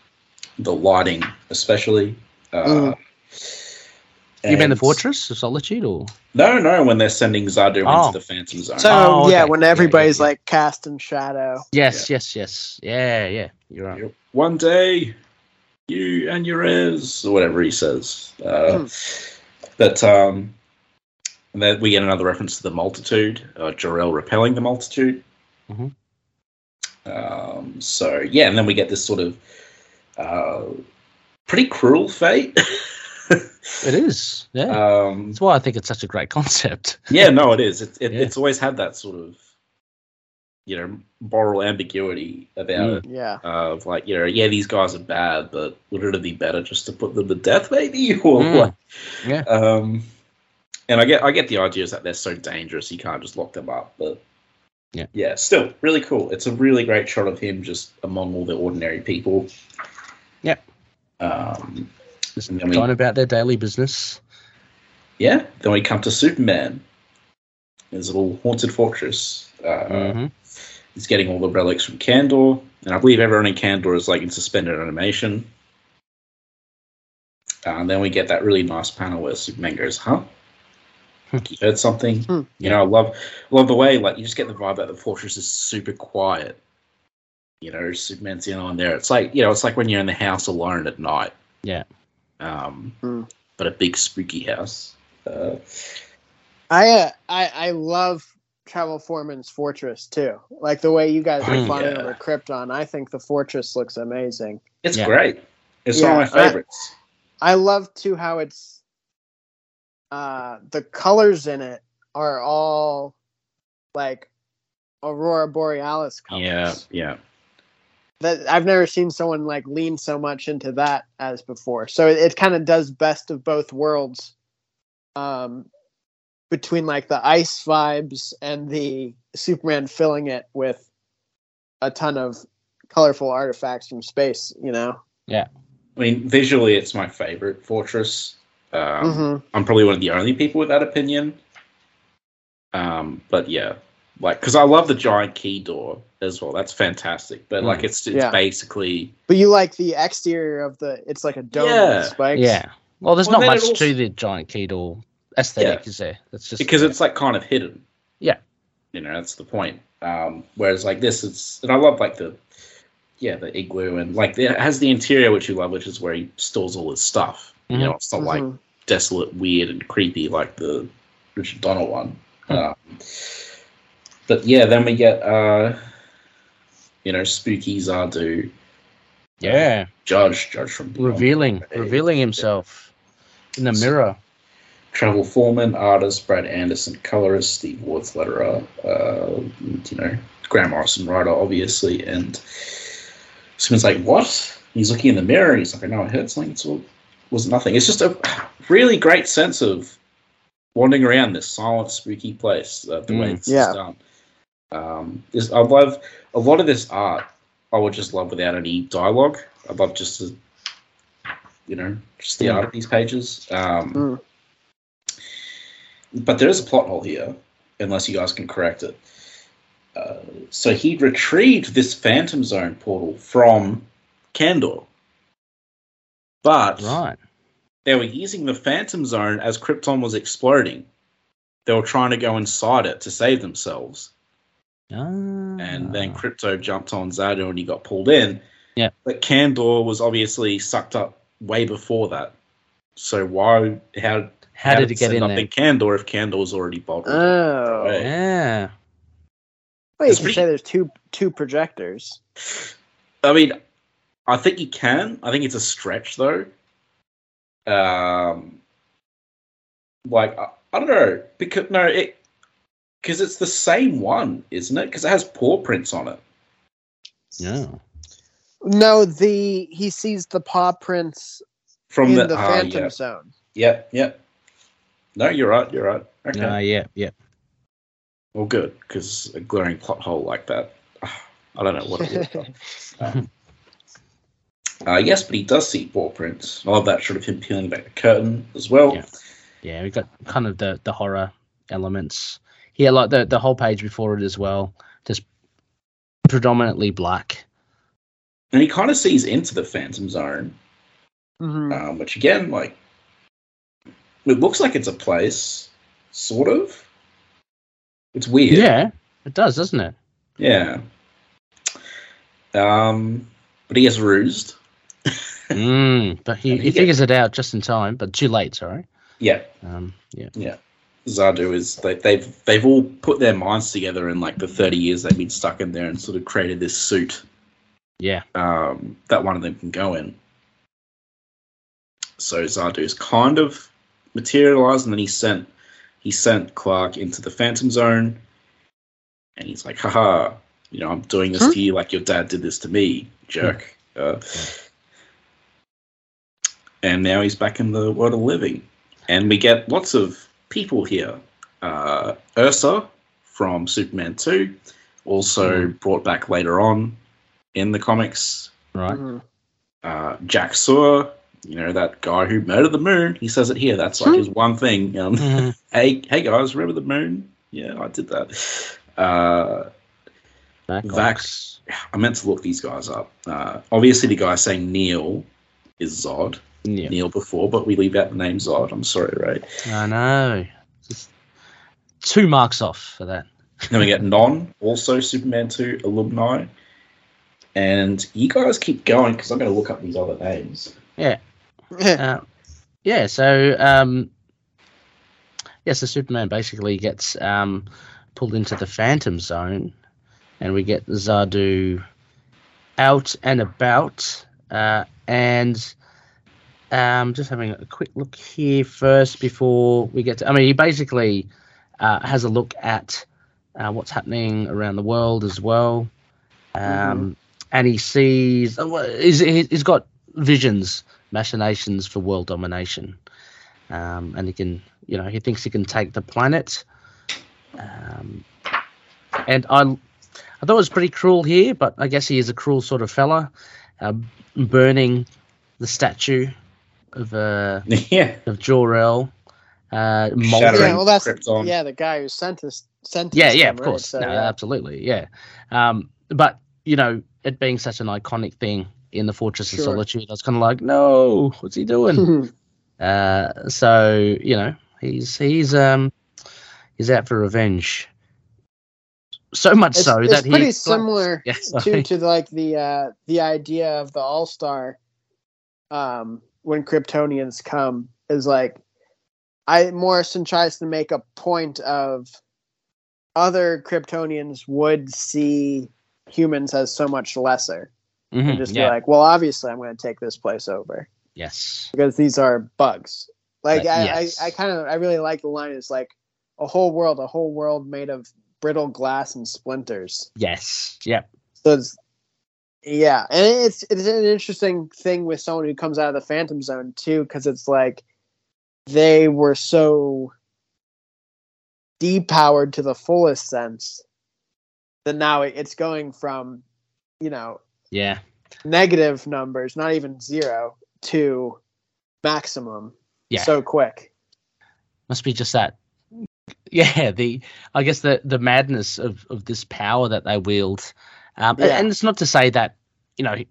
A: The lighting, especially. Uh,
C: Mhm.
B: Mm. you mean the
A: and-
B: fortress of solitude or
A: No, no. When they're sending Zardu
B: Oh.
A: into the Phantom Zone,
C: So
B: Oh,
C: yeah,
B: okay.
C: when
B: Yeah, yeah,
C: everybody's
B: yeah.
C: like cast in shadow.
B: yes yes yes yeah yeah you're right
A: one day, you and your heirs, or whatever he says. Uh, But um, and then we get another reference to the multitude, uh, Jarrell repelling the multitude. Mm-hmm.
B: Mhm.
A: Um, so yeah, and then we get this sort of uh, pretty cruel fate.
B: it is yeah
A: um,
B: that's why i think it's such a great concept
A: yeah, no, it is. It, it,
B: Yeah.
A: It's always had that sort of you know moral ambiguity about
B: Mm.
A: it.
C: Yeah.
A: Of like you know, yeah, these guys are bad, but would it be better just to put them to death, maybe? <laughs> Or
B: Mm.
A: like,
B: Yeah.
A: Um, and I get I get the idea is that they're so dangerous you can't just lock them up, but
B: Yeah.
A: yeah, still really cool. It's a really great shot of him just among all the ordinary people.
B: Yep.
A: Um,
B: just
A: I mean-
B: going about their daily business
A: yeah. Then we come to Superman. His little haunted fortress. Uh,
B: Mhm.
A: He's getting all the relics from Candor, and I believe everyone in Candor is like in suspended animation. Uh, and then we get that really nice panel where Superman goes, "Huh? Like you heard something?"
C: Hmm.
A: You know, I love love the way like you just get the vibe that the fortress is super quiet. You know, Superman's the only one there. It's like you know, it's like when you're in the house alone at night.
B: Yeah.
A: Um,
C: Hmm.
A: but a big spooky house. Uh,
C: I uh, I I love Travel Foreman's fortress too. Like the way you guys are
B: Mm,
C: flying
A: Oh, yeah.
C: over Krypton. I think the fortress looks amazing.
A: it's
B: Yeah.
A: great. It's one
C: Yeah,
A: of my
C: I-
A: favorites.
C: I love too how it's uh the colors in it are all like aurora borealis colors.
A: yeah, yeah,
C: that I've never seen someone like lean so much into that as before. So it, it kind of does best of both worlds, um, between like the ice vibes and the Superman filling it with a a ton of colorful artifacts from space. You know.
A: I mean, visually, it's my favorite Fortress. Um,
C: Mhm.
A: I'm probably one of the only people with that opinion. Um, but yeah, like because I love the giant key door as well. That's fantastic. But
B: Mm.
A: like, it's it's
C: Yeah.
A: basically
C: But you like the exterior of the? It's like a dome
A: Yeah.
C: with spikes.
B: Yeah. Well, there's
A: Well,
B: not
A: then
B: much
A: it also-
B: to the giant key door aesthetic, is there? That's just
A: because it's like kind of hidden.
B: Yeah.
A: you know that's the point. Um, whereas like this, it's and I love like the yeah the igloo and like it has the interior which you love, which is where he stores all his stuff.
B: Mhm.
A: You know, it's not like
C: Mhm.
A: desolate, weird, and creepy like the Richard Donner one. Um, but yeah, then we get uh, you know spooky Zardu
B: yeah,
A: judge, judge from beyond.
B: revealing,
A: Yeah.
B: revealing himself in the
A: So-
B: mirror.
A: travel foreman, artist Brad Anderson, colorist Steve Ward's letterer, uh, you know Graham Morrison writer, obviously, and someone's like, "What?" He's looking in the mirror. and He's like, "I know I heard something. It's all was nothing." It's just a really great sense of wandering around this silent, spooky place. Uh, the way
B: Mm.
A: it's
C: Yeah.
A: done. Um, this, I love a lot of this art. I would just love without any dialogue. I love just the, you know, just the
B: Mm.
A: art of these pages. Um,
C: Mm.
A: But there is a plot hole here, unless you guys can correct it. Uh, so he retrieved this Phantom Zone portal from Kandor. But
B: Right.
A: they were using the Phantom Zone as Krypton was exploding. They were trying to go inside it to save themselves. And then
B: Ah.
A: Crypto jumped on Zardo and he got pulled in.
B: Yeah.
A: But Kandor was obviously sucked up way before that. So why, how,
B: how, did it get
A: send
B: in
A: up
B: there?
A: in Kandor if Kandor was already bottled?
C: Oh.
A: Right.
B: Yeah.
C: Well, you
A: It's
C: can
A: pretty-
C: say there's two two projectors.
A: I mean, I think you can. I think it's a stretch though. Um, like I, I don't know because no, it because it's the same one, isn't it? Because it has paw prints on it.
B: Yeah.
C: No, the he sees the paw prints
A: From
C: in
A: the,
C: the,
A: ah,
C: Phantom
A: yeah,
C: Zone.
A: yeah, yeah. No, you're right. You're right. Okay.
B: No, yeah. Yeah.
A: Well, good because a glaring plot hole like that. <sighs> I don't know what it was.
B: <laughs>
A: Uh, yes, but he does see paw prints. I love that sort of him peeling back the curtain as well.
B: Yeah. Yeah, we got kind of the the horror elements. Yeah, like the the whole page before it as well, just predominantly black.
A: And he kind of sees into the Phantom Zone.
C: Mhm.
A: Um, which again, like, it looks like it's a place, sort of. It's weird.
B: Yeah. it does,
A: <laughs>
B: doesn't it?
A: Yeah. Um, but he gets rused.
B: Mm, but he,
A: And he
B: he figures it out just in time, but too late. Sorry.
A: Yeah,
B: Um, yeah.
A: Zardu is they, they've they've all put their minds together in like the thirty years they've been stuck in there and sort of created this suit
B: Yeah.
A: um, that one of them can go in. So Zardu's kind of materialized, and then he sent he sent Clark into the Phantom Zone, and he's like, "Haha, you know, I'm doing this
C: Hmm.
A: to you like your dad did this to me, jerk." Uh, and now he's back in the world of living, and we get lots of people here. Uh, Ursa from Superman Two, also brought back later on in the comics.
B: Right.
C: Mhm.
A: Uh, Jack Sewer, you know that guy who murdered the moon. He says it here. That's like his one thing. Um, <laughs>
B: Mhm.
A: hey, hey guys, remember the moon? Yeah, I did that. Uh,
B: Vax.
A: I meant to look these guys up. Uh, obviously, the guy saying Neil is Zod.
B: Yeah.
A: Neil before, but we leave out the name Zod. I'm sorry, right?
B: I know. Just two marks off for that.
A: Then we get Non, also Superman 2 alumni. And you guys keep going because I'm going to look up these other names. <laughs>
B: Uh, yeah, so um, yeah, so Superman basically gets um, pulled into the Phantom Zone, and we get Zardu out and about, uh, and um, just having a quick look here first before we get to. I mean, he basically uh, has a look at uh, what's happening around the world as well, um, and he sees. oh, well, He's, he's got visions machinations for world domination. Um, and he can, you know, he thinks he can take the planet. Um, and I, I thought it was pretty cruel here, but I guess he is a cruel sort of fella, uh, burning the statue of uh,
A: yeah.
B: of Jor El, uh, molding
A: Shattering
C: Yeah, well, that's-
A: Krypton.
C: Yeah, the guy who sentenced sentenced
B: Um, yeah, yeah,
C: him,
B: of
C: right?
B: course,
C: So,
B: no,
C: yeah. <laughs>
B: absolutely, yeah. Um, but you know, it being such an iconic thing in the Fortress
C: Sure.
B: of Solitude, I was kind of like, no, what's he
C: <laughs>
B: doing? uh, so you know, he's he's um he's out for revenge. So much
C: it's
B: so
C: it's
B: that he
C: pretty
B: expla-
C: similar
B: <laughs> Yeah,
C: to
B: sorry.
C: to like the uh, the idea of the All Star um, when Kryptonians come is like I Morrison tries to make a point of other Kryptonians would see humans as so much lesser
B: Mhm,
C: and just
B: yeah.
C: be like, well, obviously I'm going to take this place over
B: yes.
C: because these are bugs. Like
B: Right,
C: I,
B: yes.
C: I, I kind of I really like the line. It's like a whole world, a whole world made of brittle glass and splinters.
B: Yes. Yep.
C: So it's yeah, and it's it's an interesting thing with someone who comes out of the Phantom Zone too, because it's like they were so depowered to the fullest sense that now it- it's going from you know
B: Yeah.
C: negative numbers, not even zero, to maximum
B: Yeah.
C: so quick.
B: Must be just that. Yeah. The I guess the the madness of of this power that they wield, um, a-
C: Yeah.
B: and it's not to say that you know he,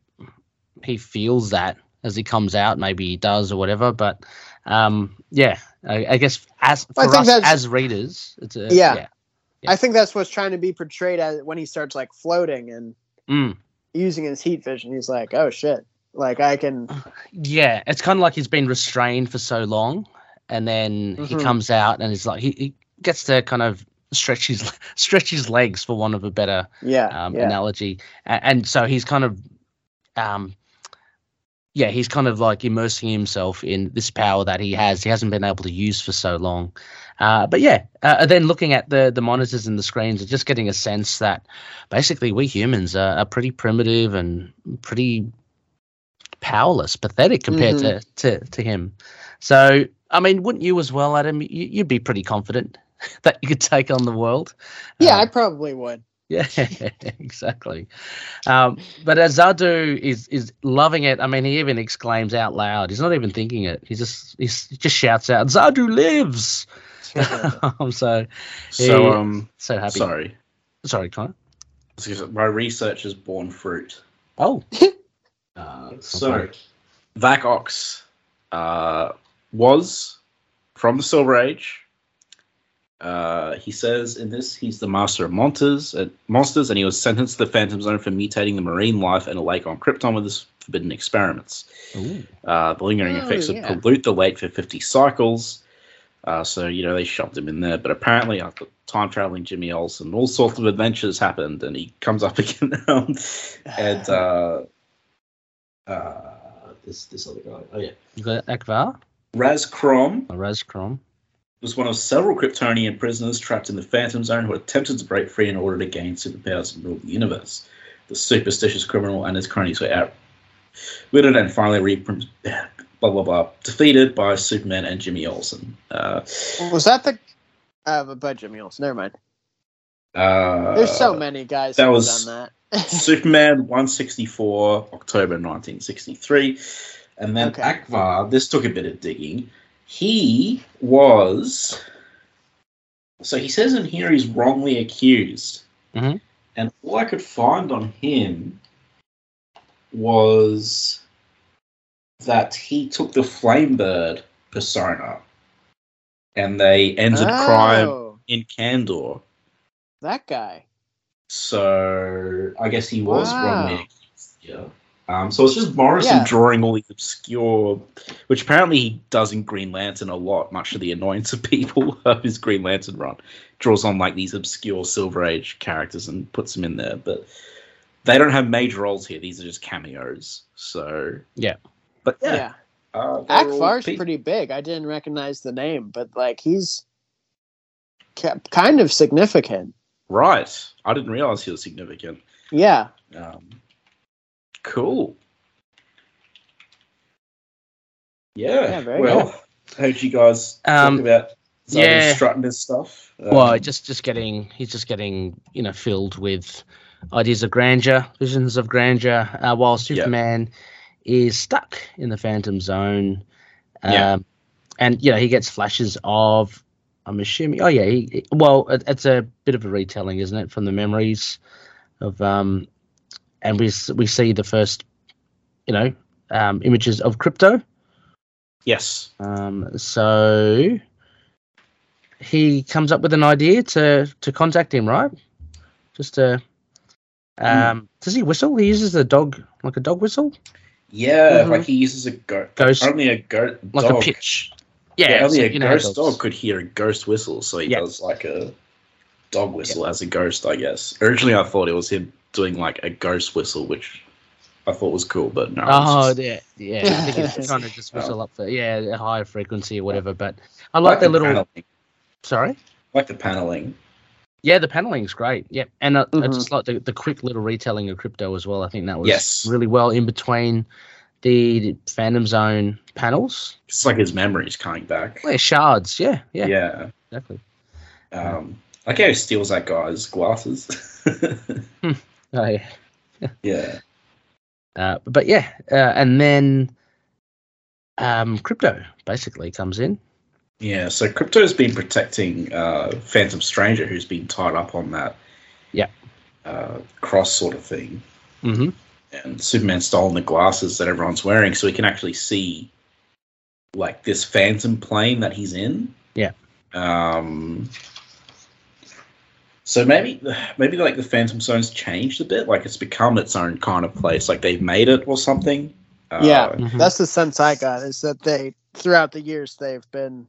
B: he feels that as he comes out, maybe he does or whatever, but um, yeah, I, I guess as for
C: Well, I think
B: us
C: that's-
B: as readers, it's a,
C: Yeah.
B: yeah.
C: I think that's what's trying to be portrayed as when he starts like floating and
B: Mm.
C: using his heat vision. He's like, oh shit. Like I can
B: Yeah, it's kind of like he's been restrained for so long, and then he
C: Mhm.
B: comes out and he's like he, he gets to kind of stretch his <laughs> stretch his legs for want of a better
C: yeah.
B: um,
C: yeah.
B: analogy, and, and so he's kind of, um, yeah, he's kind of like immersing himself in this power that he has. He hasn't been able to use for so long, uh, but yeah. Uh, and then looking at the the monitors and the screens, and just getting a sense that basically we humans are, are pretty primitive and pretty powerless, pathetic compared
C: Mm-hmm.
B: to, to to him. So I mean, wouldn't you as well, Adam? You, you'd be pretty confident <laughs> that you could take on the world.
C: yeah,
B: Um,
C: I
B: <laughs>
C: probably would.
B: yeah, exactly. Um, but Azadu is is loving it. I mean, he even exclaims out loud. He's not even thinking it. He just he's, he just shouts out, "Zadu lives!" <laughs> I'm so
A: So,
B: He-
A: um,
B: so happy. Sorry,
A: sorry.
B: Connor.
A: My research has borne fruit.
B: <laughs> Oh, uh,
A: So, Vac Ox uh, was from the Silver Age. Uh, he says in this he's the master of monsters, uh, monsters, and he was sentenced to the Phantom Zone for mutating the marine life in a lake on Krypton with his forbidden experiments.
B: Ooh.
A: Uh, the lingering
B: Oh,
A: effects
B: yeah.
A: would pollute the lake for 50 cycles. Uh, so, you know, they shoved him in there. But apparently, after time traveling Jimmy Olsen, all sorts of adventures happened, and he comes up <laughs> again. um, and uh, uh, this, this other guy. Oh, yeah.
B: you got Akvar
A: Raz Krom
B: or Razcrom?
A: was one of several Kryptonian prisoners trapped in the Phantom Zone who attempted to break free in order to gain superpowers and rule the universe. The superstitious criminal and his cronies were outwitted and finally re- blah blah blah defeated by Superman and Jimmy Olsen. Uh,
C: Was that the uh but by Jimmy Olsen? Never mind.
A: uh,
C: There's so many guys
A: that
C: who
A: was-
C: have done that.
A: Superman 164, October 1963. And then
C: Okay.
A: Akbar, this took a bit of digging. He was. So he says in here he's wrongly accused.
C: Mm-hmm.
B: Mhm.
A: And all I could find on him was that he took the Flamebird persona and they ended crime
C: Oh,
A: in Candor.
C: that guy.
A: So I guess he was
C: Wow.
A: wrongly accused. Yeah. Um, so it's just Morrison
C: Yeah.
A: drawing all these obscure, which apparently he does in Green Lantern a lot, much to the annoyance of people <laughs> of his Green Lantern run. Draws on like these obscure Silver Age characters and puts them in there, but they don't have major roles here. These are just cameos. So
B: Yeah.
A: but
C: Yeah.
A: yeah, uh, they're all
B: Oh,
C: Akbar's
A: pe-
C: pretty big. I didn't recognize the name, but like he's ca- kind of significant.
A: right. I didn't realize he was significant.
C: Yeah.
A: Um, cool. Yeah.
C: Yeah, very
A: well, <laughs> I hope you guys
B: Um,
A: talked about Zardus
B: yeah.
A: strutting and stuff. Um,
B: well, just just getting he's just getting you know filled with ideas of grandeur, visions of grandeur, uh, while Superman is stuck in the Phantom Zone. Um,
A: Yeah.
B: And, you know, he gets flashes of, I'm assuming, oh, yeah, he, well, it, it's a bit of a retelling, isn't it, from the memories of, um, and we, s- we see the first, you know, um, images of crypto.
A: Yes.
B: Um, so he comes up with an idea to to contact him, right? Just to um,
A: Hmm.
B: does he whistle? He uses a dog like a dog whistle,
A: Yeah,
C: Mhm.
A: like he uses a goat.
B: ghost
A: Only a goat
B: Mm-hmm. like
A: Oh, dog.
B: a pitch.
A: Yeah,
B: Yeah,
A: only
B: so
A: a
B: you know how
A: ghost
B: dogs-
A: dog could hear a ghost whistle, so he
B: Yeah.
A: does like a dog whistle as a ghost, I guess. Originally, I thought it was him doing like a ghost whistle, which I thought was cool, but no.
B: Oh
A: it's just-
B: yeah, yeah. I think it's kind of just whistle up for yeah, a higher frequency or whatever. But I like, the little.
A: paneling.
B: Sorry.
A: I like the paneling.
B: Yeah, the paneling's great. Yeah, and uh, I
C: Mhm.
B: just like the, the quick little retelling of crypto as well. I think that was
A: Yes.
B: really well in between the Phantom Zone panels.
A: It's like his memories coming back.
B: Yeah, shards. Yeah, yeah,
A: yeah.
B: exactly.
A: Um, I like how he steals that guy's glasses. <laughs>
B: Oh, yeah.
A: yeah.
B: Uh, but yeah, uh, and then um, crypto basically comes in.
A: Yeah, so Crypto's been protecting uh, Phantom Stranger, who's been tied up on that
B: Yeah.
A: uh, cross sort of thing.
B: Mm-hmm.
A: and Superman's stolen the glasses that everyone's wearing, so he can actually see like this phantom plane that he's in.
B: Yeah.
A: Um. So maybe maybe like the Phantom Zone's changed a bit, like it's become its own kind of place, like they've made it or something. Uh,
C: Yeah.
B: Hmm.
C: That's the sense I got is that they throughout the years they've been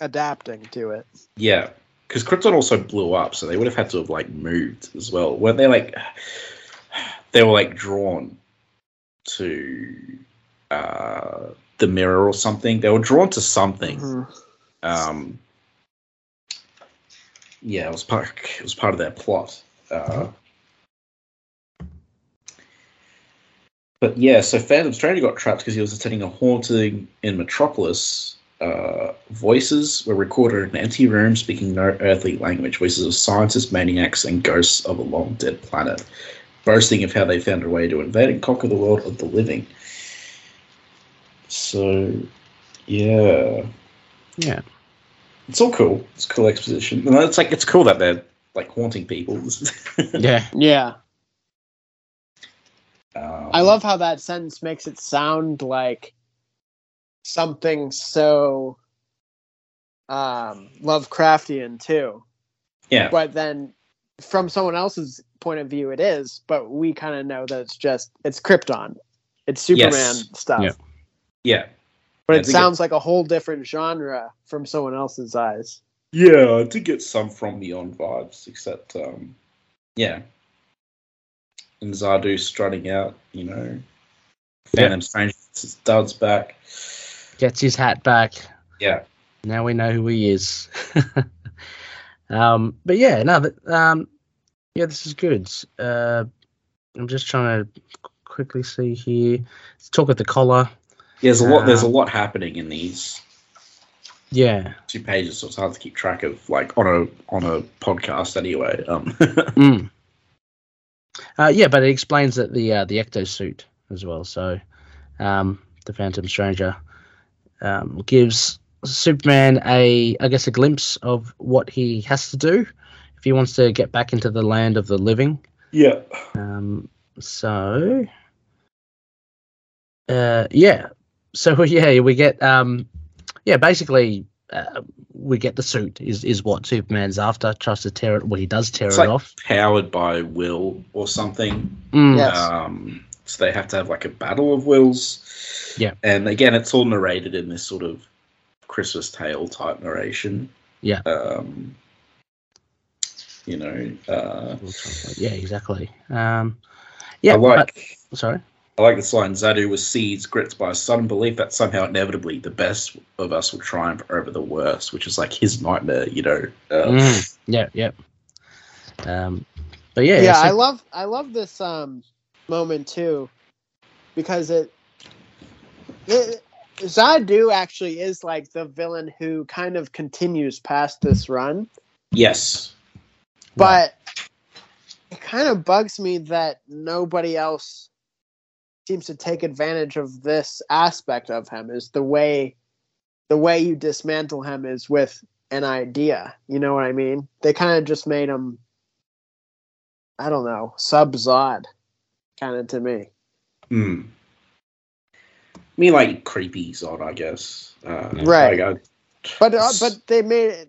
C: adapting to it.
A: Yeah, because Krypton also blew up, so they would have had to have like moved as well. Weren't they like <sighs> they were like drawn to uh, the mirror or something? They were drawn to something.
C: Mhm.
A: Um, yeah, it was part it was part of their plot. Uh, but yeah, so Phantom Stranger got trapped because he was attending a haunting in Metropolis. Uh, voices were recorded in an empty room speaking no earthly language, voices of scientists, maniacs, and ghosts of a long dead planet, boasting of how they found a way to invade and conquer the world of the living. So, yeah.
B: Yeah.
A: It's all cool. It's cool exposition. And it's like it's cool that they're like haunting people. <laughs>
B: Yeah.
C: Yeah.
A: Um,
C: I love how that sentence makes it sound like something so um Lovecraftian too.
A: Yeah.
C: But then from someone else's point of view it is, but we kind of know that it's just it's Krypton. It's Superman
A: Yes.
C: stuff.
B: Yeah.
A: Yeah.
C: But
A: Yeah, I
C: it
A: think it-
C: sounds like a whole different genre from someone else's eyes.
A: Yeah, I did get some from Beyond vibes, except um, yeah. And Zardu strutting out, you know. Phantom Strange studs back.
B: Gets his hat back.
A: Yeah.
B: Now we know who he is. <laughs> um, but yeah, no, that, um, yeah, this is good. Uh, I'm just trying to quickly see here. Let's talk of the collar.
A: There's a lot there's a
B: Um,
A: lot happening in these
B: Yeah.
A: two pages, so it's hard to keep track of like on a on a podcast anyway. Um <laughs>
B: Mm. Uh, yeah, but it explains that the uh, the ecto suit as well. So um, the Phantom Stranger um, gives Superman a, I guess, a glimpse of what he has to do if he wants to get back into the land of the living.
A: Yeah.
B: Um, so, uh, yeah. So <laughs> yeah, we get um, yeah, basically. Uh, we get the suit is is what Superman's after. Tries to tear it. Well, he does tear
A: It's
B: it
A: like-
B: off.
A: Powered by Will or something.
B: Mm.
C: Yeah. Yes.
A: Um, so they have to have like a battle of wills.
B: Yeah.
A: And again, it's all narrated in this sort of Christmas tale type narration.
B: Yeah.
A: Um, you know, uh,
B: Yeah, exactly. Um,
A: I
B: yeah,
A: like
B: but- sorry.
A: I like this line. Zadu was seized, gripped by a sudden belief that somehow inevitably the best of us will triumph over the worst, which is like his nightmare. You know. Uh,
B: Mm, yeah, yeah. Um, but yeah,
C: yeah,
B: so-
C: i love i love this um moment too because it, it zadu actually is like the villain who kind of continues past this run
A: Yes.
C: but kind of bugs me that nobody else seems to take advantage of this aspect of him is the way the way you dismantle him is with an idea. You know what I mean? They kind of just made him I don't know, sub Zod kind of to me.
A: Hmm. I mean, like creepy Zod, I guess. Uh,
C: Right.
A: like, I-
C: But uh,
A: S-
C: but they made it.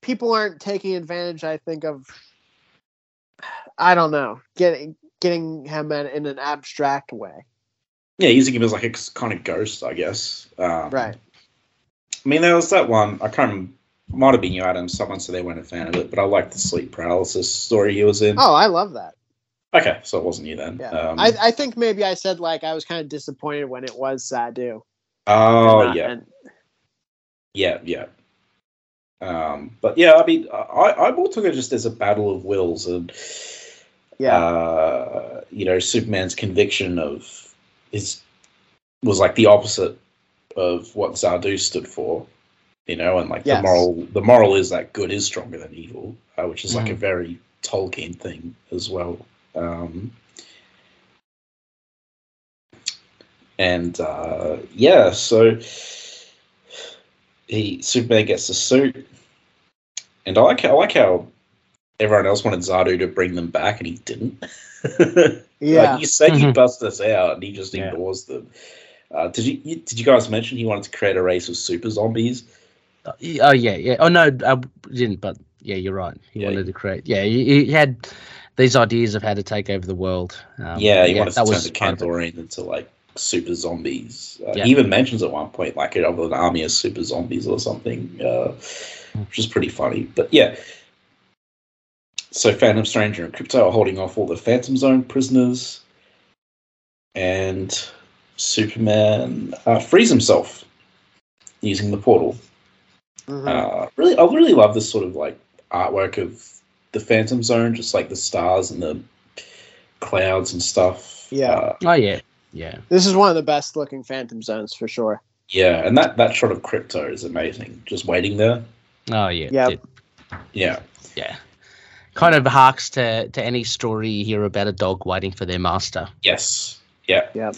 C: People aren't taking advantage. I think of. I don't know. Getting getting him in, in an abstract way.
A: yeah, using him as like a kind of ghost, I guess. Um,
C: Right.
A: I mean, there was that one. I can't. remember. Might have been you, Adam. Someone said they weren't a fan of it, but I liked the sleep paralysis story he was in.
C: Oh, I love that.
A: Okay, so it wasn't you then.
C: Yeah.
A: Um,
C: I I think maybe I said like I was kind of disappointed when it was Sadu.
A: oh
C: And, uh,
A: yeah,
C: and-
A: yeah, yeah. Um, but yeah, I mean, I, I more took it just as a battle of wills, and
C: yeah.
A: uh, you know, Superman's conviction of his was like the opposite of what Zardu stood for, you know, and like
C: Yes.
A: the moral the moral is that good is stronger than evil, uh, which is like a
B: Mhm.
A: very Tolkien thing as well. Um, and uh, yeah, so he Superman gets the suit, and I like I like how everyone else wanted Zardu to bring them back, and he didn't. <laughs>
C: yeah.
A: Like, you said you
B: Mhm.
A: bust us out, and he just
B: Yeah.
A: ignores them. Uh, did you, you did you guys mention he wanted to create a race of super zombies?
B: Uh, y- Oh yeah, yeah. Oh no, I didn't. But yeah, you're right. He
A: Yeah.
B: wanted to create. Yeah, he, he had these ideas of how to take over the world. Um,
A: yeah, he wanted to
B: that
A: turn
B: was
A: the
B: part of it.
A: Kandorian into like super zombies. Uh,
B: Yeah.
A: He even mentions at one point like of an army of super zombies or something, uh, which is pretty funny. But yeah. So Phantom Stranger and Crypto are holding off all the Phantom Zone prisoners, and Superman uh, frees himself using the portal.
C: Mhm.
A: Uh, really, I really love this sort of like artwork of the Phantom Zone, just like the stars and the clouds and stuff.
C: Yeah.
A: Uh,
B: Oh yeah, yeah.
C: This is one of the best looking Phantom Zones for sure.
A: yeah, and that that shot of crypto is amazing. Just waiting there.
B: Oh yeah.
C: Yep.
B: it-
A: Yeah,
B: yeah. Kind of harks to, to any story you hear about a dog waiting for their master.
A: yes, yeah,
C: Yep.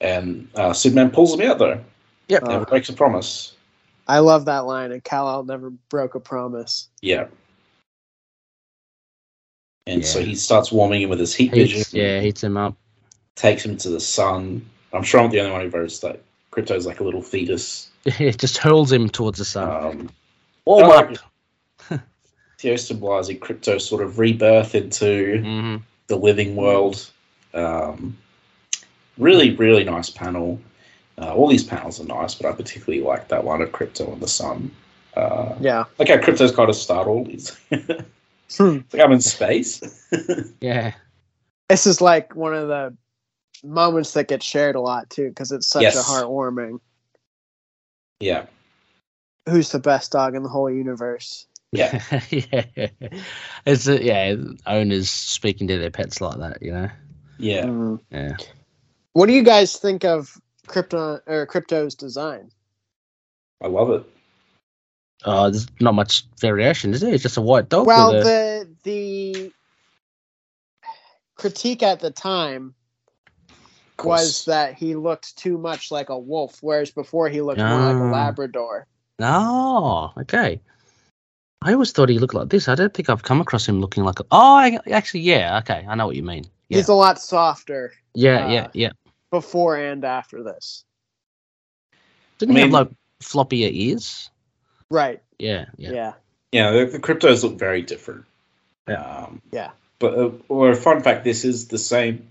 A: And uh, Superman pulls him out though.
B: Yep.
A: Never
C: Uh,
A: breaks a promise.
C: I love that line. And Kal El never broke a promise.
A: Yeah. And so
B: Yeah.
A: he starts warming him with his heat vision.
B: Heats, yeah, heats him up. <laughs>
A: Takes him to the sun. I'm sure I'm the only one who votes that. Crypto's like a little fetus
B: it just hurls him towards the sun.
A: Um,
B: Warm
A: I
B: up.
A: like <laughs> it. Theo symbolizing crypto sort of rebirth into
B: hmm
A: the living world. Um, really, really nice panel. Uh, all these panels are nice, but I particularly like that one of crypto and the sun. Uh,
C: Yeah.
A: like how crypto's kind of startled. He's it's <laughs>
C: Hmm.
A: like I'm in space.
B: Yeah.
C: this is like one of the moments that get shared a lot too because it's such
A: Yes.
C: a heartwarming
A: yeah,
C: who's the best dog in the whole universe
A: yeah,
B: <laughs> yeah. It's a, yeah, owners speaking to their pets like that, you know.
A: yeah.
C: Mm.
B: Yeah.
C: what do you guys think of crypto or crypto's design
A: I love it.
B: Oh, there's not much variation, is there? It's just a white dog.
C: well
B: with a-
C: the the critique at the time
A: Of course.
C: was that he looked too much like a wolf whereas before he looked more like a
B: Ah.
C: labrador
B: Oh, okay. I always thought he looked like this. I don't think I've come across him looking like a. Oh, I, actually, yeah. Okay, I know what you mean. Yeah,
C: he's a lot softer
B: yeah,
C: uh,
B: yeah, yeah.
C: before and after this
B: Didn't he have
A: mean-
B: like floppier ears?
C: right
B: Yeah, yeah.
C: yeah
A: Yeah, the, the cryptos look very different.
B: Yeah.
A: Um,
C: Yeah.
A: But uh, or a fun fact: this is the same.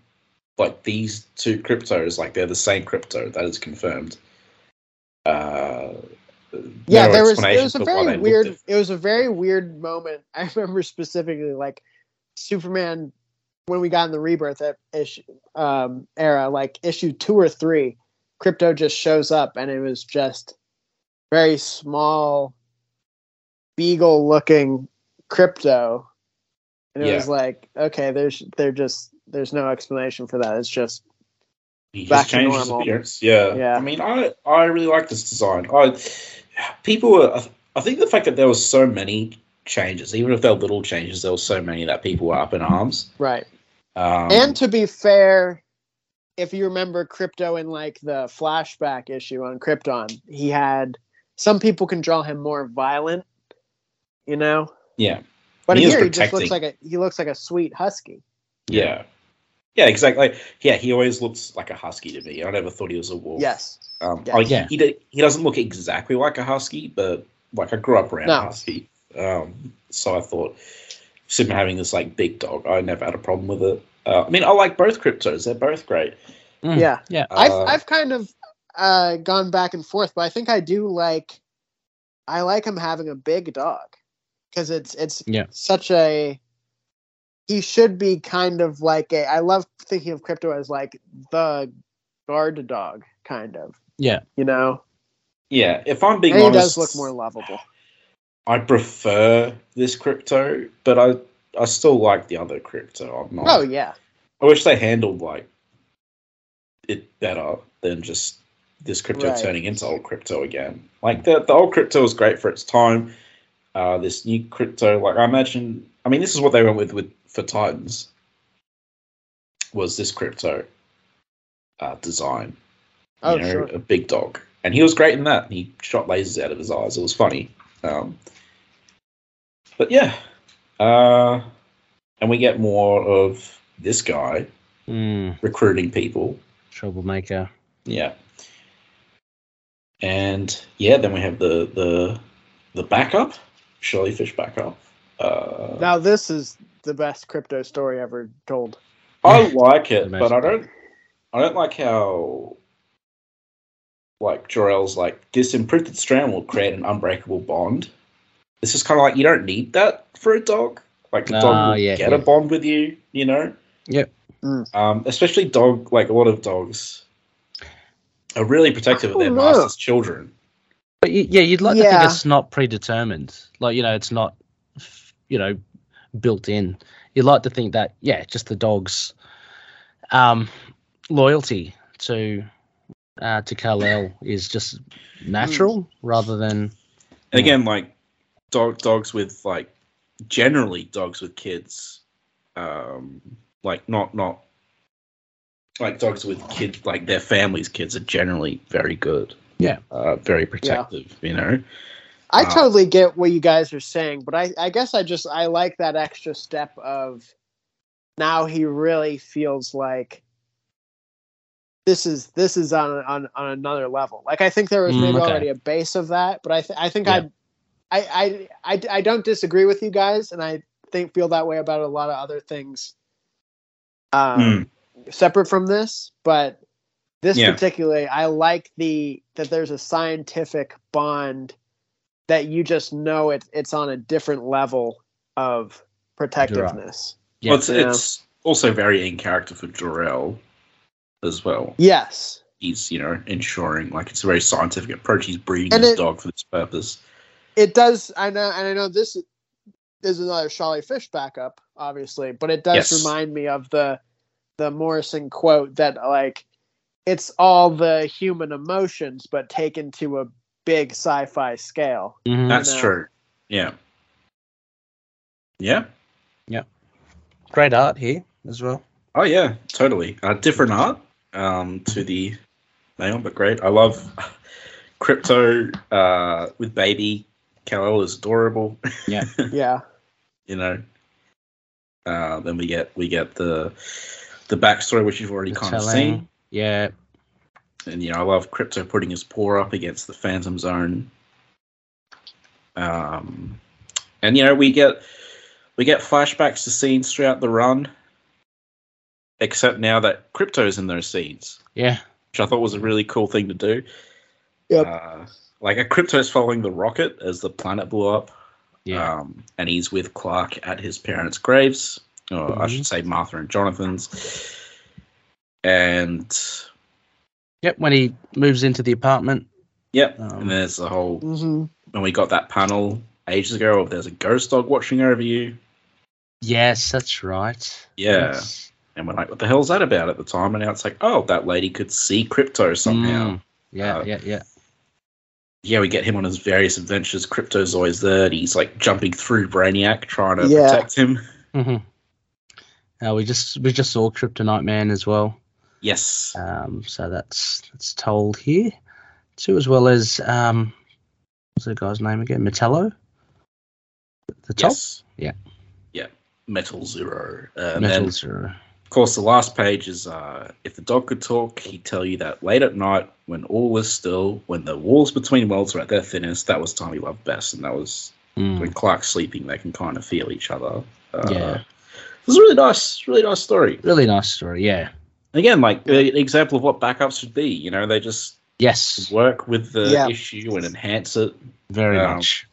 A: Like these two cryptos, like they're the same crypto. That is confirmed. Uh,
C: yeah
A: no
C: there was it
A: explanation
C: was
A: for
C: a
A: why they
C: very
A: look
C: weird
A: different.
C: it was a very weird moment <laughs> i remember specifically like superman when we got in the rebirth e- issue um era like issue two or three crypto just shows up and it was just very small beagle looking crypto and it
A: Yeah.
C: was like okay there's they're just there's no explanation for that it's just
A: He just
C: back to
A: changed his
C: normal.
A: appearance. Yeah.
C: Yeah.
A: I mean, I I really like this design. I people were. I think the fact that there was so many changes. Even if they're little changes, there were so many that people were up in arms.
C: Right.
A: Um,
C: and to be fair, if you remember Crypto in like the flashback issue on Krypton, he had some people can draw him more violent, you know.
A: yeah,
C: But
A: He is
C: here he just looks
A: protecting.
C: like a he looks like a sweet husky.
A: yeah, yeah, exactly. Yeah, he always looks like a husky to me. I never thought he was a wolf.
C: Yes.
A: Um,
C: Yeah.
A: like, he-
B: Yeah.
A: He, do- he doesn't look exactly like a husky, but like I grew up around
C: No.
A: husky, um, so I thought Superman having this like big dog, I never had a problem with it. Uh, I mean, I like both cryptos; they're both great.
B: Mm.
C: Yeah.
B: Yeah.
C: I've
A: Uh,
C: I've kind of uh, gone back and forth, but I think I do like I like him having a big dog because it's it's
B: Yeah.
C: such a he should be kind of like a I love thinking of crypto as like the guard dog kind of
B: Yeah.
C: you know
A: yeah. If I'm being
C: and he
A: honest,
C: does look more lovable
A: I prefer this crypto, but I I still like the other crypto. I'm not.
C: oh yeah
A: I wish they handled like it better than just this crypto
C: Right.
A: turning into old crypto again. Like the the old crypto was great for its time. Uh, this new crypto, like I imagine, I mean, this is what they went with with for Titans. Was this crypto uh, design?
C: oh
A: you know,
C: sure
A: a big dog, and he was great in that. He shot lasers out of his eyes. It was funny. Um, but yeah, uh, and we get more of this guy
B: Mm,
A: recruiting people.
B: troublemaker.
A: Yeah. And yeah, then we have the the the backup, Shirley Fish backup. Uh,
C: now this is the best crypto story ever told
A: I like it, but I
B: Imagine.
A: don't. I don't like how, like Jorel's like this imprinted strand will create an unbreakable bond. This is kind of like you don't need that for a dog. Like the
B: Ah,
A: dog will
B: yeah,
A: get a
B: yeah.
A: bond with you, you know.
B: Yep.
C: Mm.
A: Um, especially dog. Like a lot of dogs are really protective of
C: I
A: their
C: don't know.
A: masters' children.
B: But y- yeah, you'd like to
C: Yeah.
B: think it's not predetermined. Like you know, it's not you know built in. You'd like to think that yeah, just the dog's um, loyalty to uh, to Kal-El is just natural rather
A: And
B: than Yeah.
A: again, like dog dogs with like generally dogs with kids, um, like not not like dogs with kids like their families' kids are generally very good.
B: Yeah.
A: uh, very protective. You know.
C: I
A: Uh,
C: totally get what you guys are saying, but I, I guess I just I like that extra step of now he really feels like this is this is on on, on another level. Like I think there was
B: Mm,
C: maybe
B: okay.
C: already a base of that, but I th- I think
B: Yeah.
C: I, I I I I don't disagree with you guys, and I think feel that way about a lot of other things. Um,
A: Mm.
C: separate from this, but this
A: Yeah.
C: particularly, I like the that there's a scientific bond that you just know it it's on a different level of protectiveness.
B: Yeah.
A: Well, it's
C: Yeah.
A: it's also very in character for Jorel as well.
C: Yes.
A: He's you know ensuring like it's a very scientific approach. He's breeding
C: And
A: his
C: it- Mm-hmm.
A: dog for this purpose.
C: It does I know and I know this is another Sholly Fish backup, obviously, but it does
A: Yes.
C: remind me of the the Morrison quote that like it's all the human emotions but taken to a big sci-fi scale.
A: <laughs>
B: Mhm.
A: That's
C: know.
A: true. Yeah. Yeah.
B: great art here as well.
A: Oh yeah, totally. Uh, different art um, to the Neon, but great. I love crypto uh, with baby. Kal-El is adorable. <laughs>
C: Yeah.
A: You know. Uh, then we get we get the the backstory, which you've already
B: The
A: kind of
B: telling.
A: seen.
B: Yeah,
A: And you know, I love crypto putting his paw up against the Phantom Zone. Um, and you know, we get we get flashbacks to scenes throughout the run. Except now that crypto's in those scenes.
B: yeah,
A: which I thought was a really cool thing to do.
C: Yep.
A: Uh, like a crypto's following the rocket as the planet blew up,
B: yeah.
A: um, and he's with Clark at his parents' graves, or I
B: Mhm.
A: should say Martha and Jonathan's. And
B: Yep. When he moves into the apartment,
A: yep,
B: Um,
A: and there's the whole.
C: Mhm.
A: And we got that panel ages ago of there's a ghost dog watching over you.
B: yes, that's right.
A: Yeah,
B: That's-
A: and we're like, what the hell's that about at the time? And now it's like, oh, that lady could see crypto somehow.
B: Mm. yeah,
A: Uh,
B: yeah, yeah.
A: yeah, we get him on his various adventures. Cryptozoi's there, and he's like jumping through Brainiac trying to
C: Yeah.
A: protect him.
B: Mm-hmm. Uh, we just we just saw Kryptonite Man as well.
A: Yes.
B: Um, so that's that's told here too, as well as um, what's the guy's name again? Metello. The top
A: Yes.
B: Yeah.
A: Yeah. Metal Zero. Uh, and then,
B: metals are
A: of course, the last page is uh, if the dog could talk, he'd tell you that late at night, when all was still, when the walls between worlds were at their thinnest, that was time he loved best, and that was
B: mm,
A: when Clark's sleeping. They can kind of feel each other. Uh,
B: Yeah.
A: It was a really nice, really nice story.
B: really nice story. Yeah.
A: Again, like an example of what backups should be. You know, they just
B: Yes.
A: work with the
C: Yeah.
A: issue and enhance it.
B: Very
A: Um,
B: much.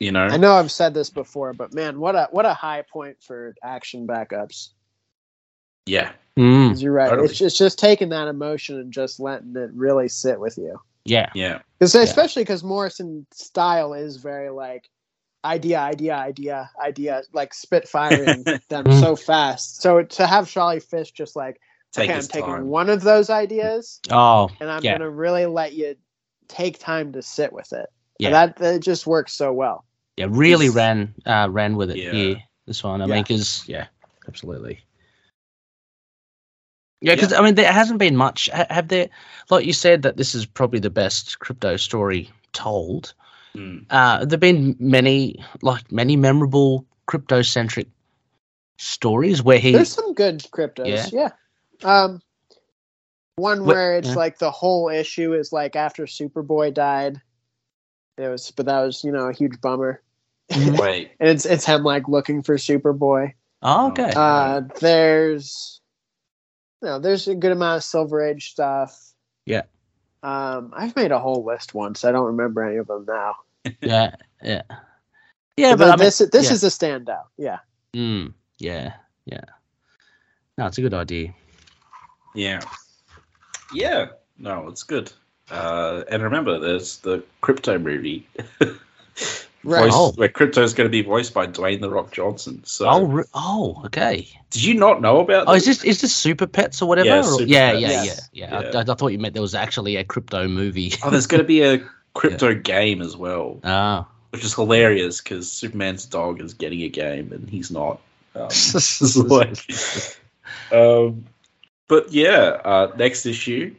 A: You know,
C: I know I've said this before, but man, what a what a high point for action backups.
A: yeah,
B: Mm,
C: 'Cause You're right.
A: Hmm. Totally.
C: It's just, it's just taking that emotion and just letting it really sit with you.
B: yeah.
A: yeah,
C: 'Cause
B: Yeah.
C: especially because Morrison's style is very like idea, idea, idea, idea, like spitfiring
A: <laughs>
C: them
A: Hmm.
B: Mm.
C: so fast. So to have Charlie Fish just like,
A: take
C: okay, I'm
A: his
C: taking
A: time.
C: one of those ideas
B: Oh,
C: and I'm
B: Yeah.
C: gonna really let you take time to sit with it.
B: Yeah.
C: Yeah. That that just works so well.
B: yeah. Really
A: He's-
B: ran uh, ran with it
A: Yeah.
B: here. This one, I
C: Yeah.
B: mean, because yeah, absolutely. Yeah, because I mean, there hasn't been much. ha- Have there? Like you said, that this is probably the best crypto story told.
A: Mm.
B: uh, there've been many like many memorable crypto centric stories where he
C: There's some good cryptos. Yeah. Um, one
B: Wh-
C: where it's
B: yeah.
C: like the whole issue is like after Superboy died. It was, but that was you know a huge bummer. Mm-hmm.
B: Mhm.
A: Wait,
C: And it's it's him like looking for Superboy.
B: <laughs> oh, okay
C: Uh, there's no, there's a good amount of Silver Age stuff.
B: Yeah.
C: Um, I've made a whole list once. I don't remember any of them now.
B: yeah yeah yeah
C: but
B: but I mean,
C: this this
B: yeah.
C: is a standout. Yeah.
B: mm, yeah yeah no it's a good idea
A: yeah, yeah. No, it's good. Uh, and remember, there's the crypto movie.
C: Right.
A: Voiced-
B: Oh.
A: Where crypto's going to be voiced by Dwayne the Rock Johnson. So,
B: oh re- oh okay
A: did you not know about?
B: oh is
A: this?
B: this is this super pets or whatever
A: Yeah,
B: Or-
A: Super
B: yeah,
A: Pets.
B: yeah yeah
C: Yes.
B: yeah
A: Yeah.
B: I, I thought you meant there was actually a crypto movie <laughs>
A: Oh, there's going to be a crypto game as well,
C: <laughs>
B: ah
A: which is hilarious because Superman's dog is getting a game and he's not. Um, It's
B: oh.
A: like- um, but yeah, uh, next issue,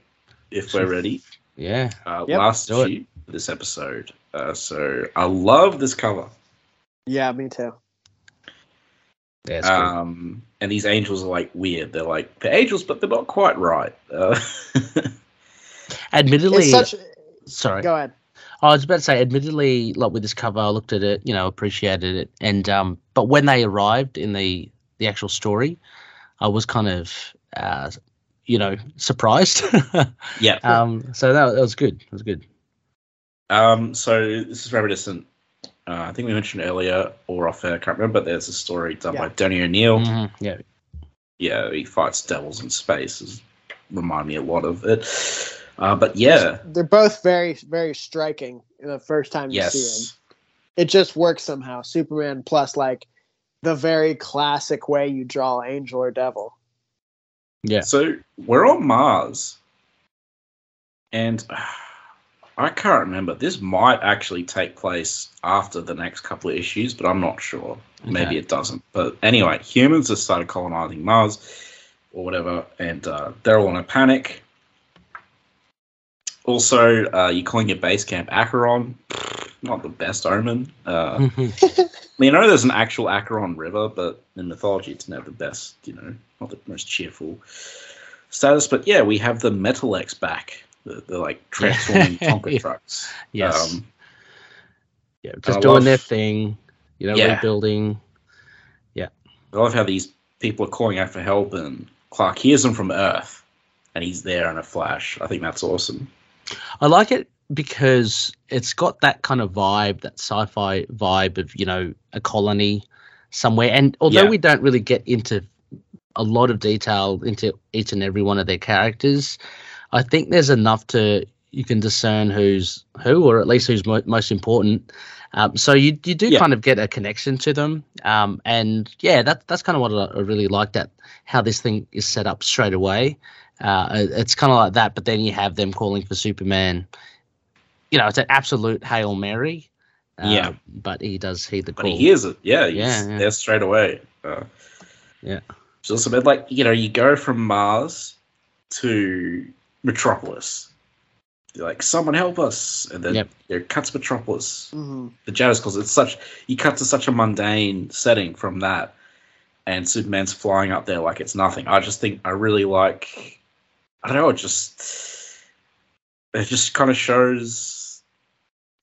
A: if we're ready.
B: yeah
A: Uh,
C: Yep.
A: last
B: Do it.
A: issue of this episode. Uh, so I love this cover.
C: Yeah, me too.
B: that's cool.
A: Um, and these angels are like weird. They're like they're angels, but they're not quite right. Uh,
B: admittedly
C: It's such.
B: sorry
C: Go ahead.
B: I was about to say, admittedly, like with this cover, I looked at it, you know, appreciated it, and um, but when they arrived in the the actual story, I was kind of, uh, you know, surprised. <laughs>
A: yeah.
B: um, so that, that was good. That was good.
A: <laughs> Um, so this is reminiscent. Uh, I think we mentioned earlier or off air, I can't remember. But there's a story done
C: Yeah.
A: by Danny O'Neill.
B: Mhm, Yeah,
A: Yeah, he fights devils in space. Is, remind me a lot of it. Uh, but yeah,
C: They're both very very striking the first time you see them.
A: yes,
C: it just works somehow. Superman plus like the very classic way you draw angel or devil.
B: yeah.
A: So we're on Mars, and <sighs> uh, I can't remember. This might actually take place after the next couple of issues, but I'm not sure. Maybe
B: Okay.
A: it doesn't. But anyway, humans have started colonizing Mars or whatever, and uh, they're all in a panic. Also, uh, you're calling your base camp Acheron. Not the best omen. Uh,
B: Mhm.
A: you know, there's an actual Acheron River, but in mythology, it's never the best, you know, not the most cheerful status. But yeah, we have the Metal X back, the, the like transforming Tonka
B: Yeah.
A: trucks.
B: <laughs> yes,
A: Um,
B: yeah, just
A: I
B: doing
A: love-
B: their thing, you know,
A: Yeah.
B: rebuilding.
A: I love how these people are calling out for help, and Clark hears them from Earth, and he's there in a flash. I think that's awesome.
B: I like it because it's got that kind of vibe, that sci-fi vibe of you know a colony somewhere. And although
A: Yeah.
B: we don't really get into a lot of detail into each and every one of their characters, I think there's enough to you can discern who's who, or at least who's mo- most important. Um, so you you do
A: Yeah.
B: kind of get a connection to them, um, and yeah, that that's kind of what I, I really like that how this thing is set up straight away. Uh, it- it's kind of like that, but then you have them calling for Superman you know, it's an absolute hail mary. Uh,
A: Yeah.
B: but he does heed the
A: But
B: call.
A: he hears it. Yeah, he's
B: Yeah, yeah.
A: there straight away. Uh,
B: Yeah.
A: It's also been like, you know, you go from Mars to Metropolis. You're like, someone help us. And then
B: Yep.
A: you know, cuts Metropolis.
C: Mhm.
A: The jazz because it's such you cut to such a mundane setting from that and Superman's flying up there like it's nothing. I just think I really like I don't know, it just it just kind of shows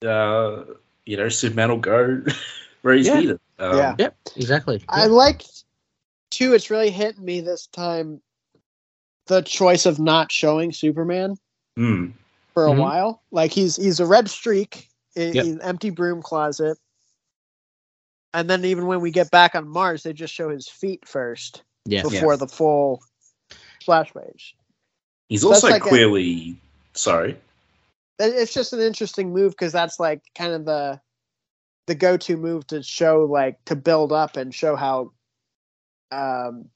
A: uh you know, Superman will go <laughs> where he's
B: Yeah.
A: needed. Um,
C: Yeah.
B: Yep, exactly.
C: I like too. It's really hitting me this time. The choice of not showing Superman
A: hmm.
C: for a
B: Mhm.
C: while, like he's he's a red streak in,
B: Yep.
C: in an empty broom closet, and then even when we get back on Mars, they just show his feet first
B: Yeah.
C: before
A: Yeah.
C: the full splash page.
A: He's
C: That's
A: also
C: like a-
A: clearly sorry.
C: It- It's just an interesting move because that's like kind of the the go to move to show like to build up and show how um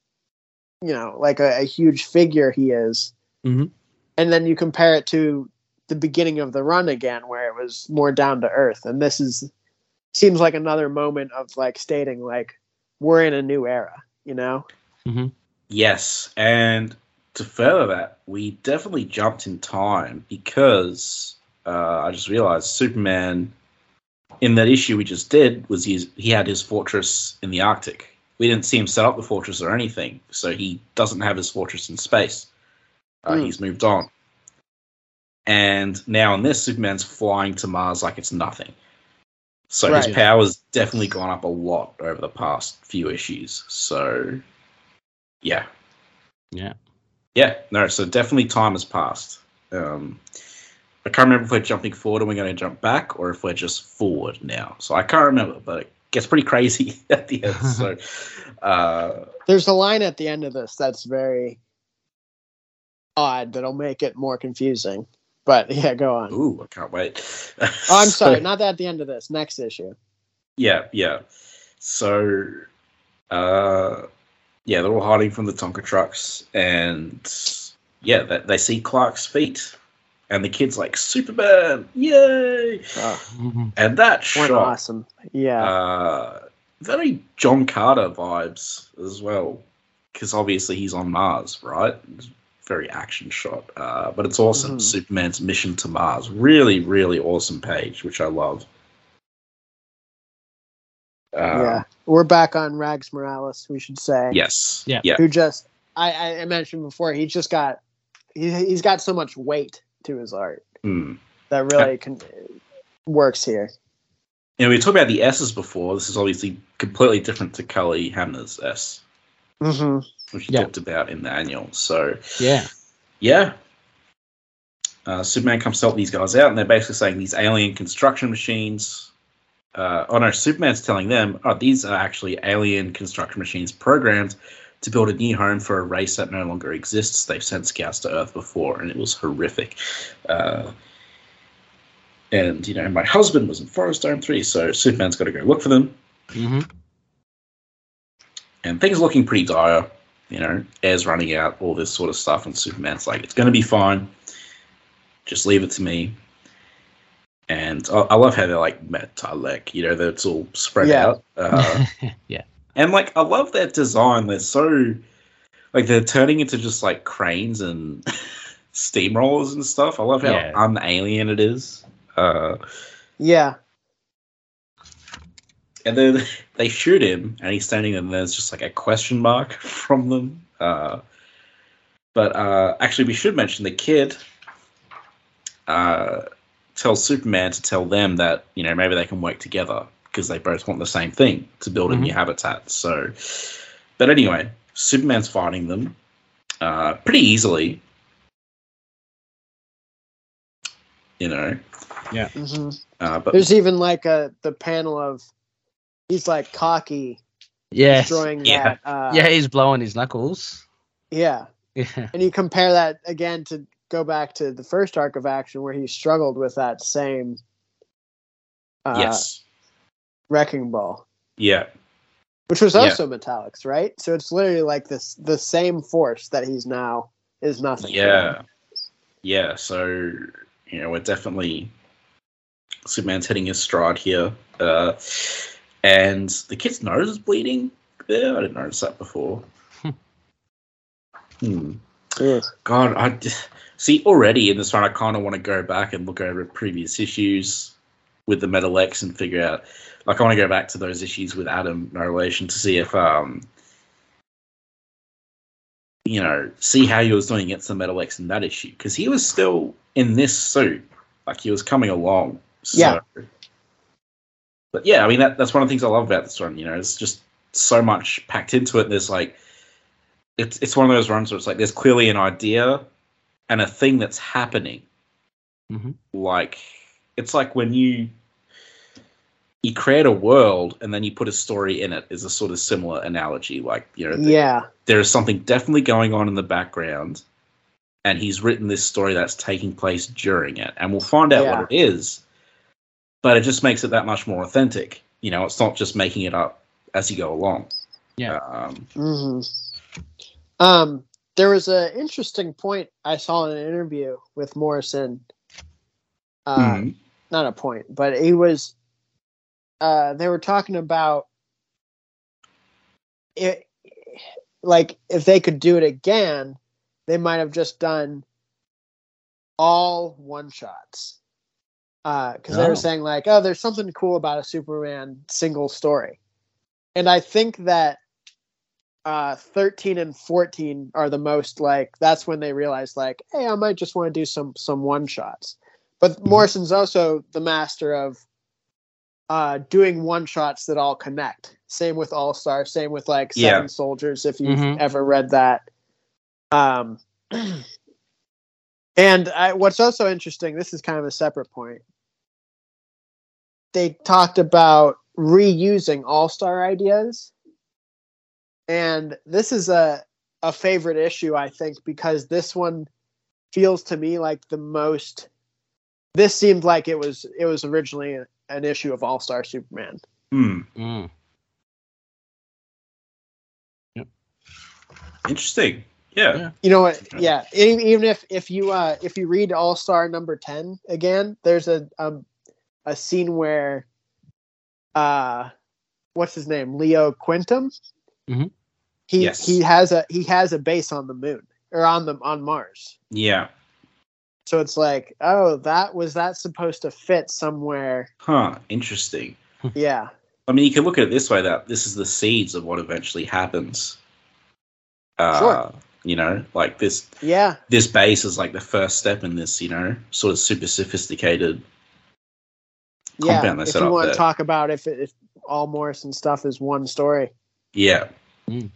C: you know like a, a huge figure he is
B: Mhm.
C: and then you compare it to the beginning of the run again where it was more down to earth and this is seems like another moment of like stating like we're in a new era you know
A: Yes, and to further that, we definitely jumped in time because uh, I just realized Superman in that issue we just did was his, he had his fortress in the Arctic. We didn't see him set up the fortress or anything, so he doesn't have his fortress in space. Uh,
C: Hmm.
A: He's moved on. And now in this, Superman's flying to Mars like it's nothing. So
C: Right.
A: his power's definitely gone up a lot over the past few issues. So, yeah.
B: Yeah.
A: Yeah, no, so definitely time has passed. Um, I can't remember if we're jumping forward and we're going to jump back or if we're just forward now. So I can't remember, but it gets pretty crazy <laughs> at the end. So, uh,
C: there's a line at the end of this that's very odd that'll make it more confusing but yeah go on
A: ooh, I can't wait.
C: Oh,
A: <laughs>
C: I'm
A: So-
C: sorry, not at the end of this. Next issue.
A: Yeah, yeah. So, uh, yeah, they're all hiding from the Tonka trucks, and yeah, they, they see Clark's feet, and the kid's like, Superman, yay!
B: Mhm.
A: And that
C: Went
A: shot,
C: Oh, awesome. Yeah.
A: uh, very John Carter vibes as well, because obviously he's on Mars, right? Very action shot, uh, but it's awesome.
C: Mhm.
A: Superman's mission to Mars, really, really awesome page, which I love. Uh,
C: yeah. We're back on Rags Morales, we should say.
A: Yes.
B: Yeah.
A: Yeah.
C: Who just I, I- I mentioned before, he just got he he's got so much weight to his art
A: Mm.
C: that really can works here.
A: You know, we talked about the S's before. This is obviously completely different to Cully Hamner's S,
C: Mm-hmm.
A: which you
B: Yeah.
A: talked about in the annual. So,
B: Yeah.
A: yeah. Uh, Superman comes to help these guys out, and they're basically saying these alien construction machines. Uh, oh no, Superman's telling them, oh, these are actually alien construction machines programmed to build a new home for a race that no longer exists. They've sent scouts to Earth before, and it was horrific. Uh, and, you know, my husband was in Forest Dome 3, so Superman's got to go look for them
B: hmm
A: and things are looking pretty dire. You know, air's running out, all this sort of stuff, and Superman's like, "It's going to be fine. Just leave it to me." And I, I love how they're like metallic. You know, that it's all spread
C: Yeah.
A: out.
B: <laughs>
A: Uh,
B: yeah.
A: and like, I love their design. They're so like they're turning into just like cranes and <laughs> steamrollers and stuff. I love how
B: Yeah.
A: unalien it is. Uh,
C: Yeah.
A: and then <laughs> they shoot him and he's standing there and there's just like a question mark <laughs> from them uh, but uh, actually we should mention the kid uh, tells superman to tell them that you know maybe they can work together because they both want the same thing to build
C: Mm-hmm.
A: a new habitat so but anyway superman's fighting them uh, pretty easily you know
C: hmm
A: uh, but
C: There's even like a the panel of he's like cocky
B: Yes.
C: destroying
A: Yeah.
C: that uh
B: Yeah, he's blowing his knuckles.
C: yeah.
B: Yeah.
C: and you compare that again to go back to the first arc of action where he struggled with that same uh,
A: yes
C: wrecking ball,
A: yeah
C: which was
A: Yeah.
C: also Metallics, right? So it's literally like this the same force that he's now is nothing.
A: Yeah. Yeah. So, you know, we're definitely Superman's hitting his stride here, uh, and the kid's nose is bleeding. There, I didn't notice that before. hmm.
C: Yes.
A: God, I d- see already in this one. I kind of want to go back and look over previous issues with the Metal X and figure out. Like, I want to go back to those issues with Adam, no relation, to see if um, you know, see how he was doing against the Metal X in that issue because he was still in this suit, like he was coming along. So.
C: Yeah.
A: But yeah, I mean that, that's one of the things I love about this one. You know, it's just so much packed into it. And there's like, it's it's one of those runs where it's like there's clearly an idea and a thing that's happening.
B: Mhm.
A: Like it's like when you you create a world and then you put a story in it is a sort of similar analogy. Like you know, the-
C: Yeah.
A: there is something definitely going on in the background, and he's written this story that's taking place during it, and we'll find out what it is. But it just makes it that much more authentic. You know, it's not just making it up as you go along.
B: Yeah.
A: Um,
C: hmm Um, there was an interesting point I saw in an interview with Morrison. Uh,
A: mhm.
C: Not a point, but he was. Uh, they were talking about it, like if they could do it again, they might have just done all one shots. Because they
A: Oh.
C: were saying like, oh, there's something cool about a Superman single story, and I think that uh, 13 and 14 are the most like that's when they realize like hey i might just want to do some some one shots but morrison's also the master of uh, doing one shots that all connect same with all star same with like seven
A: Yeah.
C: soldiers if you've
B: Mhm.
C: ever read that um <clears throat> and I, what's also interesting this is kind of a separate point they talked about reusing all star ideas and this is a a favorite issue i think because this one feels to me like the most this seemed like it was it was originally a- an issue of all star superman
A: Hmm.
B: Mm.
A: Interesting. Yeah.
C: you know what
A: Okay.
C: yeah e- even if if you uh if you read all star number 10 again there's a um a scene where uh what's his name leo quintum
B: Mhm.
C: he
A: Mm-hmm. Yes.
C: he has a he has a base on the moon or on the on mars
A: Yeah.
C: So it's like, oh, that was that supposed to fit somewhere?
A: Huh. Interesting.
C: Yeah,
A: I mean, you can look at it this way: that this is the seeds of what eventually happens. Uh,
C: Sure.
A: You know, like this
C: yeah,
A: this base is like the first step in this, you know, sort of super sophisticated.
C: yeah.
A: Compound they
C: If
A: set
C: you
A: up
C: want
A: there.
C: to talk about if if all Morrison stuff is one story,
A: Yeah.
B: Mm.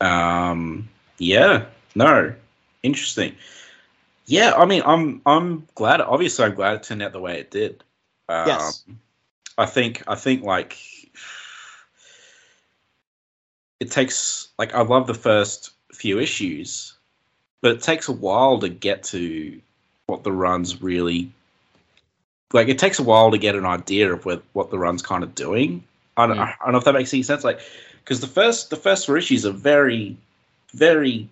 A: Um. Yeah. No. Interesting. Yeah. I mean, I'm. I'm glad. Obviously, I'm glad it turned out the way it did. Um,
C: Yes.
A: I think. I think like. It takes like I love the first few issues, but it takes a while to get to what the run's really like. It takes a while to get an idea of what what the run's kind of doing. I don't, I don't know if that makes any sense. Like, because the first the first four issues are very, very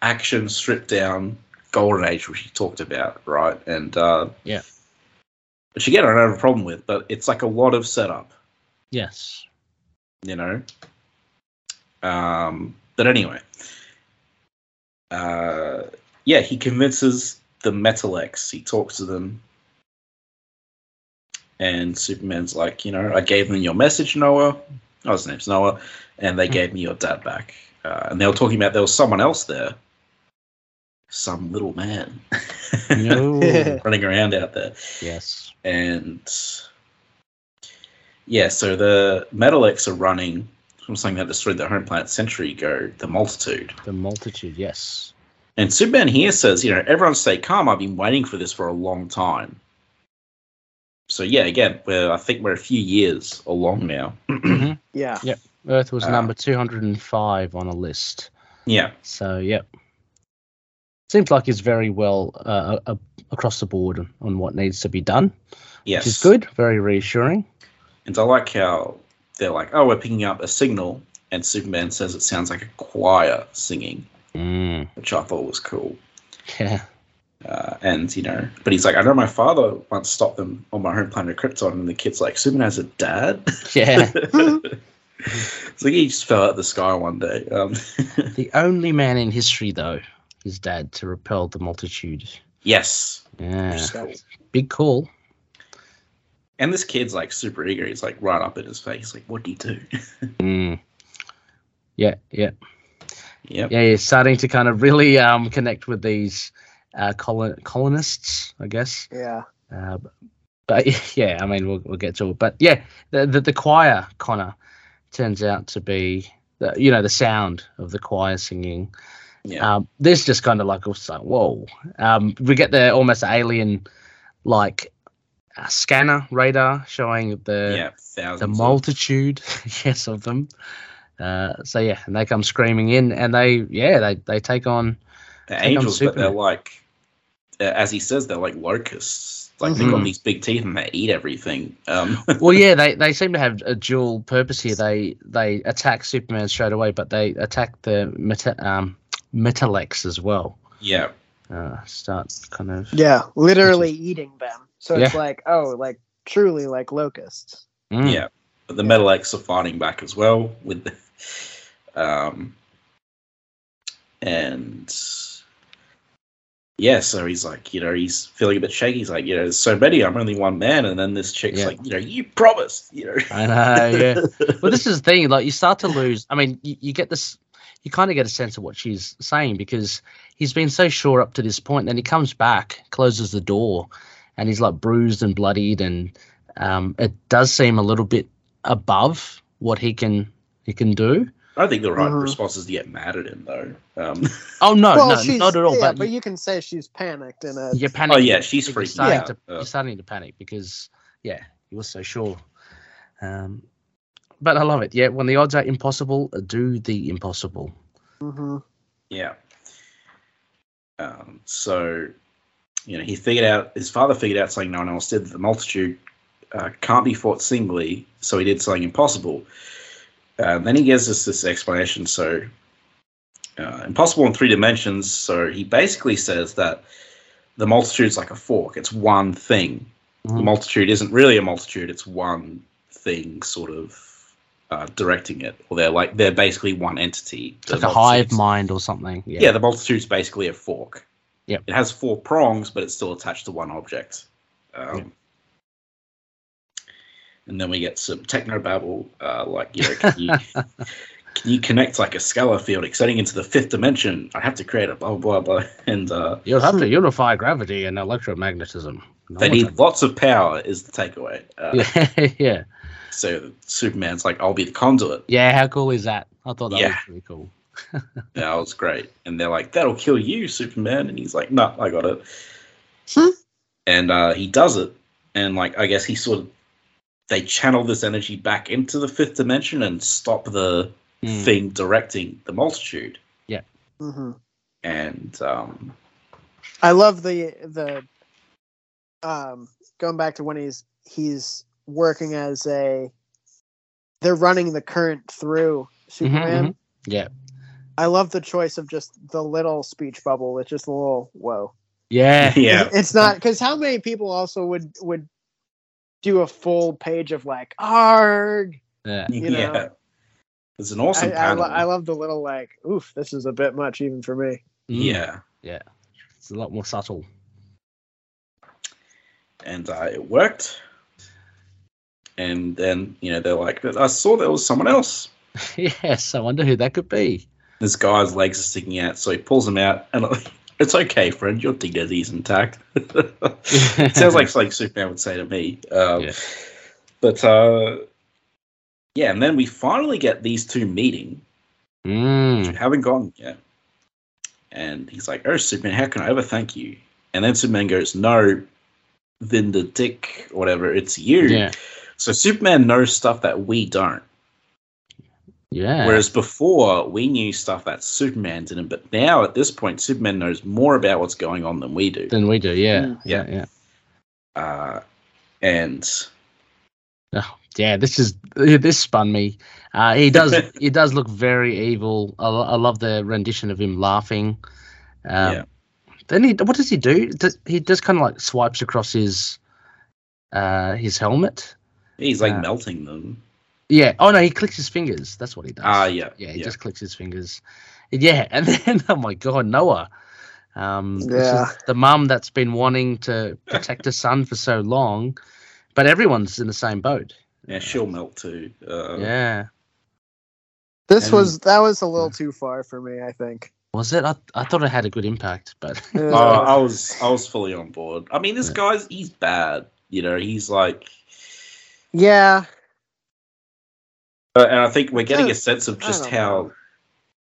A: action stripped down golden age, which you talked about, right? And uh,
B: Yeah.
A: which again I don't have a problem with, but it's like a lot of setup,
B: Yes.
A: <laughs> you know. Um, but anyway, uh, yeah, he convinces the Metal X. He talks to them. And Superman's like, you know, I gave them your message, Noah. Oh, his name's Noah. And they gave me your dad back. Uh, and they were talking about there was someone else there. Some little man <laughs>
C: <laughs>
B: No.
A: running around out there.
B: yes.
A: And yeah, so the Metal X are running from something that destroyed their home planet a century ago, the Multitude.
B: The
A: <clears throat>
B: multitude. Yes.
A: And Superman here says, you know, everyone stay calm. I've been waiting for this for a long time. So yeah, again, we're, I think we're a few years along now.
B: Mm-hmm.
C: yeah,
B: Earth was
A: Ah.
B: number 205 on the list.
A: yeah,
B: So, yep. Seems like it's very well uh, a- across the board on- on what needs to be done,
A: yes,
B: which is good, very reassuring.
A: And I like how they're like, oh, we're picking up a signal, and Superman says it sounds like a choir singing,
B: Mm. <laughs>
A: which I thought was cool.
B: Yeah.
A: Uh, and you know, but he's like, I know my father once stopped them on my home planet Krypton, and the kid's like, Superman has a dad. <laughs>
B: Yeah,
A: it's like he just fell out of the sky one day. Um,
B: the only man in history though, his dad, to repel the multitude.
A: yes, which
B: Yeah,
A: is cool.
B: big call.
A: And this kid's like super eager. He's like right up in his face, like, "What do you do?" <laughs>
B: Mm. Yeah, yeah.
A: yep.
B: yeah, you're starting to kind of really um, connect with these uh, colon- colonists, I guess.
C: Yeah.
B: Uh, but <laughs> yeah, I mean, we'll, we'll get to it. But yeah, the, the, the choir, Connor, turns out to be, the, you know, the sound of the choir singing.
A: Yeah.
B: Um, this just kind of like, it's like, whoa. Um, we get the almost alien like uh, scanner radar showing Uh, the
A: yeah. Thousands.
B: the
A: of-
B: multitude, <laughs> yes, of them. Uh, so yeah, and they come screaming in, and they yeah they they take on
A: They're
B: Take on
A: angels, but they're
B: Superman.
A: like, uh, as he says, they're like locusts. Like they've got
B: Mhm.
A: these big teeth and they eat everything. Um, <laughs>
B: well yeah they they seem to have a dual purpose here. They they attack Superman straight away, but they attack the meta, um, Metalex as well.
A: yeah,
B: Uh, start kind of
C: Yeah. Literally eating them. So it's
B: Yeah.
C: like, oh, like truly like locusts.
B: Mm.
A: yeah. But the Metal X are fighting back as well with the, um, and yeah. So he's like, you know, he's feeling a bit shaky. He's like, you know, there's so many. I'm only one man. And then this chick's
B: Yeah.
A: like, you know, you promised. You know. <laughs>
B: I know, yeah. But this is the thing, like you start to lose. I mean, you, you get this, you kind of get a sense of what she's saying because he's been so sure up to this point. Then he comes back, closes the door, and he's like bruised and bloodied, and um, it does seem a little bit above what he can he can do.
A: I think the right
B: Mm-hmm.
C: Mhm.
A: response is to get mad at him, though. Um,
B: Oh no,
C: well,
B: no,
C: she's,
B: not at all.
C: yeah,
B: but,
C: you can say she's panicked uh, in a.
B: you're panicking.
A: oh yeah, she's
B: Like, you're
A: freaking
B: starting
A: out.
B: to
A: Uh,
B: you're starting to panic because yeah, you were so sure. Um, but I love it. Yeah, when the odds are impossible, uh, do the impossible.
C: Mhm.
A: Yeah. Um, so, you know, he figured out his father figured out something no one else did. That the multitude uh, can't be fought singly, so he did something impossible. Uh, then he gives us this explanation. So, uh, impossible in three dimensions. So he basically says that the multitude's like a fork. It's one thing. The
B: Mm.
A: multitude isn't really a multitude. It's one thing, sort of uh, directing it. Or they're like they're basically one entity.
B: It's like
A: The
B: a hive
A: multitude's-
B: mind or something.
A: yeah.
B: Yeah.
A: the multitude's basically a fork.
B: Yep.
A: It has four prongs, but it's still attached to one object. Um,
B: Yep.
A: And then we get some techno babble, uh, like, you know, can
B: <laughs>
A: you, can you connect like a scalar field extending into the fifth dimension? I have to create a blah, blah, blah. <laughs> And uh,
B: You'll have to unify gravity and electromagnetism. No
A: they
B: one's
A: need lots of power, is the takeaway. Uh,
B: like- Oh, yeah, <laughs> yeah,
A: So Superman's like, I'll be the conduit.
B: yeah. How cool is that? I thought that was
A: Yeah.
B: pretty cool.
A: That was great. And they're like, that'll kill you, Superman. And he's like, no, I got it.
C: Hmm.
A: And uh, he does it. And like, I guess he sort of they channel this energy back into the fifth dimension and stop the
B: Mm.
A: thing directing the multitude.
C: Mhm.
A: And um,
C: I love the the um going back to when he's he's working as a they're running the current through
B: mhm.
C: Superman.
B: Yeah.
C: I love the choice of just the little speech bubble with just a little whoa.
A: <laughs>
B: Yeah.
A: yeah,
C: It's not because how many people also would would do a full page of like arg.
B: Yeah.
C: <laughs>
B: Mm.
C: You know.
A: yeah, it's an awesome
C: I, I,
A: panel.
C: lo- I love the little like oof. This is a bit much even for me.
B: Mm.
A: yeah,
B: It's a lot more subtle. <laughs>
A: and uh, it worked. And then you know they're like, but I saw there was someone else.
B: yes. I wonder who that could be.
A: this guy's legs are sticking out, so he pulls him out, and <laughs> it's okay, friend. Your dignity is intact. <laughs> Sounds like something Superman would say to me. Um,
B: Yeah.
A: But uh, yeah, and then we finally get these two meeting.
B: <laughs> Mm.
A: Which we haven't gotten yet, and he's like, "Oh, Superman, how can I ever thank you?" And then Superman goes, "No, then the dick, or whatever, it's you."
B: Yeah.
A: So Superman knows stuff that we don't.
B: Yeah.
A: Whereas before, we knew stuff that Superman didn't, but now at this point, Superman knows more about what's going on than we do.
B: than we do. Yeah.
C: Mm.
B: Yeah. Yeah.
A: Uh, and
B: Yeah, this is this spun me. Uh, he
A: <laughs>
B: does he does look very evil. I, lo- I love the rendition of him laughing. Um,
A: Yeah.
B: Then he, what does he do? Does, he just kind of like swipes across his, uh, his helmet.
A: He's like
B: Uh,
A: melting them.
B: Yeah. Oh no, he clicks his fingers. That's what he does.
A: Ah, yeah,
B: Yeah, he
A: yeah.
B: just clicks his fingers. Yeah, <laughs> and then oh my god, Noah. Um, this is
C: Yeah.
B: the mum that's been wanting to protect her son for so long, but everyone's in the same boat.
A: Yeah, she'll melt too. Uh,
B: yeah.
C: This
A: And-
C: was that was a little too far for me. I think.
B: Was it? I, I thought it had a good impact, but <laughs>
C: It was
A: Oh,
C: like-
A: I was I was fully on board. I mean, this
B: Yeah.
A: guy's he's bad. You know, he's like,
C: yeah,
A: uh, and I think we're getting a sense of
C: I
A: just
C: don't
A: how
C: know.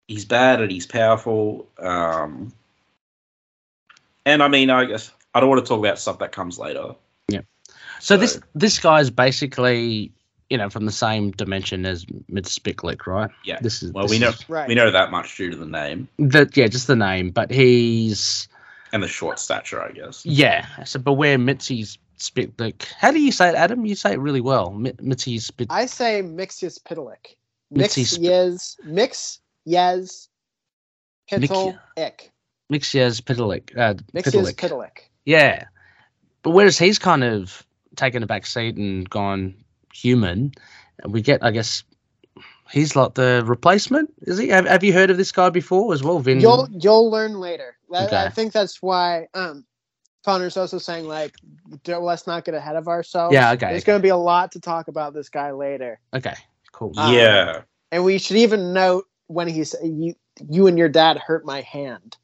A: he's bad and he's powerful. Um, and I mean, I guess I don't want to talk about stuff that comes later.
B: Yeah. so this
A: So-
B: this guy's basically you know from the same dimension as Mr. Spicklick, right?
A: Yeah.
B: This is
A: Well,
B: this
A: we know
B: is-
C: right.
A: we know that much due to the name
B: that. Yeah, just the name, but he's
A: and the short stature, I guess.
B: Yeah, so beware Mitzi's spit. Like, how do you say it, Adam? You say it really well. Mi- Mitzi's spit.
C: I say Mixius Pitalik. Mix
B: Mixius Pit-
C: yes, mix yes, Pitel ick.
B: Mixias Pitalik. Uh,
C: Mixius
B: Pitalik.
C: Pitalik.
B: Yeah, but whereas he's kind of taken a back seat and gone human, and we get, I guess, he's like the replacement. Is he? Have, have you heard of this guy before as well, Vin?
C: You'll you'll learn later. That, I
B: Okay.
C: think that's why um, Connor's also saying like, do let's not get ahead of ourselves.
B: Yeah, okay,
C: There's
B: okay.
C: going to be a lot to talk about this guy later,
B: Okay, cool.
C: Uh,
A: yeah,
C: and we should even note when he's you you and your dad hurt my hand.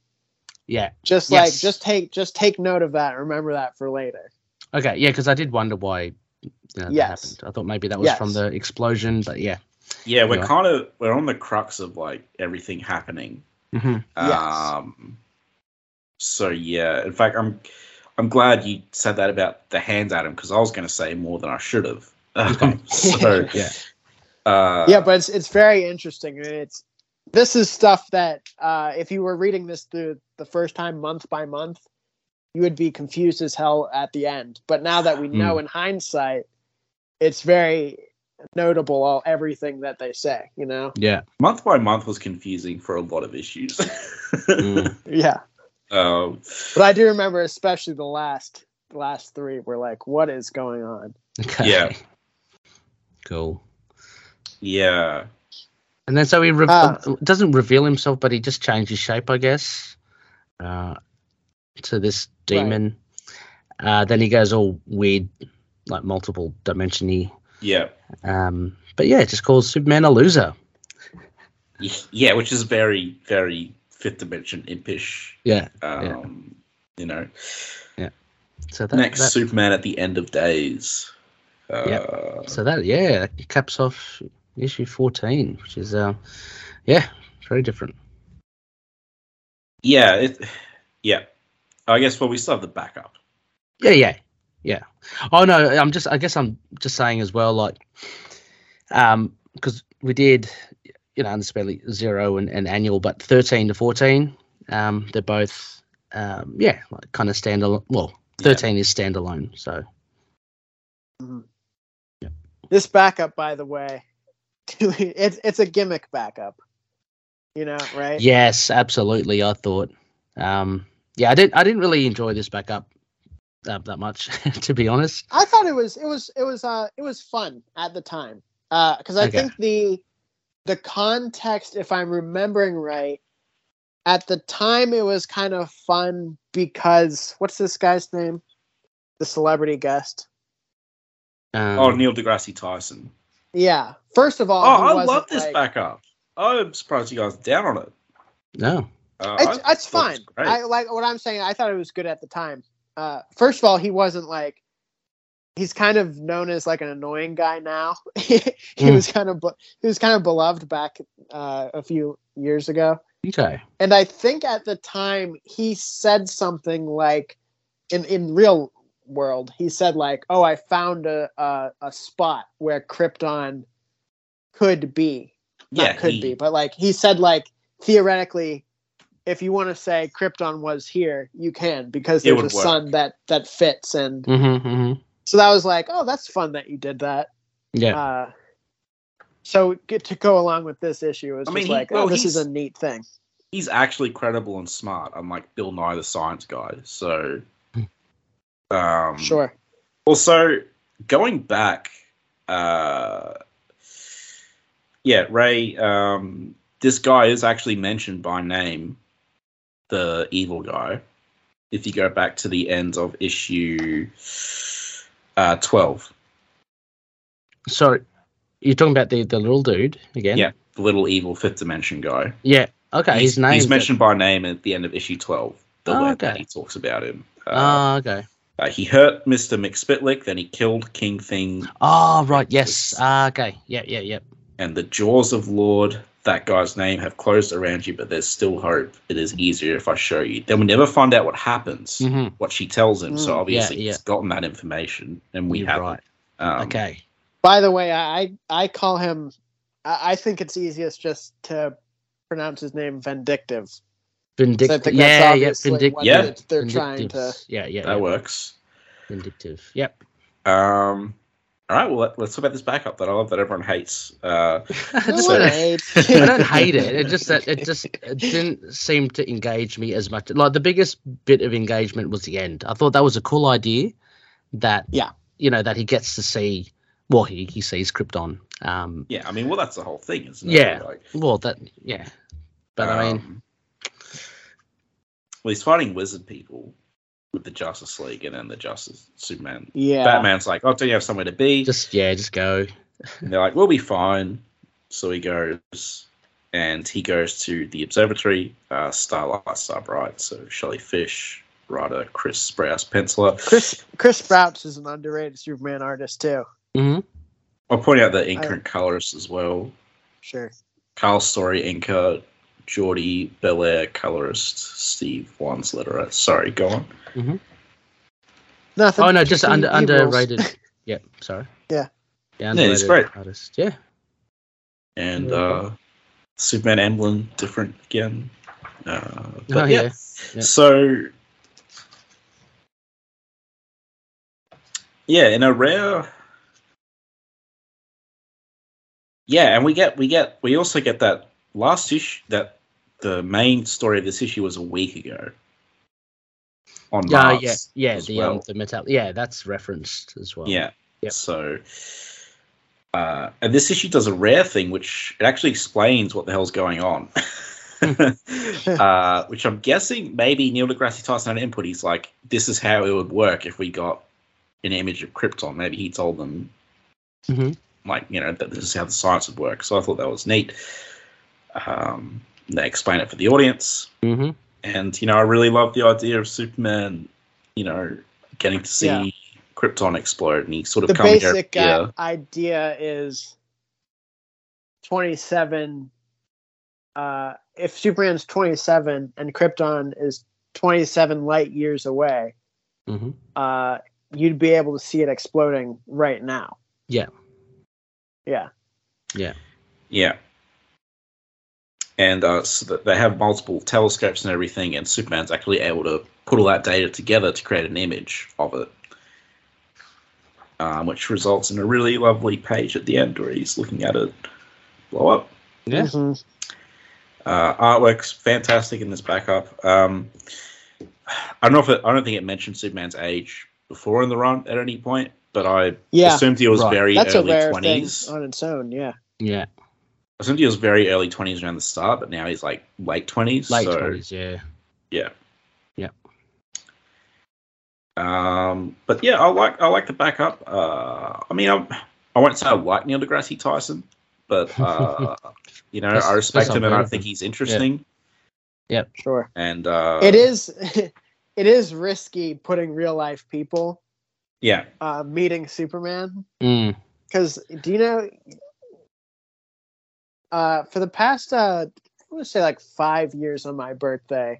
B: yeah.
C: Just
B: Yes.
C: like just take just take note of that. Remember that for later.
B: Okay, yeah, because I did wonder why. You know, that
C: Yes.
B: happened. I thought maybe that was
C: Yes.
B: from the explosion, but yeah.
A: yeah, we're
B: Yeah.
A: kind of we're on the crux of like everything happening
B: hmm
C: Yes.
A: Um, so yeah, in fact, I'm I'm glad you said that about the hands, Adam, because I was going to say more than I should have. <laughs> Um, so
B: <laughs> Yeah.
A: uh,
C: yeah, but it's it's very interesting. and It's this is stuff that uh, if you were reading this through the first time, month by month, you would be confused as hell at the end. But now that we know in hindsight, it's very notable all everything that they say. You know?
B: Yeah.
A: month by month was confusing for a lot of issues. <laughs>
B: Mm. <laughs>
C: Yeah.
A: um,
C: But I do remember, especially the last the last three, were like, what is going on?
B: Okay.
A: Yeah.
B: Cool.
A: yeah,
B: And then so he re-
C: Ah.
B: uh, doesn't reveal himself, but he just changes shape, I guess, uh, to this demon. Uh, then he goes all weird, like multiple dimensiony.
A: yeah,
B: Um, but yeah, it just calls Superman a loser.
A: yeah, which is very very fifth dimension impish.
B: Yeah.
A: Um, You know,
B: So that,
A: next
B: that-
A: Superman at the end of days. Uh,
B: so that yeah that caps off issue fourteen, which is uh, yeah, very different.
A: Yeah, it, yeah. I guess well, we still have the backup.
B: Yeah, yeah, yeah. Oh no, I'm just. I guess I'm just saying as well, like, um, because we did, you know, underspelling zero and, and annual, but thirteen to fourteen, um, they're both, um, yeah, like kind of standalone. Well,
A: Yeah.
B: thirteen is standalone, so
C: This backup, by the way, <laughs> it's it's a gimmick backup. You know, right?
B: yes, absolutely. I thought, um, yeah, I didn't. I didn't really enjoy this backup uh, that much, <laughs> to be honest.
C: I thought it was it was it was uh it was fun at the time because I
B: Okay.
C: think the the context, if I'm remembering right, at the time it was kind of fun because what's this guy's name? The celebrity guest.
B: Um,
A: oh, Neil deGrasse Tyson.
C: Yeah. First of all,
A: Oh,
C: he
A: I
C: wasn't,
A: love this
C: like-
A: backup. I'm surprised you guys are down on it.
B: no,
A: Uh,
C: It's,
A: I
C: it's
A: thought
C: fine.
A: it was great.
C: I like what I'm saying. I thought it was good at the time. Uh, first of all, he wasn't like he's kind of known as like an annoying guy now. <laughs> he
B: Mm.
C: was kind of be- he was kind of beloved back uh, a few years ago,
B: okay,
C: and I think at the time he said something like, in in real world, he said like, "Oh, I found a a, a spot where Krypton could be." yeah,
A: yeah,
C: could
A: he-
C: be, but like he said, like theoretically, if you want to say Krypton was here, you can because
A: It
C: there's a
A: would work.
C: sun that that fits, and
B: mm-hmm, hmm
C: so that was like, oh, that's fun that you did that.
B: yeah,
C: Uh, so get to go along with this issue is
A: I
C: just
A: mean, he-
C: like,
A: well,
C: oh, this is
A: he's-
C: a neat thing.
A: he's actually credible and smart, unlike Bill Nye the Science Guy. So, um,
C: <laughs> Sure.
A: Also, going back, uh, yeah, Ray, um, this guy is actually mentioned by name, the evil guy. If you go back to the end of issue uh, twelve,
B: So you're talking about the, the little dude again?
A: Yeah. the little evil fifth dimension guy.
B: Yeah. Okay.
A: he's,
B: His name.
A: he's mentioned by name at the end of issue 12 the
B: Oh,
A: word
B: okay.
A: that he talks about him uh,
B: Oh, okay.
A: uh, he hurt mr mcspitlick then he killed king thing
B: Oh, right. Yes.
A: it's-
B: Ah, okay. Yeah. Yeah. Yeah.
A: and the jaws of lord that guy's name have closed around you but there's still hope it is easier if i show you then we never find out what happens
B: hmm
A: what she tells him so
C: Mm,
A: obviously
B: yeah, yeah.
A: he's gotten that information and we
B: You're
A: have
B: right.
A: um,
B: okay.
C: By the way, I I- I call him. I, I think it's easiest just to pronounce his name vindictive. 'Cause I
B: Vindictive.
C: think
B: Yeah.
C: that's
B: Yeah.
C: obviously
B: Vindictive.
C: what
A: Yeah.
C: they're- they're trying to.
B: Vindictives. Yeah. Yeah.
A: that
B: yeah.
A: works
B: Vindictive.
C: <laughs>
B: Yep.
A: um all right well let, let's talk about this backup that i love that everyone hates uh
C: No,
A: So-
C: <laughs> wait.
B: I <laughs> don't hate it. It just that it just it didn't seem to engage me as much. Like the biggest bit of engagement was the end. I thought that was a cool idea. That
C: Yeah.
B: you know that he gets to see. Well, he he sees Krypton. Um.
A: yeah i mean well that's the whole thing isn't
B: Yeah.
A: it like
B: Well, that yeah. But I mean,
A: Um, well, he's fighting wizard people with the Justice League and then the Justice Superman.
C: yeah.
A: Batman's like, "Oh, do you have somewhere to be?"
B: just yeah, just go.
A: and they're like, "We'll be fine." So he goes, and he goes to the observatory. Uh, Starlight, Starbright, so Shelley Fish, writer Chris Sprouse, penciler.
C: Chris Chris Sprouts is an underrated Superman artist too.
B: hmm
A: I'll point out the ink and colorist as well.
C: Sure.
A: Carl Story, inker. Geordie Belair, colorist. Steve Wands, letterer. Sorry, go on.
C: Nothing.
B: Oh no, just
C: the
B: under
C: evils.
B: underrated. <laughs> yep, sorry.
C: Yeah.
B: Yeah,
A: Yeah, it's
B: underrated
A: great.
B: artist. Yeah.
A: and
B: Yeah.
A: uh, Superman emblem different again. Uh, but
B: Oh,
A: yeah.
B: yeah. yeah.
A: so yeah, in a rare yeah, and we get we get we also get that last issue that the main story of this issue was a week ago on
B: Yeah,
A: Mars.
B: yeah, yeah.
A: as
B: The um,
A: well.
B: the metal. Yeah, that's referenced as well.
A: Yeah.
B: Yep.
A: So, uh, and this issue does a rare thing, which it actually explains what the hell's going
B: <laughs>
A: on. <laughs> uh, which I'm guessing maybe Neil deGrasse Tyson had input. He's like, this is how it would work if we got an image of Krypton. Maybe he told them,
B: Mhm.
A: like, you know, that this is how the science would work. So I thought that was neat. Um, they explain it for the audience.
B: hmm
A: And, you know, I really love the idea of Superman, you know, getting to see
C: Yeah.
A: Krypton explode and he sort of
C: The
A: comes
C: basic
A: yeah.
C: uh, idea is twenty-seven. Uh, if Superman's twenty-seven and Krypton is twenty-seven light years away,
B: hmm
C: uh, you'd be able to see it exploding right now.
B: Yeah.
C: Yeah.
A: Yeah. And uh, so that they have multiple telescopes and everything, and Superman's actually able to put all that data together to create an image of it, um, which results in a really lovely page at the end where he's looking at it blow up.
B: Yeah.
C: Mhm.
A: Uh, artwork's fantastic in this backup. Um, I don't know if it, I don't think it mentioned Superman's age before in the run at any point, but I
C: Yeah.
A: assumed he was
B: Right.
A: very
C: That's a
A: early
C: rare
A: twenties.
C: thing on its own. Yeah.
B: Yeah.
A: I assumed he was very early twenties around the start, but now he's like late twenties.
B: Late twenties.
A: <laughs>
B: Yeah.
A: Um, but yeah, I like I like the backup. Uh, I mean, I'm, I won't say I like Neil deGrasse Tyson, but
C: <laughs>
A: uh, you know,
B: That's-
A: I respect
B: that's
A: him and I
B: unheard of
A: think
B: him.
A: he's interesting.
C: Sure.
A: And uh,
C: it is. <laughs> It is risky putting real life people
A: yeah, <laughs>
C: uh, meeting Superman
B: Mm. <laughs>
C: because do you know uh for the past uh i want to say like five years on my birthday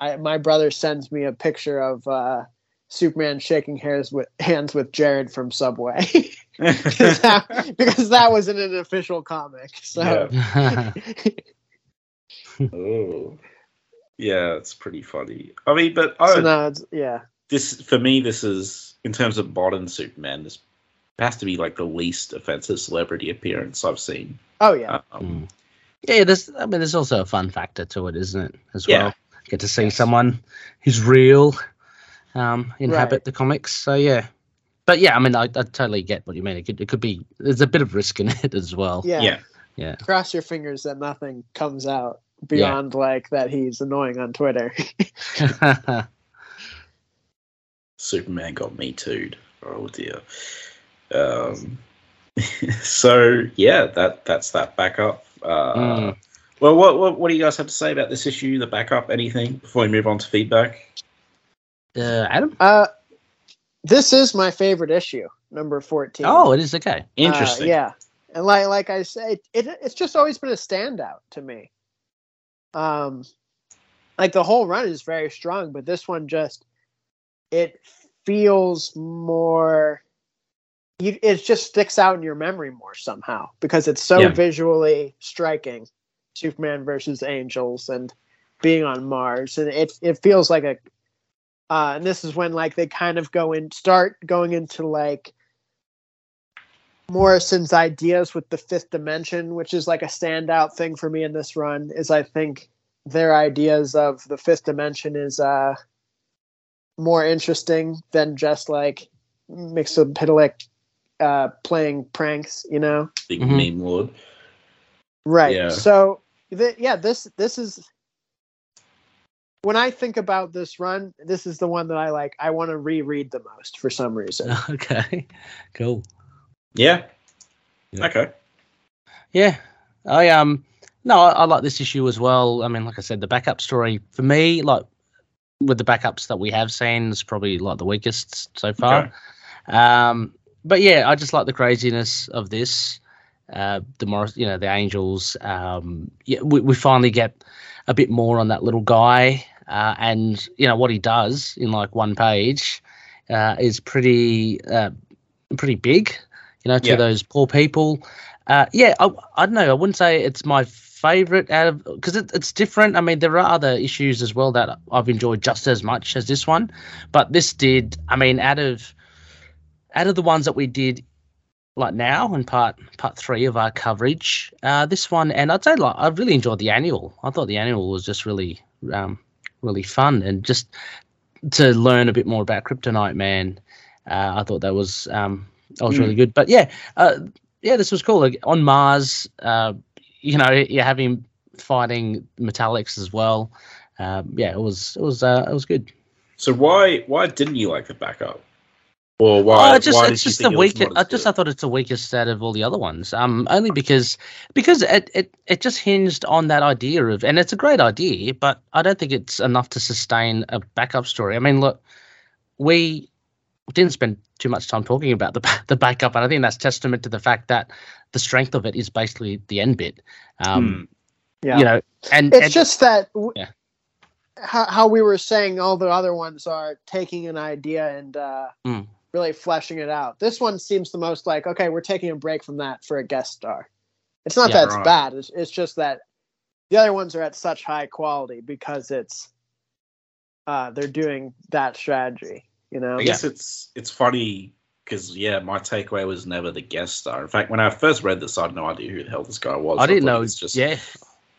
C: i my brother sends me a picture of uh superman shaking hairs with <laughs> hands with jared from subway <laughs> 'Cause that- because that was in an official comic <laughs> <laughs> so
A: Ooh. Oh. yeah, it's pretty funny. I mean, but I,
C: so now it's yeah
A: this for me, this is in terms of modern Superman. This has to be like the least offensive celebrity appearance I've seen.
C: oh yeah
A: Um,
B: Mm. Yeah, there's I mean there's also a fun factor to it, isn't it? As
A: Yeah.
B: well, get to see
C: Yes.
B: someone who's real um, inhabit
C: Right.
B: the comics. So yeah, but yeah, I mean I, I totally get what you mean. It could it could be there's a bit of risk in <laughs> it as well.
C: Yeah.
A: Yeah.
B: Yeah.
C: Cross your fingers that nothing comes out beyond like that he's annoying on Twitter. <laughs>
A: Superman got me too'd. Oh dear. Um, <laughs> so yeah, that that's that backup. Uh,
B: Mm.
A: Well, what, what what do you guys have to say about this issue, the backup, anything before we move on to feedback?
B: Uh, Adam.
C: Uh, this is my favorite issue, number fourteen.
B: Oh, it is okay. <laughs>
C: Uh,
A: Interesting.
C: yeah, and like like I say, it it's just always been a standout to me. Um, like the whole run is very strong, but this one just it feels more. You, it just sticks out in your memory more somehow because it's so
A: Yeah.
C: visually striking. Superman versus angels and being on Mars, and it it feels like a. Uh, and this is when like they kind of go in, start going into like Morrison's ideas with the fifth dimension, which is like a standout thing for me in this run, is I think their ideas of the fifth dimension is uh more interesting than just like Mixopidelic uh playing pranks, you know?
A: Big
B: Mhm.
A: meme lord.
C: Right.
A: Yeah.
C: So th- yeah, this this is when I think about this run, this is the one that I like I want to reread the most for some reason.
B: okay, cool.
A: Yeah.
B: Yeah.
A: Okay.
B: Yeah, I um no, I, I like this issue as well. I mean, like I said, the backup story for me, like with the backups that we have seen, is probably like the weakest so far.
A: Okay.
B: Um, but yeah, I just like the craziness of this. Uh, the Morris, you know, the Angels. Um, yeah, we, we finally get a bit more on that little guy, uh, and you know what he does in like one page uh, is pretty uh, pretty big. You know, to
A: Yeah.
B: those poor people. Uh, yeah, I, I don't know. I wouldn't say it's my favorite out of because it, it's different. I mean, there are other issues as well that I've enjoyed just as much as this one, but this did. I mean, out of out of the ones that we did like now and part part three of our coverage uh this one and i'd say like i really enjoyed the annual i thought the annual was just really um really fun and just to learn a bit more about kryptonite man uh i thought that was um that was
A: Hmm.
B: really good but yeah uh yeah this was cool like, on mars uh you know you have him fighting metallics as well um yeah it was it was uh it was good
A: So why why didn't you like the backup? Or
B: Oh,
A: why?
B: it's just,
A: why
B: it's
A: did you
B: just
A: think
B: the
A: it was
B: weakest.
A: not
B: I
A: as
B: just
A: good?
B: I thought it's the weakest out of all the other ones. Um, only because because it, it it just hinged on that idea of, and it's a great idea, but I don't think it's enough to sustain a backup story. I mean, look, we didn't spend too much time talking about the <laughs> ba- the backup, and I think that's testament to the fact that the strength of it is basically the end bit.
A: Hmm.
B: Um,
C: Yeah.
B: you know, and
C: it's
B: and-
C: just that w-
B: Yeah.
C: how, how we were saying all the other ones are taking an idea and uh,
B: Mm.
C: really fleshing it out this one seems the most like okay we're taking a break from that for a guest star it's not
B: Yeah,
C: that it's
A: right.
C: bad it's, it's just that the other ones are at such high quality because it's uh, they're doing that strategy you know
A: I guess it's it's funny because yeah, my takeaway was never the guest star. In fact, when I first read this, I had no idea who the hell this guy was.
B: I didn't
A: thought
B: know.
A: he was just
B: yeah,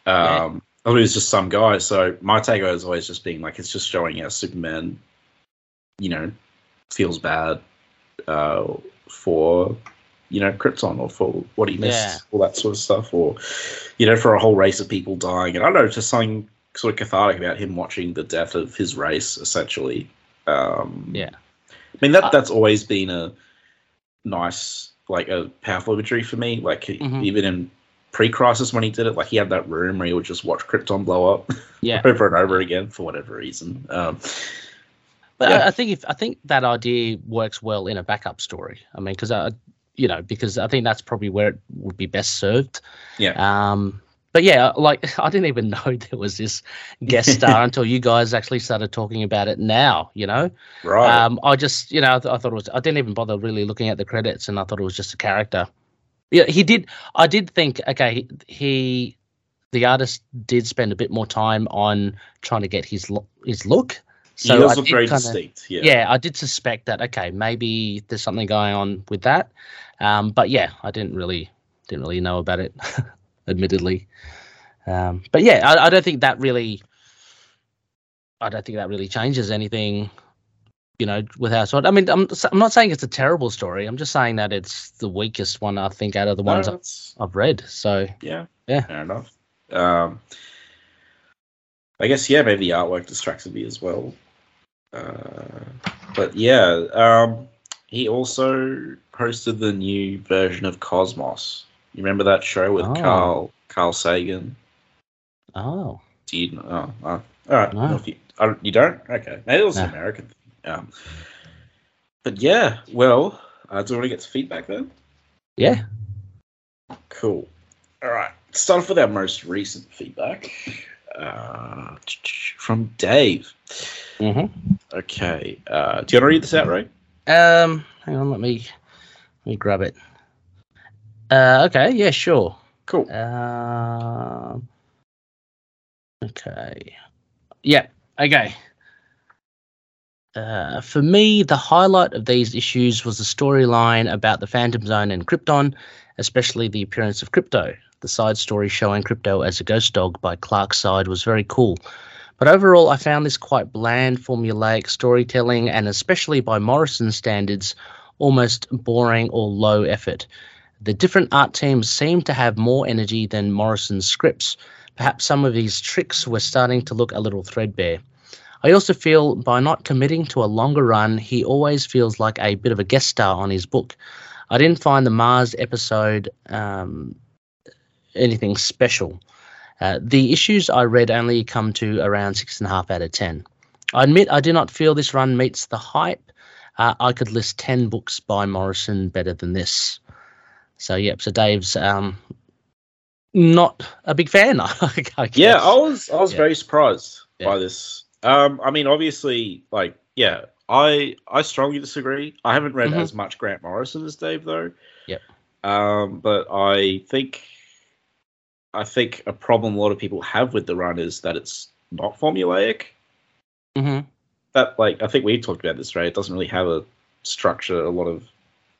B: yeah.
A: Um, I thought it was just some guy. So my takeaway is always just being like, it's just showing how Superman, you know, feels bad uh, for, you know, Krypton or for what he missed,
B: Yeah.
A: all that sort of stuff, or, you know, for a whole race of people dying. And I don't know, just something sort of cathartic about him watching the death of his race, essentially. Um,
B: Yeah. Uh,
A: I mean, that
B: I-
A: that's always been a nice, like a powerful imagery for me. Like,
B: Mhm.
A: even in pre-crisis when he did it like he had that room where he would just watch krypton blow up <laughs>
B: yeah.
A: over and over again for whatever reason um,
B: But
A: Yeah.
B: I, I think if I think that idea works well in a backup story. I mean, because I, you know, because I think that's probably where it would be best served.
A: Yeah.
B: Um. But yeah, like <laughs> I didn't even know there was this guest <laughs> star until you guys actually started talking about it now. You know.
A: right
B: Um. I just, you know, I, th- I thought it was. I didn't even bother really looking at the credits, and I thought it was just a character. Yeah, he did. I did think, okay, he, the artist did spend a bit more time on trying to get his lo- his look. So
A: he does
B: I
A: look
B: did
A: very
B: kinda-
A: distinct yeah
B: yeah. I did suspect that. Okay, maybe there's something going on with that. Um, but yeah, I didn't really didn't really know about it, <laughs> admittedly. Um, but yeah, I, I don't think that really, I don't think that really changes anything. You know, with how sort. I mean, I'm s- I'm not saying it's a terrible story. I'm just saying that it's the weakest one I think out of the
A: No,
B: ones I-
A: that's-
B: I've read. So
A: yeah,
B: Yeah.
A: fair enough. Um, I guess yeah, maybe the artwork distracted me as well. Uh, but yeah, um, he also hosted the new version of Cosmos. You remember that show with
B: Oh.
A: Carl Carl Sagan?
B: oh,
A: Do you? Oh, oh. all right.
B: No.
A: If you, I don't- you don't? Okay. Maybe it was an
B: No.
A: American thing. Um, but yeah, well, uh, do you want to get to feedback then?
B: yeah,
A: Cool. All right. Start off with our most recent feedback uh, from Dave.
B: hmm
A: Okay. Uh, do you want to read this out, Ray?
B: Um, hang on, let me let me grab it. Uh, okay, yeah, sure.
A: Cool.
B: Uh, Um, okay. Yeah. Okay. Uh, for me, the highlight of these issues was the storyline about the Phantom Zone and Krypton, especially the appearance of Crypto. The side story showing Crypto as a ghost dog by Clark's side was very cool. But overall, I found this quite bland, formulaic storytelling, and especially by Morrison's standards, almost boring or low effort. The different art teams seemed to have more energy than Morrison's scripts. Perhaps some of his tricks were starting to look a little threadbare. I also feel by not committing to a longer run, he always feels like a bit of a guest star on his book. I didn't find the Mars episode um, anything special. Uh, the issues I read only come to around six and a half out of ten. I admit I do not feel this run meets the hype. Uh, I could list ten books by Morrison better than this. So yep, so Dave's um not a big fan. <laughs> I guess.
A: Yeah, I was I was
B: Yeah.
A: very surprised
B: Yeah.
A: by this. Um, I mean, obviously, like, yeah, I I strongly disagree. I haven't read
B: Mhm.
A: as much Grant Morrison as Dave though.
B: Yep.
A: Um, but I think I think a problem a lot of people have with the run is that it's not formulaic.
B: Mhm.
A: That like I think we talked about this, right? It doesn't really have a structure a lot of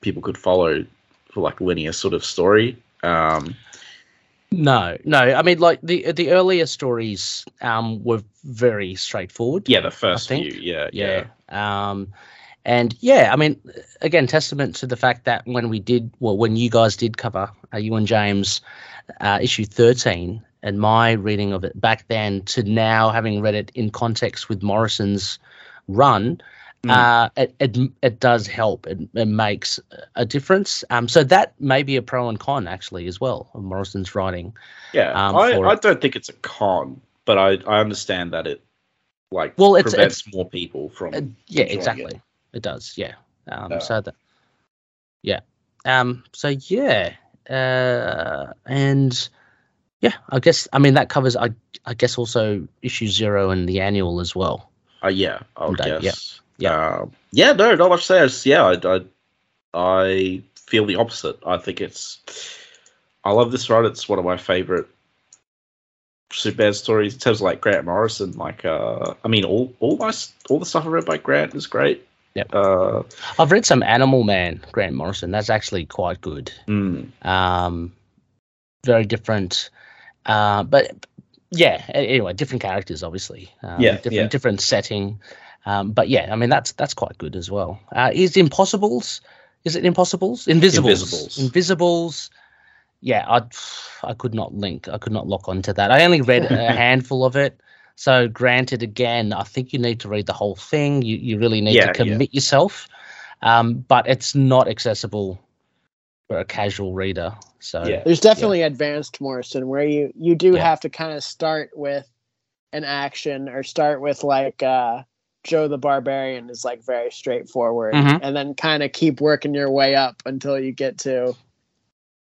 A: people could follow for like linear sort of story. Um,
B: No, no. I mean, like the the earlier stories um were very straightforward.
A: yeah, the first
B: think.
A: few, yeah, yeah.
B: yeah. Um, and yeah, I mean, again, testament to the fact that when we did, well, when you guys did cover uh, you and James uh, issue thirteen, and my reading of it back then to now, having read it in context with Morrison's run.
A: Mm.
B: Uh, it, it it does help. It, it makes a difference. Um, so that may be a pro and con actually as well of Morrison's writing.
A: Yeah,
B: um,
A: I,
B: for-
A: I don't think it's a con, but I, I understand that it like
B: Well, it's-
A: prevents more people from.
B: Uh, yeah,
A: enjoying it.
B: exactly. It. does. Yeah. Um,
A: Uh,
B: so that. Yeah. Um. So yeah. Uh. And yeah, I guess I mean that covers I I guess also issue zero and the annual as well.
A: uh, yeah, I would
B: Dave, yeah,
A: guess. Yeah, um, yeah, no, not much there. It's- yeah, I, I, I feel the opposite. I think it's. I love this run. It's one of my favorite Superman stories in terms of like Grant Morrison. Like, uh, I mean, all all my s- all the stuff I read by Grant is great.
B: Yep.
A: Uh,
B: I've read some Animal Man, Grant Morrison. That's actually quite good.
A: mm,
B: Um, very different. Uh, but yeah. a- Anyway, different characters, obviously. Um,
A: Yeah,
B: Different,
A: yeah.
B: different setting. Um, but yeah, I mean that's that's quite good as well. Uh, is Impossibles? Is it Impossibles? Invisibles.
A: Invisibles.
B: Invisibles. Yeah, I I could not link. I could not lock onto that. I only read
A: <laughs>
B: a handful of it. So granted, again, I think you need to read the whole thing. You you really need
A: Yeah,
B: to
A: yeah.
B: commit yourself. Um, but it's not accessible for a casual reader. So
A: yeah,
C: There's definitely advanced Morrison where you you do
B: Yeah.
C: have to kind of start with an action or start with like uh Joe the Barbarian is like very straightforward
B: Mhm.
C: and then kind of keep working your way up until you get to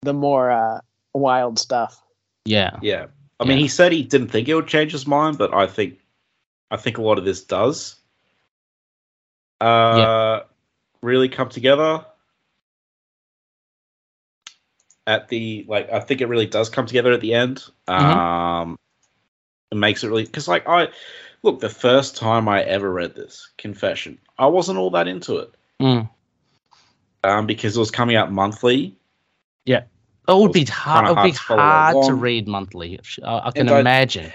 C: the more uh wild stuff.
B: yeah,
A: Yeah. I mean,
B: Yeah.
A: he said he didn't think it would change his mind, but I think, I think a lot of this does. Uh, really come together at the like. I think it really does come together at the end.
B: Mm-hmm.
A: Um, it makes it really because, like, I look the first time I ever read this confession, I wasn't all that into it.
B: Mm.
A: Um, because it was coming out monthly.
B: It would
A: It
B: be hard. It would
A: hard
B: be
A: to follow
B: hard to
A: along.
B: read monthly. I, I can
A: And I-
B: imagine.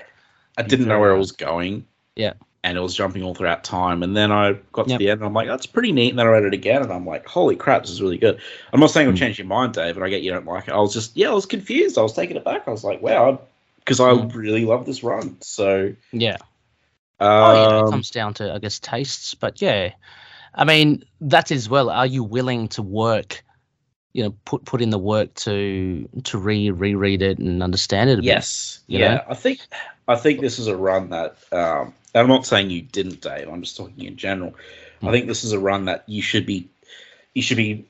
A: I didn't know where I was going.
B: Yeah.
A: And it was jumping all throughout time. And then I got to
B: Yep.
A: the end and I'm like, that's pretty neat. And then I read it again and I'm like, holy crap, this is really good. I'm not saying I'll
B: Mm.
A: change your mind, Dave, and I get you don't like it. I was just, yeah, I was confused. I was taking it back. I was like, wow, because I
B: Mm.
A: really love this run. So,
B: Yeah.
A: um,
B: Oh, yeah, it comes down to I guess tastes, but yeah, I mean that as well. Are you willing to work? You know, put put in the work to to re reread it and understand it. A
A: yes.
B: you
A: yeah.
B: know?
A: I think, I think this is a run that, um, and I'm not saying you didn't, Dave. I'm just talking in general. I
B: Mm.
A: think this is a run that you should be, you should be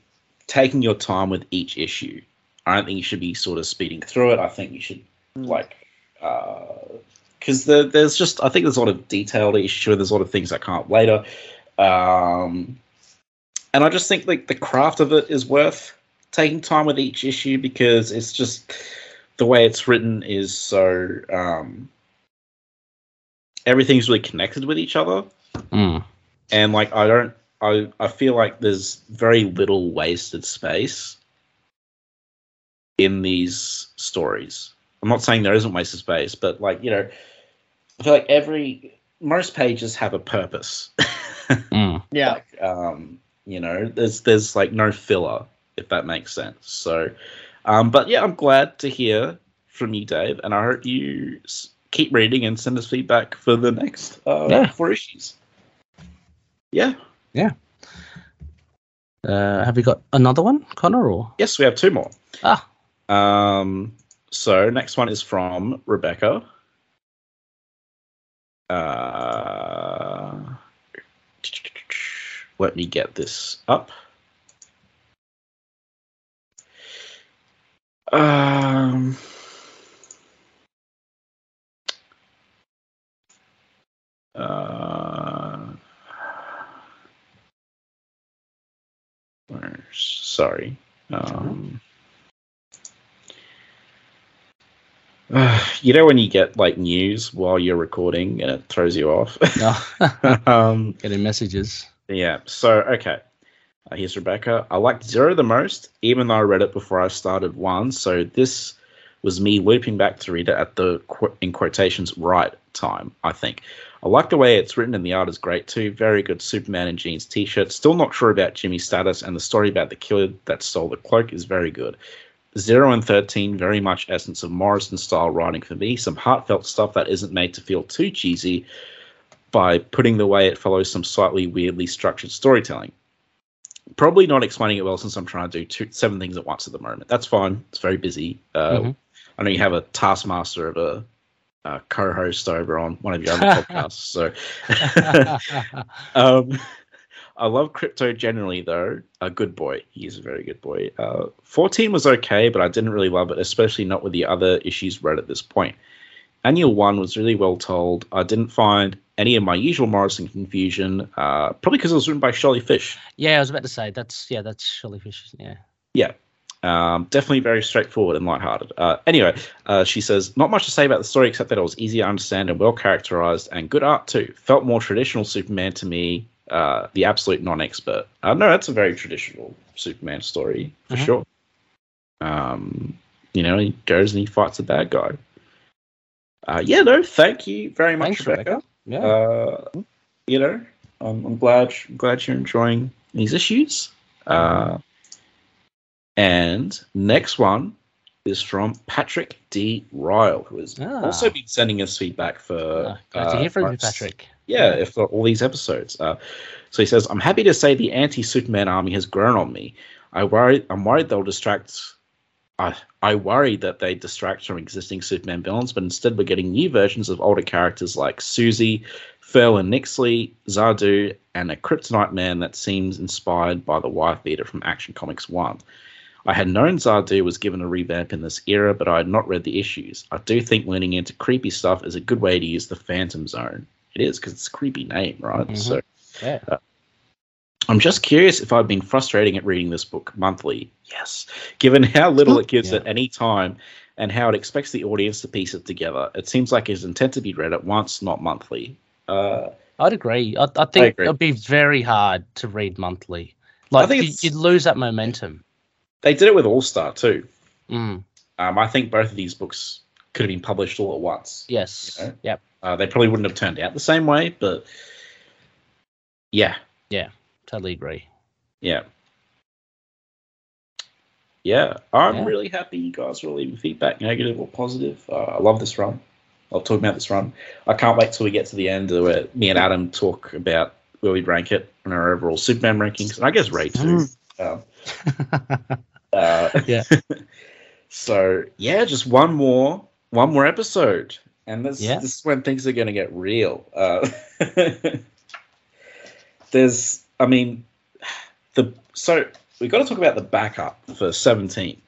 A: taking your time with each issue. I don't think you should be sort of speeding through it. I think you should
C: Mm.
A: like because the, there's just I think there's a lot of detail to issue. There's a lot of things I can't later, um, and I just think like the craft of it is worth taking time with each issue because it's just the way it's written is so um, everything's really connected with each other,
B: bit. Mm.
A: and like I don't. I, I feel like there's very little wasted space in these stories. I'm not saying there isn't wasted space, but like you know, I feel like every most pages have a purpose. <laughs>
B: Mm.
C: Yeah.
A: um, you know, there's there's like no filler if that makes sense. So, um, but yeah, I'm glad to hear from you, Dave, and I hope you s- keep reading and send us feedback for the next uh,
B: Yeah.
A: four issues. Yeah.
B: Uh, have we got another one, Connor? Or <laughs>
A: Yes, we have two more.
B: Ah.
A: Um, so next one is from Rebecca. Uh, let me get this up. Um, uh, where's- sorry. Um, uh, you know when you get like news while you're recording and it throws you off. <laughs>
B: no, <laughs>
A: um,
B: getting <laughs> messages.
A: yeah. So okay, uh, here's Rebecca. I liked Zero the most, even though I read it before I started one. So this was me looping back to read it at the qu- in quotations right time. I think I like the way it's written and the art is great too. Very good Superman and jeans T-shirt. Still not sure about Jimmy's status and the story about the killer that stole the cloak is very good. Zero and thirteen, very much essence of Morrison style writing for me. Some heartfelt stuff that isn't made to feel too cheesy, by putting the way it follows some slightly weirdly structured storytelling. Probably not explaining it well since I'm trying to do two, seven things at once at the moment. That's fine. It's very busy. Uh,
B: Mhm.
A: I know you have a taskmaster of a, a co-host over on one of your other <laughs> podcasts, so um, <laughs> I love crypto generally, though. A good boy. He is a very good boy. Uh, 14 was okay, but I didn't really love it, especially not with the other issues read at this point. Annual 1 was really well told. I didn't find any of my usual Morrison confusion, uh, probably because it was written by Shirley Fish.
B: yeah, I was about to say that's yeah, that's Shirley Fisher. Yeah.
A: Um, definitely very straightforward and lighthearted. Uh, anyway, uh, she says, not much to say about the story except that it was easy to understand and well characterized and good art too. Felt more traditional Superman to me, uh, the absolute non expert. Uh, no, that's a very traditional Superman story for
B: Mhm.
A: sure. Um, you know, he goes and he fights a bad guy. Uh, yeah, no, thank you very much,
B: Thanks,
A: Rebecca.
B: Rebecca. Yeah.
A: Uh, you know, I'm, I'm glad I'm glad you're enjoying these issues. Uh, and next one is from Patrick D. Ryle, who has
B: Ah.
A: also been sending us feedback for.
B: Ah, glad to
A: uh,
B: hear from you,
A: months.
B: Patrick.
A: Yeah, if not all these episodes. Uh, so he says, "I'm happy to say the anti-Superman army has grown on me. I worry. I'm worried they'll distract. I I worry that they distract from existing Superman villains, but instead we're getting new versions of older characters like Susie, Ferlin Nixley, Zardu, and a Kryptonite man that seems inspired by the wife beater from Action Comics One." I had known Zardu was given a revamp in this era, but I had not read the issues. I do think leaning into creepy stuff is a good way to use the Phantom Zone. It is because it's a creepy name, right?
B: Mhm.
A: So uh,
B: Yeah.
A: I'm just curious if I've been frustrating at reading this book monthly. Yes, given how little it gives
B: Yeah.
A: at any time and how it expects the audience to piece it together. It seems like it's intent to be read at once, not monthly. Uh,
B: I'd agree. I, I think
A: agree.
B: it'd be very hard to read monthly. Like
A: think
B: you,
A: it's-
B: you'd lose that momentum.
A: they did it with All Star too.
B: Mm.
A: Um, I think both of these books could have been published all at once.
B: Yes.
A: You know?
B: Yep.
A: Uh, they probably wouldn't have turned out the same way, but yeah, <laughs>
B: Totally agree.
A: yeah, yeah. I'm
B: Yeah.
A: really happy you guys were leaving feedback, negative or positive. Uh, I love this run. I'll talk about this run. I can't wait till we get to the end where me and Adam talk about where we rank it and our overall Superman rankings, and I guess Ray too. Um, Uh,
B: Yeah.
A: <laughs> so yeah, just one more, one more episode, and this
B: Yeah.
A: this is when things are going to get real. Uh, <laughs> there's, I mean, the so we got to talk about the backup for seventeen,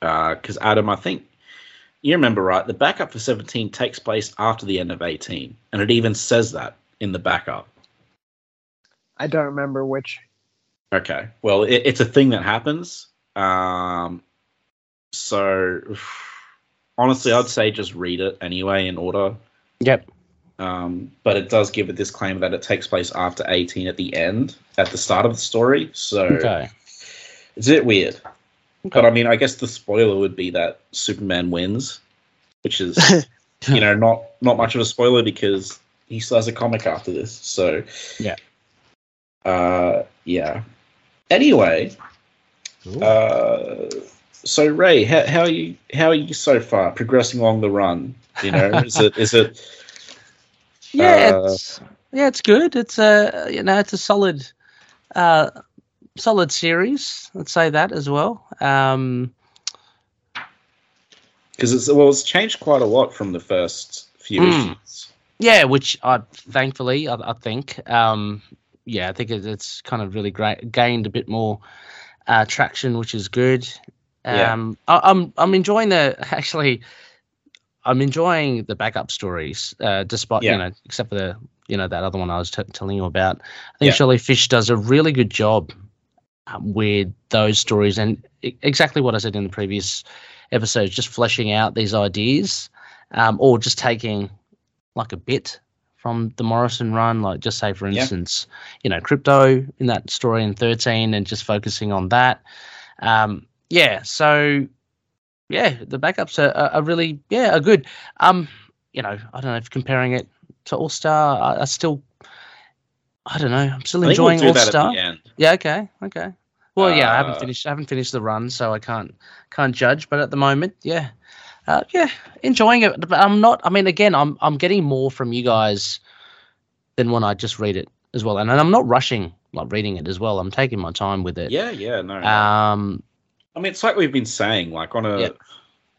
A: because Adam, I think you remember right. The backup for seventeen takes place after the end of eighteen, and it even says that in the backup.
C: I don't remember which.
A: Okay. Well, it, it's a thing that happens. Um, so, honestly, I'd say just read it anyway in order.
B: Yep.
A: Um, but it does give a disclaimer that it takes place after 18 at the end, at the start of the story. So
B: Okay.
A: it's a bit weird. But I mean, I guess the spoiler would be that Superman wins, which
B: <laughs>
A: is you know not not much of a spoiler because he still has a comic after this. So
B: Yeah.
A: uh, yeah. Anyway, uh, so Ray, how, how are you? How are you so far progressing along the run? You know, is it is it
B: yeah,
A: Uh,
B: it's, yeah, it's good. It's a you know, it's a solid, uh, solid series. Let's say that as well. Um,
A: because it's well, it's changed quite a lot from the first few
B: Mm.
A: issues.
B: yeah, which I thankfully I, I think. Um, yeah, I think it, it's kind of really great. Gained a bit more uh, traction, which is good.
A: Yeah.
B: Um, I, I'm I'm enjoying the <laughs> actually. I'm enjoying the backup stories, uh, despite
A: Yeah.
B: you know, except for the you know that other one I was t- telling you about. I think
A: Yeah.
B: Shirley Fish does a really good job um, with those stories, and e- exactly what I said in the previous episodes, just fleshing out these ideas, um, or just taking like a bit from the Morrison run, like just say for
A: Yeah.
B: instance, you know, crypto in that story in thirteen, and just focusing on that. Um, yeah, so yeah, the backups are, are, are really yeah are good. Um, you know, I don't know if comparing it to All Star, I, I still, I don't know, I'm still
A: I think we'll
B: enjoying
A: do
B: All
A: that at
B: Star.
A: the end.
B: Yeah, okay, okay. Well, yeah, I haven't
A: Uh,
B: finished. I haven't finished the run, so I can't can't judge. But at the moment, yeah, uh, yeah, enjoying it. But I'm not. I mean, again, I'm I'm getting more from you guys than when I just read it as well. And, and I'm not rushing like reading it as well. I'm taking my time with it.
A: Yeah, yeah, no.
B: Um.
A: I mean, it's like we've been saying, like on a
B: Yeah.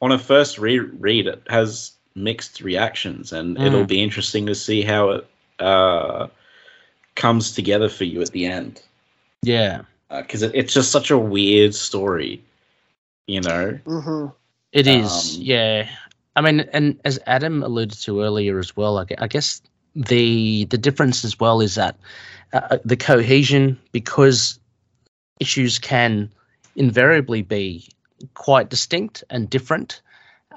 A: on a first reread, it has mixed reactions, and
B: Mm.
A: it'll be interesting to see how it uh, comes together for you at the end,
B: Yeah.
A: because it, it's just such a weird story, you know.
C: hmm
B: It is,
A: Um,
B: yeah. I mean, and as Adam alluded to earlier as well, I gue- I guess the the difference as well is that uh, uh, the cohesion because issues can invariably be quite distinct and different.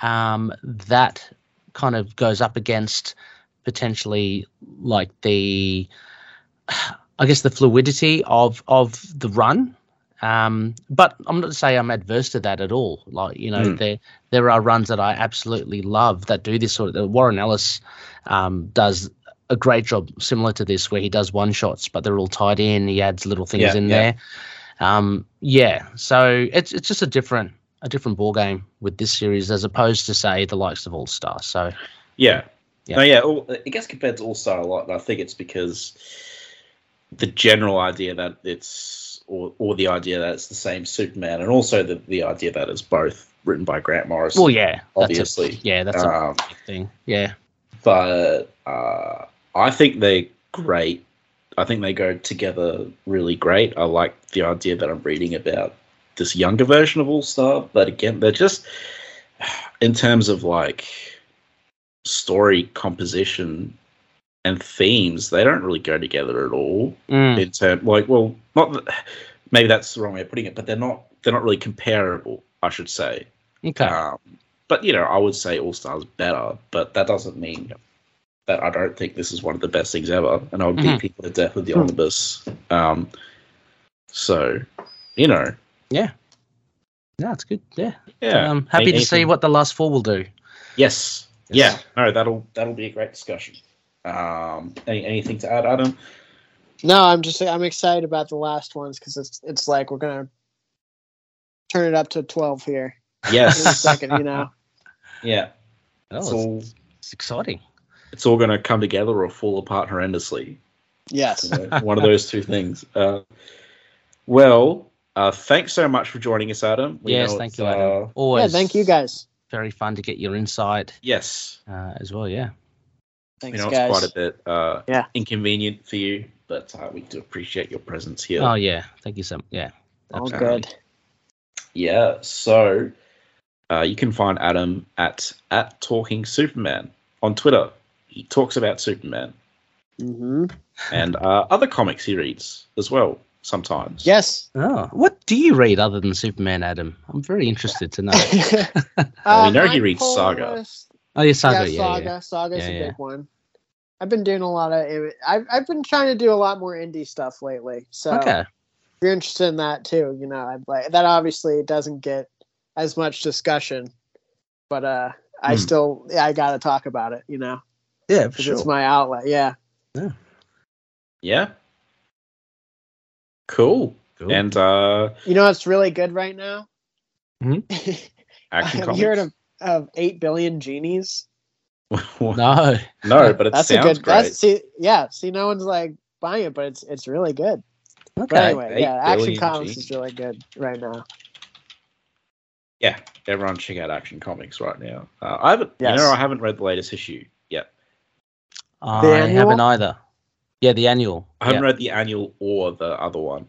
B: Um, that kind of goes up against potentially like the, <sighs> I guess the fluidity of of the run. Um, but I'm not to say I'm adverse to that at all. Like you know,
A: Mm.
B: there there are runs that I absolutely love that do this sort of. Warren Ellis um, does a great job similar to this, where he does one shots, but they're all tied in. He adds little things
A: Yeah,
B: in
A: yeah.
B: there. Um, yeah, so it's it's just a different a different ball game with this series as opposed to say the likes of All Star. So
A: Yeah.
B: Yeah.
A: No, yeah. All, I guess compared to All Star a lot, and I think it's because the general idea that it's, or, or the idea that it's the same Superman, and also the, the idea that it's both written by Grant Morrison.
B: well, yeah,
A: Obviously.
B: that's a, yeah, that's a
A: um,
B: big thing. Yeah,
A: but uh, I think they're great. I think they go together really great. I like the idea that I'm reading about this younger version of All Star, but again, they're just in terms of like story composition and themes, they don't really go together at all.
B: Mm,
A: In term, like, well, not that, maybe that's the wrong way of putting it, but they're not they're not really comparable. I should say.
B: okay,
A: Um, but you know, I would say All Stars better, but that doesn't mean that I don't think this is one of the best things ever, and I would beat
B: Mhm.
A: people to death with the
B: Mm.
A: omnibus. Um, so, you know,
B: Yeah. No, it's good. Yeah.
A: Yeah.
B: Um, happy
A: Any-
B: to see
A: anything-
B: what the last four will do.
A: Yes.
B: Yes.
A: Yeah. No, that'll that'll be a great discussion. Um, any, anything to add, Adam?
C: No, I'm just I'm excited about the last ones because it's it's like we're gonna turn it up to twelve here in a
A: Yes.
C: <laughs> second, you know.
A: yeah.
B: Oh,
A: It's
B: it's,
A: all
B: it's exciting.
A: it's all going to come together or fall apart horrendously.
C: Yes.
A: you know, one of those two things. Uh, well, uh, thanks so much for joining us, Adam. We
B: yes,
A: know
B: thank
A: it's,
B: you, Adam.
A: uh,
B: Always.
C: Yeah, thank you guys.
B: Very fun to get your insight
A: yes,
B: uh, as well. Yeah.
C: Thanks,
A: we know
C: guys.
A: it's quite a bit uh,
C: Yeah.
A: inconvenient for you, but uh, we do appreciate your presence here.
B: Oh yeah. Thank you so. Yeah.
C: All
B: absolutely.
C: good.
A: Yeah, so uh, you can find Adam at at Talking Superman on Twitter. He talks about Superman
C: <laughs> hmm
A: and uh, other comics he reads as well sometimes.
B: <laughs>
C: Yes.
B: Oh, what do you read other than Superman, Adam? I'm very interested to know.
C: <laughs>
A: Well, we know
C: Um,
A: he
C: my
A: reads
C: poll
A: Saga.
C: list-
B: Oh, yeah, Saga.
C: yeah,
B: Yeah,
C: Saga.
B: yeah.
C: Saga's
B: Yeah,
C: a
B: yeah.
C: big one. I've been doing a lot of. I've I've been trying to do a lot more indie stuff lately. So
B: Okay.
C: if you're interested in that too, you know, I'd like that. Obviously, doesn't get as much discussion, but uh, I
A: Hmm.
C: still I gotta talk about it. You know,
B: Yeah,
C: 'cause it's my outlet. Yeah.
A: Yeah. Cool.
B: Cool.
A: And
C: <laughs>
A: uh,
C: You know, what's really good right now. <laughs>
B: Hmm?
A: action
C: Have
A: comics.
C: you heard of of eight billion genies?
A: <laughs>
B: no.
A: no, but it
C: that's a
A: sounds
C: good.
A: great.
C: That's see, yeah. See, no one's like buying it, but it's it's really good. But
B: Okay.
C: anyway,
A: eight
C: yeah, Action
A: billion
C: Comics
A: genies.
C: is really good right now.
A: Yeah, everyone check out Action Comics right now. Uh, I haven't, you
C: Yes.
A: know, I haven't read the latest issue yet.
B: I
C: The annual?
B: haven't either. Yeah, the annual.
A: I haven't
B: yeah.
A: read the annual or the other one.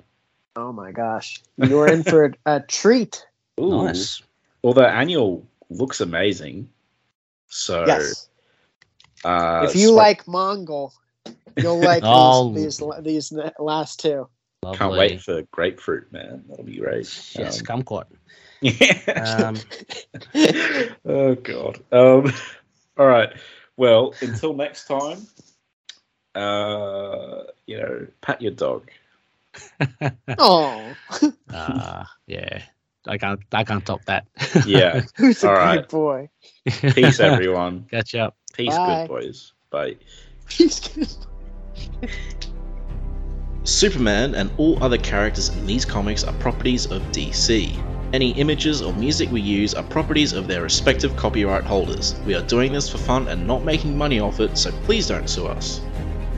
C: Oh my gosh, you're in for a treat.
B: Nice.
A: Well, the annual looks amazing. So,
C: yes,
A: uh,
C: if you
A: so-
C: like Mongol, you'll
A: <laughs>
C: like
B: Oh.
C: these, these these last two.
B: Lovely.
A: can't wait for grapefruit, man. That'll be great.
B: Yes,
A: Um, <laughs>
B: kumquat.
A: yeah.
B: Um,
A: <laughs> oh god. Um, <laughs> all right. Well, until next time. Uh, you know, pat your dog.
C: Oh, <laughs>
B: uh, yeah, I can't. I can't top that. <laughs>
C: <laughs>
A: Yeah.
C: who's a
A: All
C: good
A: right.
C: boy? <laughs>
A: Peace, everyone.
B: Catch up.
A: Peace,
C: Bye.
A: good boys. Bye.
C: He's good.
D: Superman and all other characters in these comics are properties of DC. Any images or music we use are properties of their respective copyright holders. We are doing this for fun and not making money off it, so please don't sue us.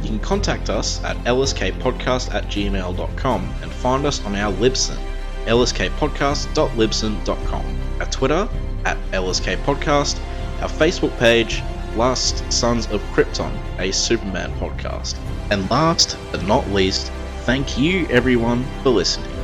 D: You can contact us at lskpodcast at gmail.com and find us on our Libsyn, lskpodcast.libsyn.com, our Twitter at lskpodcast, our Facebook page, Last Sons of Krypton, a Superman podcast. And last but not least, thank you everyone for listening.